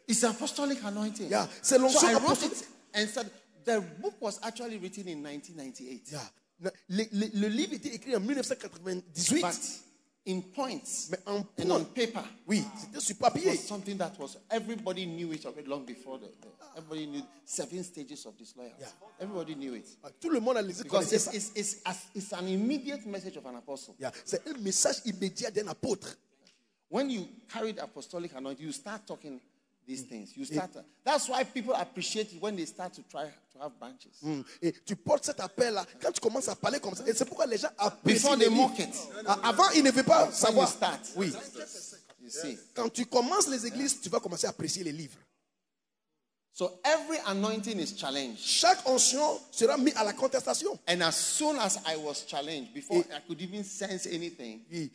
S1: It's an apostolic anointing.
S2: Yeah, c'est l'onction
S1: So I wrote
S2: apostolique.
S1: it and said the book was actually written in 1998,
S2: Yeah. Le, le- le livre était écrit en 1998,
S1: but in points
S2: mais en
S1: and on
S2: point,
S1: paper.
S2: oui, c'était sur
S1: It
S2: papier.
S1: was something that was everybody knew it already long before the, the- everybody knew seven stages of disloyalty.
S2: Yeah.
S1: Everybody knew it
S2: Ah, Tout le monde a les
S1: because
S2: connaissait
S1: it's,
S2: ça.
S1: it's, it's, as- it's an immediate message of an apostle.
S2: Yeah. C'est un message immédiat d'un apôtre.
S1: When you carry the apostolic anointing, you start talking these
S2: Mm.
S1: things. You start. that's why people appreciate it when they start to try to have branches.
S2: Mm. Et tu portes cet appel-là quand tu commences à parler comme ça. Et c'est pourquoi les gens apprécient
S1: Before
S2: les
S1: they
S2: livres.
S1: mock it,
S2: Ah, Avant, ils ne veulent pas
S1: when you
S2: savoir.
S1: start,
S2: Oui.
S1: you see.
S2: Quand tu commences les églises, tu vas commencer à apprécier les livres.
S1: So every anointing is challenged.
S2: Chaque onction sera mise à la contestation.
S1: And as soon as I was challenged, before I could even sense anything,
S2: Et,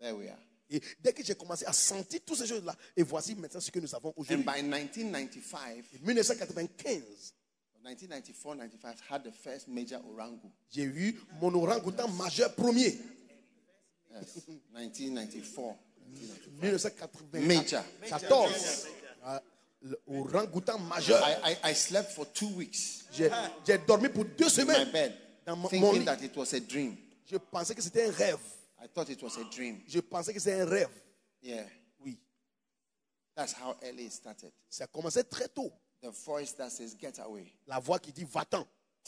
S1: there we are.
S2: et dès que j'ai commencé à sentir toutes ces choses-là, et voici maintenant ce que nous avons
S1: And
S2: aujourd'hui.
S1: by 1995,
S2: 1995,
S1: 1994 95 had the first major orangu.
S2: j'ai eu mon orang-outan majeur premier.
S1: Yes. 1994.
S2: 1994. Ah, le Orang-outan majeur.
S1: I, I, I slept for two weeks
S2: J'ai j'ai dormi pour deux
S1: in my
S2: semaines.
S1: bed
S2: Dans mon- mon
S1: thinking
S2: lit.
S1: that it was a dream.
S2: Je pensais que c'était un rêve.
S1: I thought it was a dream.
S2: Je pensais que c'était un rêve.
S1: Yeah.
S2: Oui.
S1: That's how early it started.
S2: Ça commençait très tôt.
S1: The voice that says, Get away.
S2: La voix qui dit va-t'en.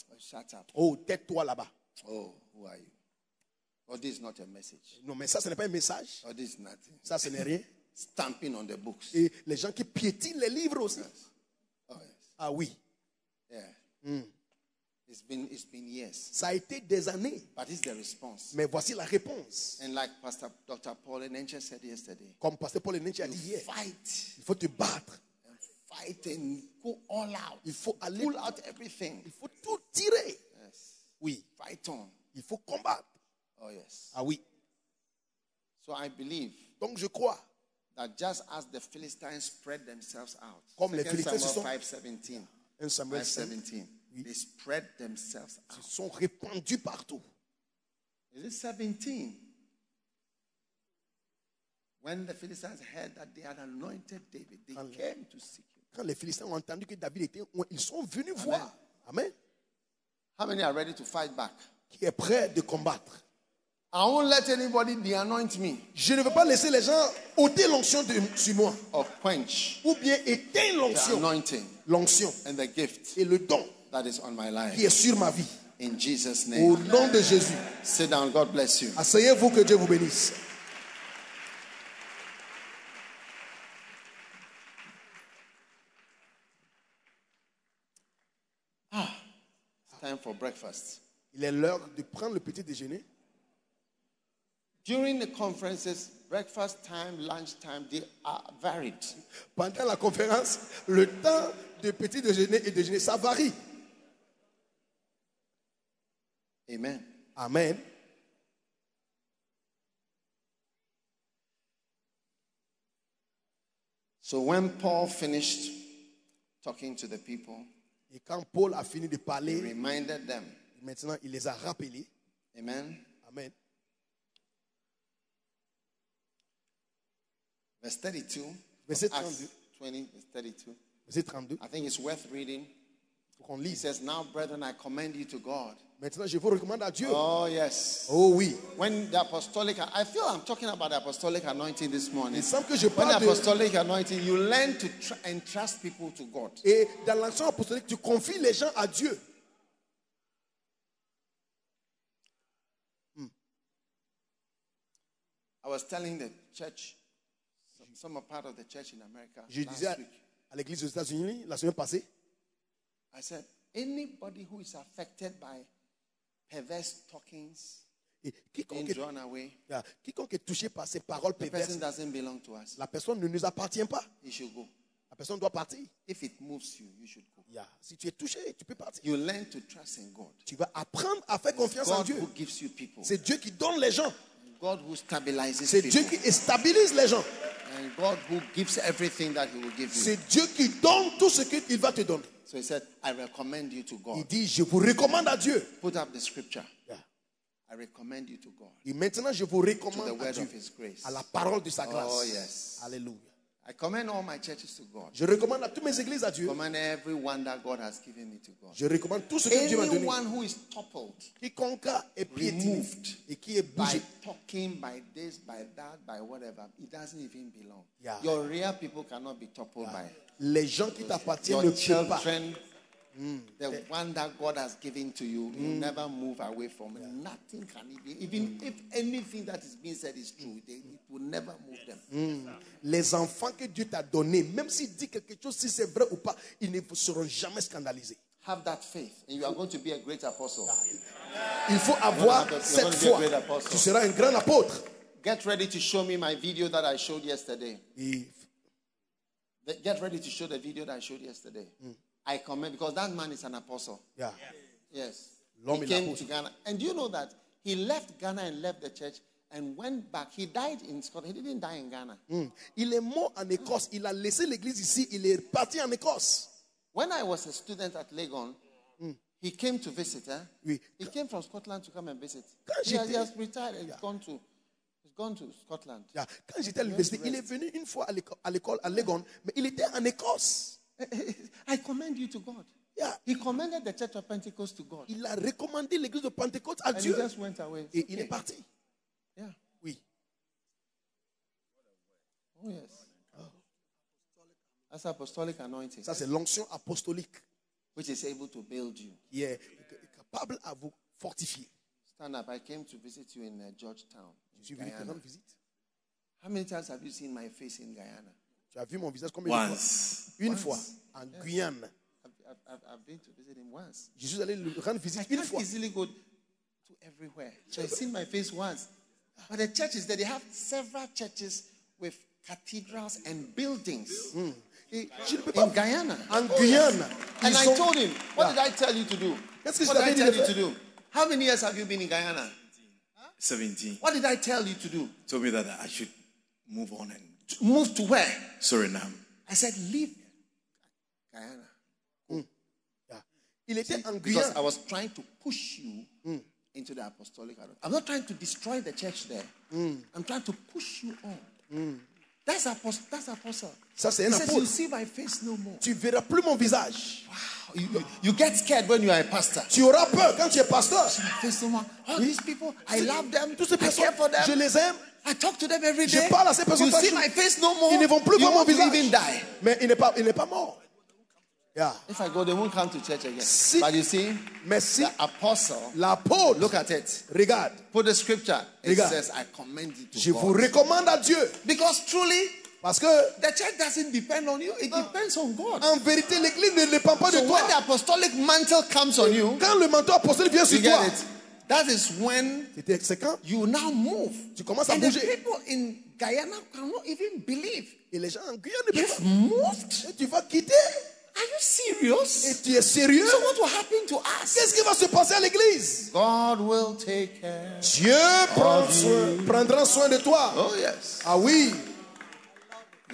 S1: Oh, shut up.
S2: Oh, tais-toi là-bas.
S1: Oh, who are you? Oh, this is not a message.
S2: Non, mais ça, ce n'est pas un message.
S1: Oh, this is nothing.
S2: Ça, ce n'est rien.
S1: Stamping on the books.
S2: Et les gens qui piétinent les livres aussi.
S1: Oh, yes.
S2: Ah oui.
S1: Yeah. It's been it's been years.
S2: Ça a été des années.
S1: But it's the response.
S2: Mais voici la réponse.
S1: And like Pastor Dr. Paul Enenche said yesterday,
S2: Comme Pasteur Paul Nenche a dit
S1: you
S2: hier,
S1: fight
S2: il faut te battre.
S1: and fight and go all out.
S2: Il faut aller.
S1: Pull out everything.
S2: Il faut tout tirer.
S1: Yes.
S2: Oui.
S1: Fight on.
S2: Il faut combattre.
S1: Oh, yes.
S2: Ah oui.
S1: So I believe
S2: Donc je crois,
S1: that just as the Philistines spread themselves out,
S2: Comme les
S1: 2
S2: Philistins se sont-
S1: Samuel 5 17,
S2: 1 Samuel
S1: 5,
S2: 5,
S1: 17,
S2: Oui.
S1: they spread themselves
S2: ils
S1: out.
S2: sont répandus partout.
S1: Is it 17? When the Philistines heard that they had anointed David, they
S2: Amen.
S1: came to seek him.
S2: Quand les Philistins ont entendu que David était, ils sont venus voir. Amen.
S1: How many are ready to fight back?
S2: Qui est prêt de combattre.
S1: I won't let anybody de anoint me
S2: Je ne veux pas laisser les gens ôter l'onction de- sur moi.
S1: or quench
S2: Ou bien éteindre
S1: the
S2: l'onction.
S1: anointing
S2: L'onction
S1: and the gift
S2: et le don
S1: that is on my
S2: qui
S1: life.
S2: est sur ma vie.
S1: In Jesus'
S2: Au
S1: name.
S2: nom de Jésus.
S1: Sit down. God bless you.
S2: Asseyez-vous que Dieu vous bénisse.
S1: It's time for breakfast.
S2: Il est l'heure de prendre le petit déjeuner.
S1: During the conferences, breakfast time, lunch time, they are varied.
S2: Pendant la conférence, le temps de petit déjeuner et déjeuner, ça varie.
S1: Amen.
S2: Amen.
S1: So when Paul finished talking to the people,
S2: Et quand Paul a fini de
S1: he
S2: parler,
S1: reminded them,
S2: maintenant il les a rappelés.
S1: Amen.
S2: Amen.
S1: Verse 32.
S2: Verset
S1: of Acts
S2: 32.
S1: 20, verse 32.
S2: Verset 32,
S1: I think it's worth reading.
S2: pour qu'on
S1: He
S2: lise.
S1: says, Now, brethren, I commend you to God.
S2: Maintenant, je vous recommande à Dieu.
S1: Oh, yes.
S2: Oh oui.
S1: When the apostolic, I feel I'm talking about the apostolic anointing this morning.
S2: Il semble que je
S1: When the
S2: parle de...
S1: apostolic anointing, you learn to tr- entrust people to God.
S2: Et dans l'action apostolique, tu confies les gens à Dieu.
S1: was telling the church, some, some are part of the church in America
S2: Je
S1: last
S2: disais à,
S1: week.
S2: à l'église aux États-Unis la semaine passée,
S1: I said, anybody who is affected by perverse talkings
S2: et
S1: being
S2: quiconque, est,
S1: drawn away,
S2: ah, quiconque est touché par ces paroles
S1: the person
S2: perverses,
S1: doesn't belong to us.
S2: la personne ne nous appartient pas.
S1: He should go.
S2: La personne doit partir.
S1: If it moves you, you should go.
S2: Yeah. Si tu es touché, tu peux partir.
S1: You learn to trust in God.
S2: Tu vas apprendre à faire confiance en
S1: God
S2: Dieu.
S1: who gives you people.
S2: C'est Dieu qui donne les gens.
S1: God who stabilizes
S2: C'est
S1: people.
S2: Dieu qui stabilise les gens.
S1: And God who gives everything that He will give you.
S2: C'est Dieu qui donne tout ce qu'il va te donner.
S1: So He said, I recommend you to
S2: Il
S1: God.
S2: dit, je vous recommande à Dieu.
S1: Put up the scripture.
S2: Yeah.
S1: I recommend you to God.
S2: Et maintenant, je vous
S1: To the
S2: recommande à
S1: word
S2: Dieu,
S1: of His grace.
S2: à la parole de sa grâce.
S1: Oh, yes.
S2: Alléluia.
S1: I commend all my churches to God.
S2: Je recommande à toutes mes églises à Dieu.
S1: Commend everyone that God has given me to God.
S2: Je recommande tout ce que Dieu m'a donné.
S1: Anyone who is toppled
S2: Quiconque est piétiné
S1: Removed.
S2: et qui est
S1: by
S2: bougé.
S1: talking, by this, by that, by whatever, it doesn't even belong.
S2: Yeah.
S1: Your real people cannot be toppled
S2: Les gens qui
S1: by
S2: t'appartiennent
S1: your
S2: ne peuvent pas.
S1: children. The one that God has given to you, you never move away from it. Nothing can even, even if anything that is being said is true, they, it will never move them.
S2: Les enfants que Dieu t'a donnés, même s'il dit quelque chose, si c'est vrai ou pas, ils ne seront jamais scandalisés.
S1: Have that faith, and you are going to be a great apostle.
S2: Il faut avoir
S1: You're gonna be a
S2: cette foi.
S1: great apostle.
S2: Tu seras un grand apôtre.
S1: Get ready to show me my video that I showed yesterday.
S2: Et
S1: The- Get ready to show the video that I showed yesterday. I commend because that man is an apostle.
S2: yeah.
S1: Yes. he
S2: L'homme est
S1: came to
S2: l'apôtre.
S1: Ghana. And do you know that he left Ghana and left the church and went back. He died in Scotland. He didn't die in Ghana.
S2: Hmm. Il est mort en Écosse. Il a laissé l'église ici. Il est parti en Écosse.
S1: When I was a student at Legon, he came to visit. Eh?
S2: Oui.
S1: He came from Scotland to come and visit.
S2: Quand
S1: He has, he
S2: j'étais-
S1: has retired and gone to he's gone to Scotland.
S2: Yeah. Quand j'étais à l'université, il est venu une fois à l'éco- à l'école à Legon, mais il était en Écosse.
S1: Eh, I commend you to God.
S2: Yeah.
S1: He commended the Church of Pentecost to God.
S2: Il a recommandé l'église de Pentecôte à
S1: And he
S2: Dieu.
S1: just went away.
S2: Et il est
S1: Okay.
S2: parti.
S1: Yeah.
S2: Oui.
S1: Oh yes. That's apostolic anointing,
S2: Ça, c'est l'onction apostolique
S1: which is able to build you.
S2: qui est capable à vous fortifier.
S1: Stand up. I came to visit you in uh, Georgetown.
S2: Je
S1: in
S2: suis venu te
S1: Guyana.
S2: rendre visite.
S1: How many times have you seen my face in Guyana?
S2: Tu as vu mon visage combien de fois
S3: Once.
S2: Une
S1: Once.
S2: fois, en Guyane.
S1: I've, I've, I've- I've been to visit him once.
S2: Je suis allé lui rendre
S1: I
S2: visite une
S1: can't
S2: fois.
S1: easily go to everywhere. So I've seen my face once. But the church is there. They have several churches with cathedrals and buildings Eh,
S2: Et je ne peux pas.
S1: in Guyana.
S2: En Guyane.
S1: And
S2: ils
S1: I
S2: ont-
S1: told him, what
S2: Yeah.
S1: did I tell you to do? What
S2: Qu'est-ce
S1: did
S2: que je
S1: I
S2: t'avais dit de
S1: tell you to
S2: faire?
S1: do? How many years have you been in Guyana?
S4: 17
S1: What did I tell you to do?
S4: told me that I should move on and
S1: To move to where?
S4: Suriname.
S1: I said, leave Guyana.
S2: Yeah. Il était en
S1: Because
S2: Guyane.
S1: I was trying to push you
S2: Mm.
S1: into the apostolic. anointing. I'm not trying to destroy the church there.
S2: Mm.
S1: I'm trying to push you on. That's apostle. That's apostle.
S2: Ça, c'est
S1: He
S2: un
S1: says, you
S2: apôtre.
S1: see my face no more.
S2: Tu verras plus mon visage.
S1: You, you- you get scared when you are a pastor.
S2: Tu auras peur quand tu es pasteur.
S1: Face no more. All these people, I love them.
S2: Toutes ces
S1: I
S2: personnes,
S1: care for
S2: je
S1: them.
S2: les aime.
S1: I talk to them every
S2: Je
S1: day.
S2: parle à ces personnes
S1: You
S2: quand
S1: see
S2: je-
S1: my face no more.
S2: Ils ne vont plus
S1: Oh, you
S2: voir mon
S1: won't
S2: visage.
S1: even die.
S2: Mais il n'est pas, il n'est pas mort. Yeah.
S1: If I go, they won't come to church again.
S2: Si-
S1: But you see,
S2: Mais si
S1: the apostle,
S2: l'apôtre,
S1: look at it.
S2: regarde,
S1: Put the scripture. It
S2: Regarde.
S1: says, I commend you to
S2: je
S1: God.
S2: vous recommande à Dieu.
S1: Because truly,
S2: Parce que,
S1: the church doesn't depend on you, it depends on God.
S2: en vérité, l'église ne dépend pas
S1: So
S2: de toi.
S1: when the apostolic mantle comes on you,
S2: Quand le manteau apostolique vient
S1: you
S2: sur toi,
S1: get it. That is when
S2: c'était- c'est quand
S1: you now move.
S2: Tu commences à
S1: And the
S2: bouger.
S1: people in Guyana cannot even believe.
S2: Et les gens en Guyane ne peuvent
S1: You've
S2: pas.
S1: moved?
S2: Et tu vas quitter
S1: Are you
S2: et
S1: serious?
S2: tu es sérieux.
S1: So what will happen to us?
S2: Qu'est-ce qui va se passer à l'église
S1: God will take care.
S2: Dieu prend soin- prendra soin de toi.
S1: Oh yes.
S2: Ah oui.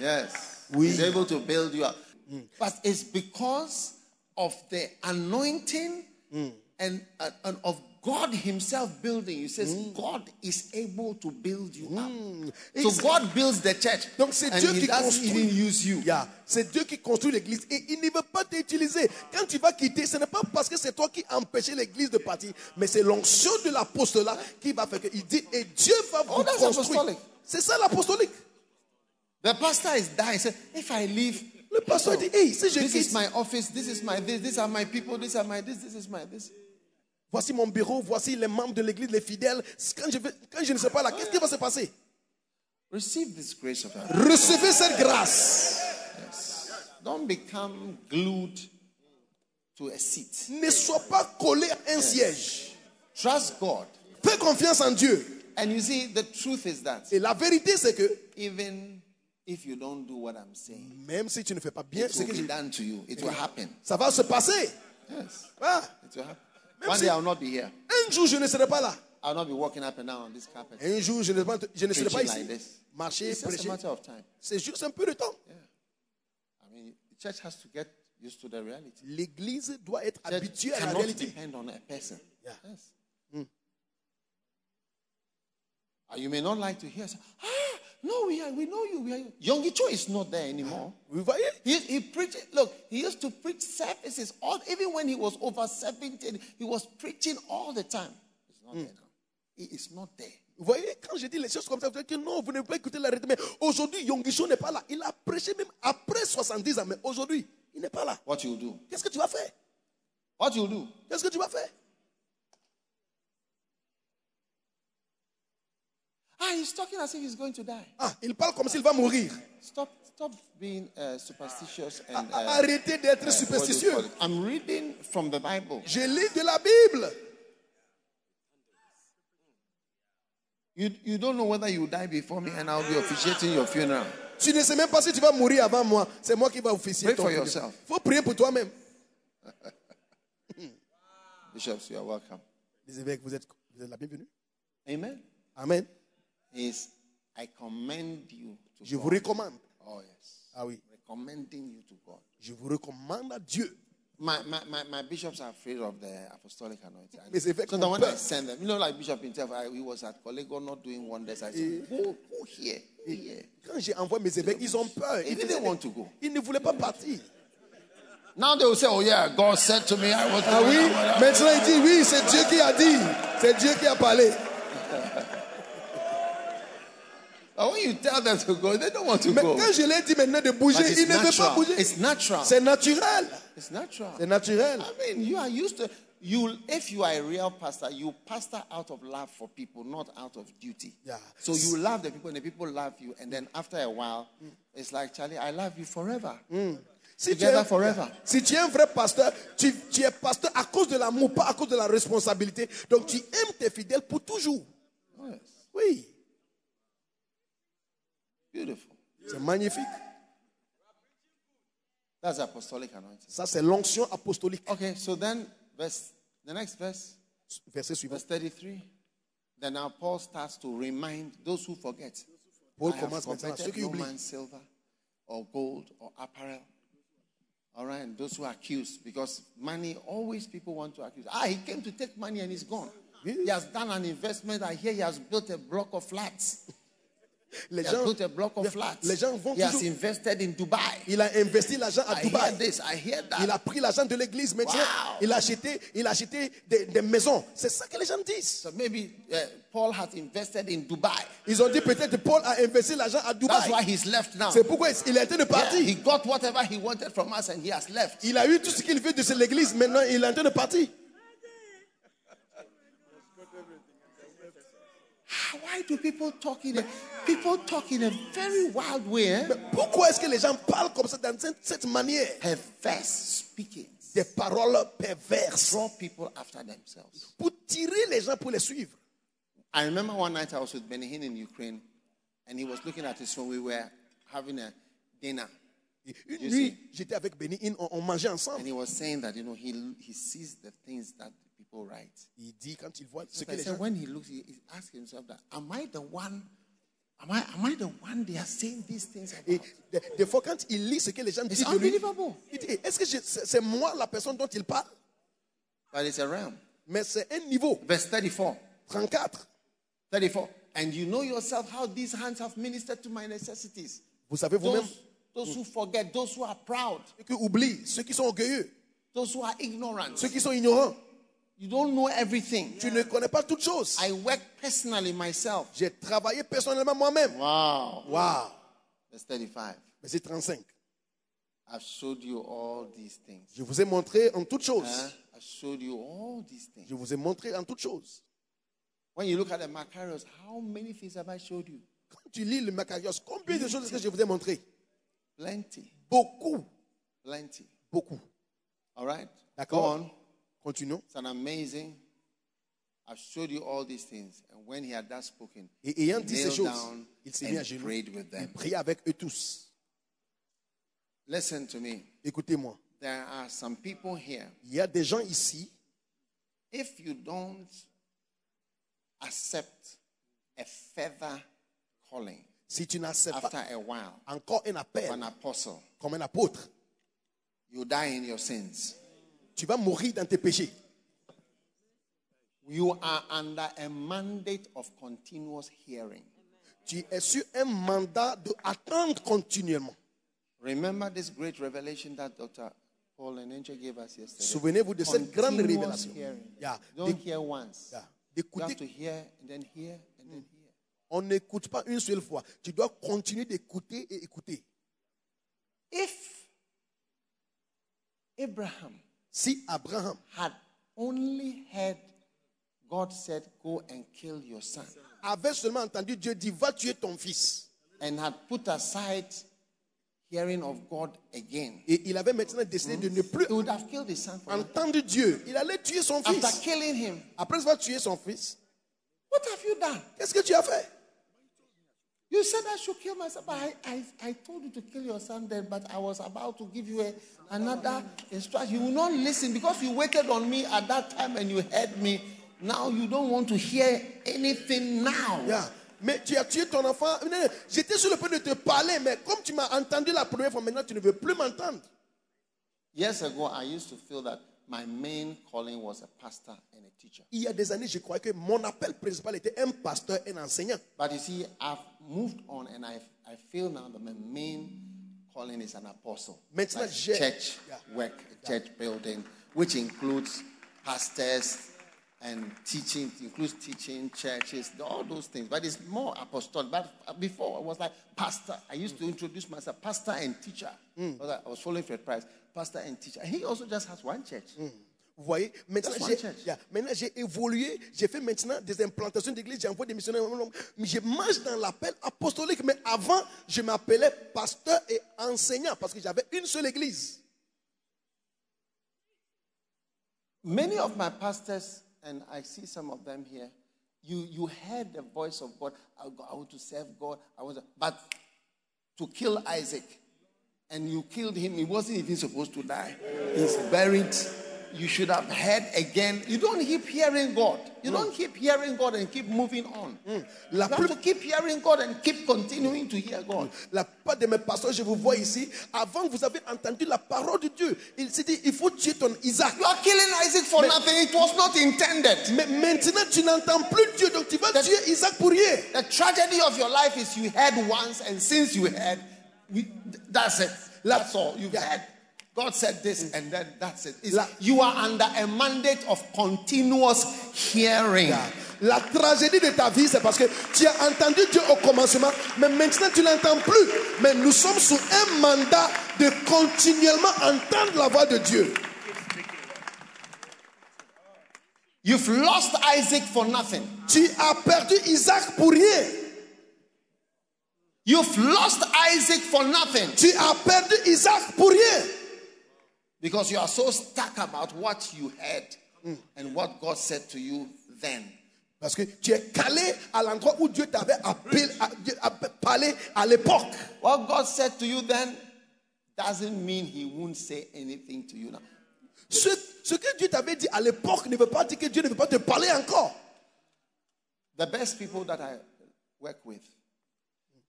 S1: Yes.
S2: Oui.
S1: He's able to build you up. But it's because of the anointing and, and, and of God Himself building. It says God is able to build you up. So
S2: It's-
S1: God builds the church.
S2: Donc c'est
S1: and
S2: Dieu
S1: He
S2: qui
S1: doesn't
S2: construit.
S1: even use you.
S2: Yeah. C'est Dieu qui construit l'église et il ne veut pas t'utiliser. Quand tu vas quitter, ce n'est pas parce que c'est toi qui empêchais l'église de partir, mais c'est l'onction de l'apostolat qui va faire que il dit et Dieu va vous
S1: Oh, that's
S2: construire.
S1: apostolic.
S2: C'est ça l'apostolique.
S1: The pastor is dying. He said, if I leave,
S2: Le pasteur dit hey, si je
S1: this is
S2: quitte,
S1: my office, this is my this, these are my people, these are my this, this is my this.
S2: voici mon bureau, voici les membres de l'église, les fidèles. Quand je, vais- quand je ne sais pas là, qu'est-ce qui va se passer
S1: Receive this grace of heaven.
S2: Recevez cette grâce.
S1: Don't become glued to a seat.
S2: Ne sois pas collé à un siège.
S1: Trust God.
S2: Fais confiance en Dieu.
S1: And you see, the truth is that
S2: Et la vérité, c'est que
S1: even if you don't do what I'm saying,
S2: même si tu ne fais pas bien
S1: it
S2: ce
S1: will
S2: que
S1: be
S2: je dis,
S1: done to you. It will happen.
S2: ça va se passer.
S1: Yes,
S2: Ah,
S1: it will happen.
S2: Même
S1: One
S2: si-
S1: day I'll not be here.
S2: un jour, je ne serai pas là.
S1: I'll not be walking up and down on this carpet.
S2: Un jour, je ne, je ne serai pas
S1: Preaching
S2: ici.
S1: like this.
S2: Marcher,
S1: It's just a
S2: prêcher,
S1: matter of time.
S2: c'est juste un peu de temps.
S1: I mean, the church has to get used to the reality.
S2: L'église doit être
S1: Church
S2: habituée à la
S1: cannot
S2: réalité.
S1: depend on a person.
S2: Yeah. Hmm.
S1: Yes. Uh, You may not like to hear. so, Ah, no, we are. We know you. We are. Yongi Cho is not there anymore.
S2: Vous voyez
S1: He, he preached, look, he used to preach services. All, even when he was over 17, he was preaching all the time. It's
S2: Hmm.
S1: not there now. He is not there.
S2: Vous voyez, quand je dis les choses comme ça, vous dites que non, vous ne pouvez pas écouter la réalité. Mais aujourd'hui, Yongisho n'est pas là. Il a prêché même après 70 ans, mais aujourd'hui, il n'est pas là.
S1: What you do?
S2: Qu'est-ce que tu vas faire
S1: What you do?
S2: Qu'est-ce que tu vas faire
S1: Ah, he's talking as if he's going to die.
S2: Ah, il parle comme s'il va mourir.
S1: Stop, stop being uh, superstitious and.
S2: Ah,
S1: uh,
S2: ah, Arrêtez d'être
S1: uh, what do you
S2: superstitieux.
S1: call it? I'm reading from the Bible.
S2: Je lis de la Bible.
S1: You, you don't know whether you die before me and I'll be officiating your funeral.
S2: Tu ne sais même pas si tu vas mourir avant moi. C'est moi qui vais officier.
S1: Pray
S2: ton
S1: for
S2: funérail.
S1: yourself.
S2: faut prier pour toi-même.
S1: Bishops, you are welcome.
S2: Les évêques, vous êtes, vous êtes la bienvenue.
S1: Amen.
S2: Amen.
S1: Is I commend you to
S2: Je
S1: God.
S2: vous recommande.
S1: Oh, yes.
S2: Ah oui.
S1: Recommending you to God.
S2: Je vous recommande à Dieu.
S1: My, my, my, my bishops are afraid of the apostolic anointing.
S2: Mais c'est vrai
S1: so
S2: qu'on
S1: the one
S2: peut-
S1: I send them, you know, like Bishop himself, I, he was at Collego not doing wonders. I said, go, go here, go here.
S2: Quand j'ai envoyé mes évêques, ils ont peur.
S1: Eh. They
S2: Ils,
S1: didn't want to go.
S2: ils ne voulaient pas partir.
S1: Now they will say, oh yeah, God said to me, I was.
S2: Ah oui, maintenant il dit oui, c'est Dieu qui a dit. C'est Dieu qui a parlé.
S1: But when you tell them to go, they don't want to
S2: Mais
S1: go.
S2: quand je leur dis maintenant de
S1: But
S2: bouger,
S1: it's
S2: ils ne veulent pas
S1: natural.
S2: bouger.
S1: It's natural.
S2: C'est naturel.
S1: It's natural.
S2: C'est naturel.
S1: I mean, you are used to you. If you are a real pastor, you pastor out of love for people, not out of duty.
S2: Yeah.
S1: So you love the people, and the people love you, and then after a while, it's like Charlie, I love you forever.
S2: Si tu, es,
S1: Together forever.
S2: si tu es un vrai pasteur, tu, tu es pasteur à cause de l'amour, pas à cause de la responsabilité. Donc tu aimes tes fidèles pour toujours.
S1: Oh, Yes.
S2: Oui,
S1: Beautiful.
S2: c'est magnifique.
S1: That's apostolic anointing.
S2: Ça, c'est l'onction apostolique.
S1: Okay. So then, verse the next verse,
S2: Verset suivant.
S1: verse thirty-three. Then now Paul starts to remind those who forget.
S2: Paul
S1: I have
S2: commence maintenant.
S1: coveted
S2: Ceux qui
S1: no
S2: oublient.
S1: man's silver or gold or apparel. All right, and those who are accused, because money always people want to accuse. Ah, he came to take money and he's gone. He has done an investment. I hear he has built a block of flats.
S2: Les
S1: He has
S2: gens,
S1: built a block of flats.
S2: les gens vont
S1: he has
S2: toujours.
S1: invested in Dubai.
S2: Il a investi l'argent à
S1: I hear
S2: Dubaï.
S1: this. I hear that.
S2: Il a pris l'argent de l'église maintenant.
S1: Wow.
S2: Il a acheté, il a acheté des, des maisons. C'est ça que les gens disent.
S1: so maybe uh, Paul has invested in Dubai.
S2: Ils ont dit peut-être Paul a investi l'argent à
S1: That's
S2: Dubaï.
S1: why he's left now.
S2: C'est pourquoi il a été de
S1: Yeah,
S2: partir.
S1: he got whatever he wanted from us, and he has left.
S2: Il a eu tout ce qu'il veut de cette église. Maintenant, il est en train de partir.
S1: Ah, Why do people talk in a, people talk in a very wild way? eh?
S2: Mais pourquoi est-ce que les gens parlent comme ça, dans cette- cette manière
S1: Perverse speaking.
S2: Des paroles perverses
S1: Draw people after themselves.
S2: pour tirer les gens pour les suivre.
S1: I remember one night I was with Benny Hinn in Ukraine and he was looking at his phone. We were having a dinner
S2: Une nuit, j'étais avec Benny Hinn, on, on mangeait
S1: and
S2: ensemble.
S1: he was saying that, you know, he, he sees the things that people write.
S2: Il dit quand il voit ce que
S1: I
S2: les gens...
S1: said, when he looks, he, he asks himself that, am I the one, am I, am I the one they are saying these things
S2: Et
S1: about?
S2: des, des fois, quand il lit ce que les gens disent de lui,
S1: unbelievable.
S2: il dit, est-ce que je- c'est c'est moi la personne dont il parle
S1: But it's a realm.
S2: Mais c'est un niveau.
S1: Verse 34.
S2: 34.
S1: 34. And you know yourself how these hands have ministered to my necessities.
S2: Vous savez vous-même,
S1: Those, those who forget, those who are proud,
S2: ceux qui oublient, ceux qui sont orgueilleux,
S1: those who are ignorant.
S2: ceux qui sont ignorants.
S1: You don't know everything.
S2: Tu ne connais pas toutes choses.
S1: I work personally myself.
S2: J'ai travaillé personnellement moi-même.
S1: Wow.
S2: Waouh.
S1: Verse 35.
S2: Mais c'est 35.
S1: I've showed you all these things.
S2: Je vous ai montré en toutes
S1: Huh?
S2: choses.
S1: I've showed you all these things.
S2: Je vous ai montré en toutes choses.
S1: When you look at the Macarius, how many things have I showed you?
S2: Quand Quand tu lis le Macarios, combien de choses est-ce que je vous ai montré
S1: Plenty.
S2: Beaucoup,
S1: Plenty.
S2: beaucoup.
S1: All right? Go
S2: D'accord
S1: on.
S2: Continuons.
S1: It's an amazing. I showed you all these things. And when he had that spoken,
S2: Et ayant dit ces
S1: knelt
S2: choses,
S1: down
S2: il s'est mis à
S1: and
S2: genoux.
S1: prayed with
S2: Il
S1: them.
S2: pria avec eux tous.
S1: Listen to me.
S2: Écoutez-moi,
S1: There are some people here.
S2: il y a des gens ici,
S1: If you don't accept a feather calling
S2: si tu n'acceptes pas
S1: after a while,
S2: encore un
S1: of
S2: appel
S1: an apostle,
S2: comme un apôtre,
S1: you die in your sins.
S2: tu vas mourir dans tes péchés.
S1: You are under a mandate of continuous hearing.
S2: Tu es sur un mandat de attendre continuellement.
S1: Remember this great revelation that Dr. Paul Nenche gave us yesterday.
S2: Souvenez-vous de cette grande
S1: Continuous
S2: révélation.
S1: hearing.
S2: Yeah.
S1: Don't
S2: D'éc-
S1: hear once.
S2: yeah.
S1: You have
S2: D'écouter,
S1: to hear and then hear and then hear.
S2: on n'écoute pas une seule fois. Tu dois continuer d'écouter et écouter.
S1: If Abraham
S2: Si Abraham
S1: had only heard God said, Go and kill your son,
S2: avait seulement entendu Dieu dire va tuer ton fils
S1: and had put aside hearing of God again,
S2: et il avait maintenant décidé de ne plus
S1: he would have killed his son for nothing.
S2: entendre Dieu, il allait tuer son
S1: After
S2: fils.
S1: killing him,
S2: Après avoir tué son fils,
S1: what have you done?
S2: qu'est-ce que tu as fait
S1: You said I should kill myself, but I, I, I told you to kill your son then, but I was about to give you a, another instruction. You will not listen because you waited on me at that time and you heard me. Now you don't want to hear anything now.
S2: Yeah. Mais tu as tué ton enfant. Non, non, J'étais sur le point de te parler, mais comme tu m'as entendu la première fois, maintenant tu ne veux plus m'entendre.
S1: Years ago, I used to feel that my main calling was a pastor and a teacher.
S2: Il y a des années, je croyais que mon appel principal était un pasteur, un enseignant.
S1: But you see, I've moved on and I, I feel now that my main calling is an apostle.
S2: Maintenant,
S1: Like
S2: j'ai-
S1: church
S2: Yeah.
S1: work, church building, which includes pastors and teaching, includes teaching, churches, all those things. But it's more apostolic. But before, I was like pastor. I used to introduce myself, pastor and teacher. I was like- I was following Fred Price, pastor and teacher. He also just has one church.
S2: Vous voyez, maintenant
S1: That's one
S2: j'ai,
S1: church.
S2: yeah, maintenant, j'ai évolué, j'ai fait maintenant des implantations d'église, j'envoie des missionnaires. Mais je marche dans l'appel apostolique, mais avant, je m'appelais pasteur et enseignant parce que j'avais une seule église.
S1: Many of my pastors, and I see some of them here, you, you heard the voice of God. I, go- I want to serve God. I want to, but to kill Isaac, and you killed him. He wasn't even supposed to die. He's buried. You should have heard again. You don't keep hearing God. You don't keep hearing God and keep moving on. You
S2: La
S1: have
S2: plus-
S1: to keep hearing God and keep continuing to hear God.
S2: La part de mes pasteurs, je vous vois ici. Avant, vous avez entendu la parole de Dieu. Il s'est dit, il faut tuer ton Isaac.
S1: You are killing Isaac
S2: Mm.
S1: for nothing. It was not intended.
S2: Mais maintenant, tu n'entends plus Dieu, donc tu vas tuer Isaac pour rien.
S1: The tragedy of your life is you heard once, and since you heard, we, that's it. That's all. You've
S2: Yeah.
S1: heard. God said this, and then that's it. It's-
S2: La-
S1: you are under a mandate of continuous hearing.
S2: La tragédie de ta vie, c'est parce que tu as entendu Dieu au commencement, mais maintenant tu l'entends plus. Mais nous sommes sous un mandat de continuellement entendre la voix de Dieu.
S1: You've lost Isaac for nothing.
S2: Tu as perdu Isaac pour rien.
S1: You've lost Isaac for nothing
S2: Tu as perdu Isaac pour rien.
S1: because you are so stuck about what you heard and what God said to you then.
S2: Parce que tu es calé à l'endroit où Dieu t'avait appelé, à- Dieu a parlé à l'époque.
S1: What God said to you then doesn't mean He won't say anything to you now.
S2: Ce, ce que Dieu t'avait dit à l'époque ne veut pas dire que Dieu ne veut pas te parler encore.
S1: The best people that I work with,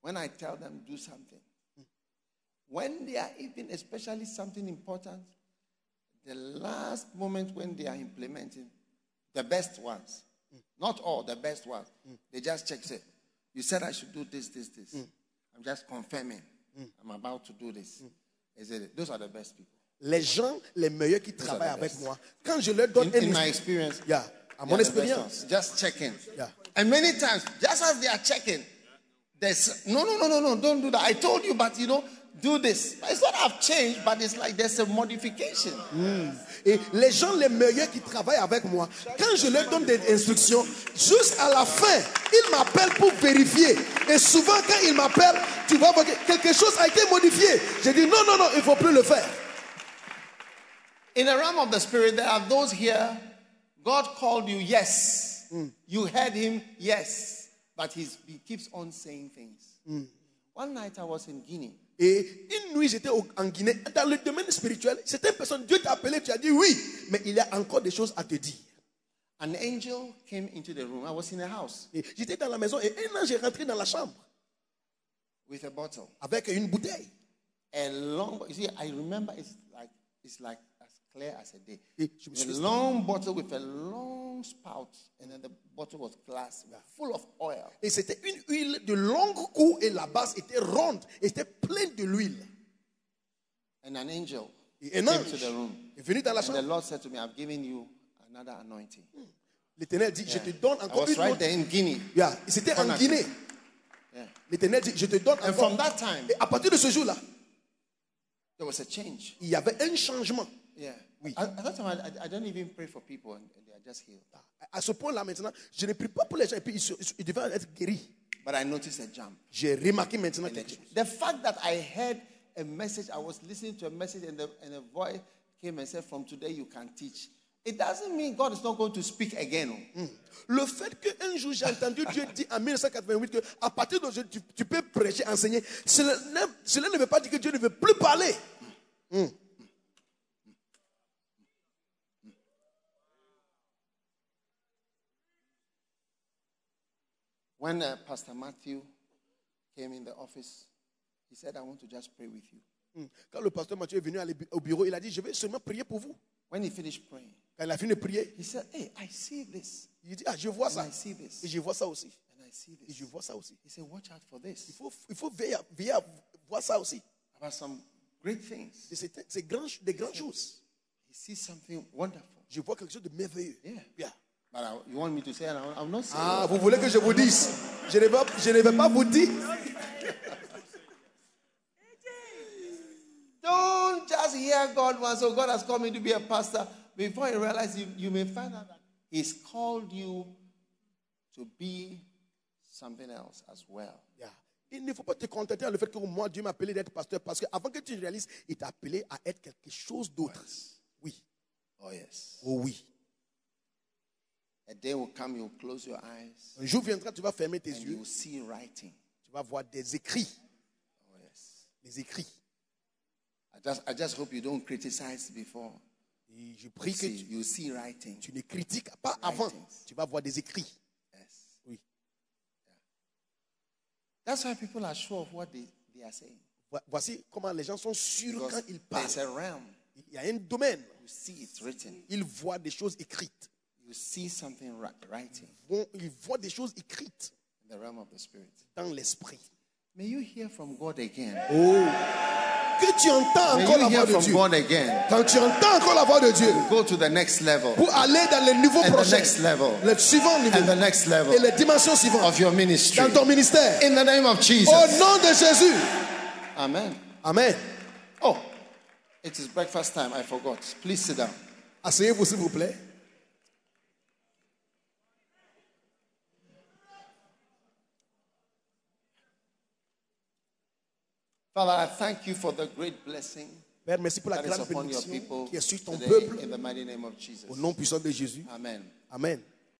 S1: when I tell them do something, when they are even, especially something important, the last moment when they are implementing, the best ones, not all, the best ones, they just check, say, you said I should do this, this, this. I'm just confirming. I'm about to do this. Is it? Those are the best people.
S2: Les gens, les meilleurs qui travaillent avec moi, quand je leur donne
S1: In, in
S2: un
S1: my experience,
S2: Yeah, à mon
S1: they are the best
S2: expérience.
S1: ones. Just checking.
S2: Yeah.
S1: And many times, just as they are checking, there's no, no, no, no, no, don't do that. I told you, but you know, do this. But it's not I've changed, but it's like there's a modification.
S2: Et les gens les meilleurs qui travaillent avec moi, quand je leur donne des instructions, jusqu'à la fin, ils m'appellent pour vérifier. Et souvent, quand ils m'appellent, tu vois, voir que quelque chose a été modifié. Je dis non, non, non, il ne faut plus le faire.
S1: In the realm of the spirit, there are those here. God called you, yes. You heard him, yes. But he's, he keeps on saying things. One night I was in Guinea.
S2: Et une nuit, j'étais au- en Guinée, dans le domaine spirituel, certaines personnes, Dieu t'a appelé, tu as dit oui, mais il y a encore des choses à te dire.
S1: An angel came into the room. I was in a house
S2: Et J'étais dans la maison et un ange est rentré dans la chambre
S1: with a bottle.
S2: avec une bouteille.
S1: A long, you see, I remember it's like it's like as clear as a day.
S2: Eh, je me
S1: A
S2: suis-
S1: long bottle with a long spout, and then the bottle was glass, full of oil.
S2: Et c'était une huile de longue cou et la base était ronde, et était pleine de l'huile.
S1: And an angel
S2: Et un
S1: came
S2: ange
S1: to the room.
S2: est venu dans la
S1: And the
S2: chambre.
S1: Lord said to me, I've given you another anointing.
S2: L'Éternel dit, je te donne
S1: I
S2: encore
S1: was
S2: une
S1: right
S2: autre.
S1: there in Guinea.
S2: Yeah, et C'était en
S1: Corner.
S2: Guinée.
S1: Yeah.
S2: L'Éternel dit, je te donne
S1: And
S2: encore.
S1: from that time-
S2: et à partir de ce jour-là,
S1: There was a change.
S2: il y avait un changement.
S1: Yeah.
S2: Oui.
S1: At, at that time, I, I don't even pray for people, and, and they are just healed.
S2: À ce point-là, maintenant, je ne prie pas pour les gens, et puis ils, se- ils se- ils devaient être guéris.
S1: But I noticed a jump.
S2: J'ai remarqué maintenant quelque chose.
S1: The fact that I heard a message, I was listening to a message, and, the, and a voice came and said, From today you can teach. It doesn't mean God is not going to speak again. oh.
S2: Le fait qu'un jour j'ai entendu Dieu dire en 1988 que à partir d'aujourd'hui tu, tu peux prêcher, enseigner, cela, ne- cela ne veut pas dire que Dieu ne veut plus parler.
S1: When uh, Pastor Matthew came in the office, he said, I want to just pray with you.
S2: Hmm. Quand le pasteur Mathieu est venu aller bu- au bureau, il a dit Je vais seulement prier pour vous.
S1: When he finished praying,
S2: Quand il a fini de prier,
S1: he said, Hey, I see this,
S2: il dit Ah, je vois
S1: and
S2: ça.
S1: I see this,
S2: Et je vois ça aussi.
S1: and I see
S2: Et
S1: this.
S2: je vois ça aussi.
S1: He said, Watch out for
S2: Il
S1: this.
S2: faut, il faut veiller, à, veiller à voir ça aussi.
S1: About some great things.
S2: Et C'est c'est grand, des grandes choses.
S1: He sees something wonderful.
S2: Je vois quelque chose de merveilleux.
S1: Yeah.
S2: Yeah.
S1: But I, you want me to say, and I'm I'm not saying.
S2: Ah, vous voulez que je vous dise Je ne vais, je ne vais pas vous dire.
S1: Don't just hear God once. Oh, God has called me to be a pastor. Before you realize, you, you may find out that He's called you to be something else as well.
S2: Yeah. Il ne faut pas te contenter dans le fait que moi, Dieu m'a appelé d'être pasteur. Parce qu'avant que tu ne réalises, il t'a appelé à être quelque chose d'autre. Oui.
S1: Oh, yes.
S2: Oh oui.
S1: A day will come, you'll close your eyes
S2: Un jour viendra, tu vas fermer tes
S1: and
S2: yeux.
S1: you'll see writing.
S2: Tu vas voir des écrits.
S1: Oh, yes.
S2: Les écrits.
S1: I just, I just hope you don't criticize before.
S2: Et je
S1: You
S2: prie que
S1: see,
S2: tu,
S1: you see writing.
S2: tu ne critiques pas avant. Tu vas voir des écrits.
S1: Yes.
S2: Oui.
S1: That's why people are sure of what they, they are saying.
S2: Vo- Voici comment les gens sont sûrs
S1: Because
S2: quand ils
S1: there's
S2: parlent.
S1: a realm.
S2: Il y a un domaine.
S1: You see it written.
S2: Ils voient des choses écrites.
S1: You see something wri- writing.
S2: Bon, Ils voient des choses écrites
S1: in the realm of the spirit.
S2: dans l'esprit.
S1: May you hear from God again.
S2: Que tu entends
S1: May
S2: encore
S1: Oh. you hear
S2: la voix de
S1: from
S2: Dieu.
S1: God again.
S2: Quand tu entends encore la voix de Dieu.
S1: Go to the next level
S2: pour aller dans les nouveaux
S1: And the
S2: projets,
S1: next level.
S2: le suivant niveau
S1: and the next level
S2: et les dimensions suivantes
S1: of your ministry.
S2: dans ton ministère.
S1: In the name of
S2: Au
S1: Jesus.
S2: nom de Jésus.
S1: Amen.
S2: Amen.
S1: Oh, it is breakfast time. I forgot. Please sit down.
S2: Asseyez-vous s'il vous plaît.
S1: Father, I thank you for the great blessing
S2: Père, merci pour la
S1: that is
S2: grande
S1: upon your
S2: bénédiction
S1: people
S2: qui est sur ton
S1: today
S2: peuple
S1: in the mighty name of Jesus.
S2: au nom puissant de Jésus.
S1: Amen.
S2: Amen.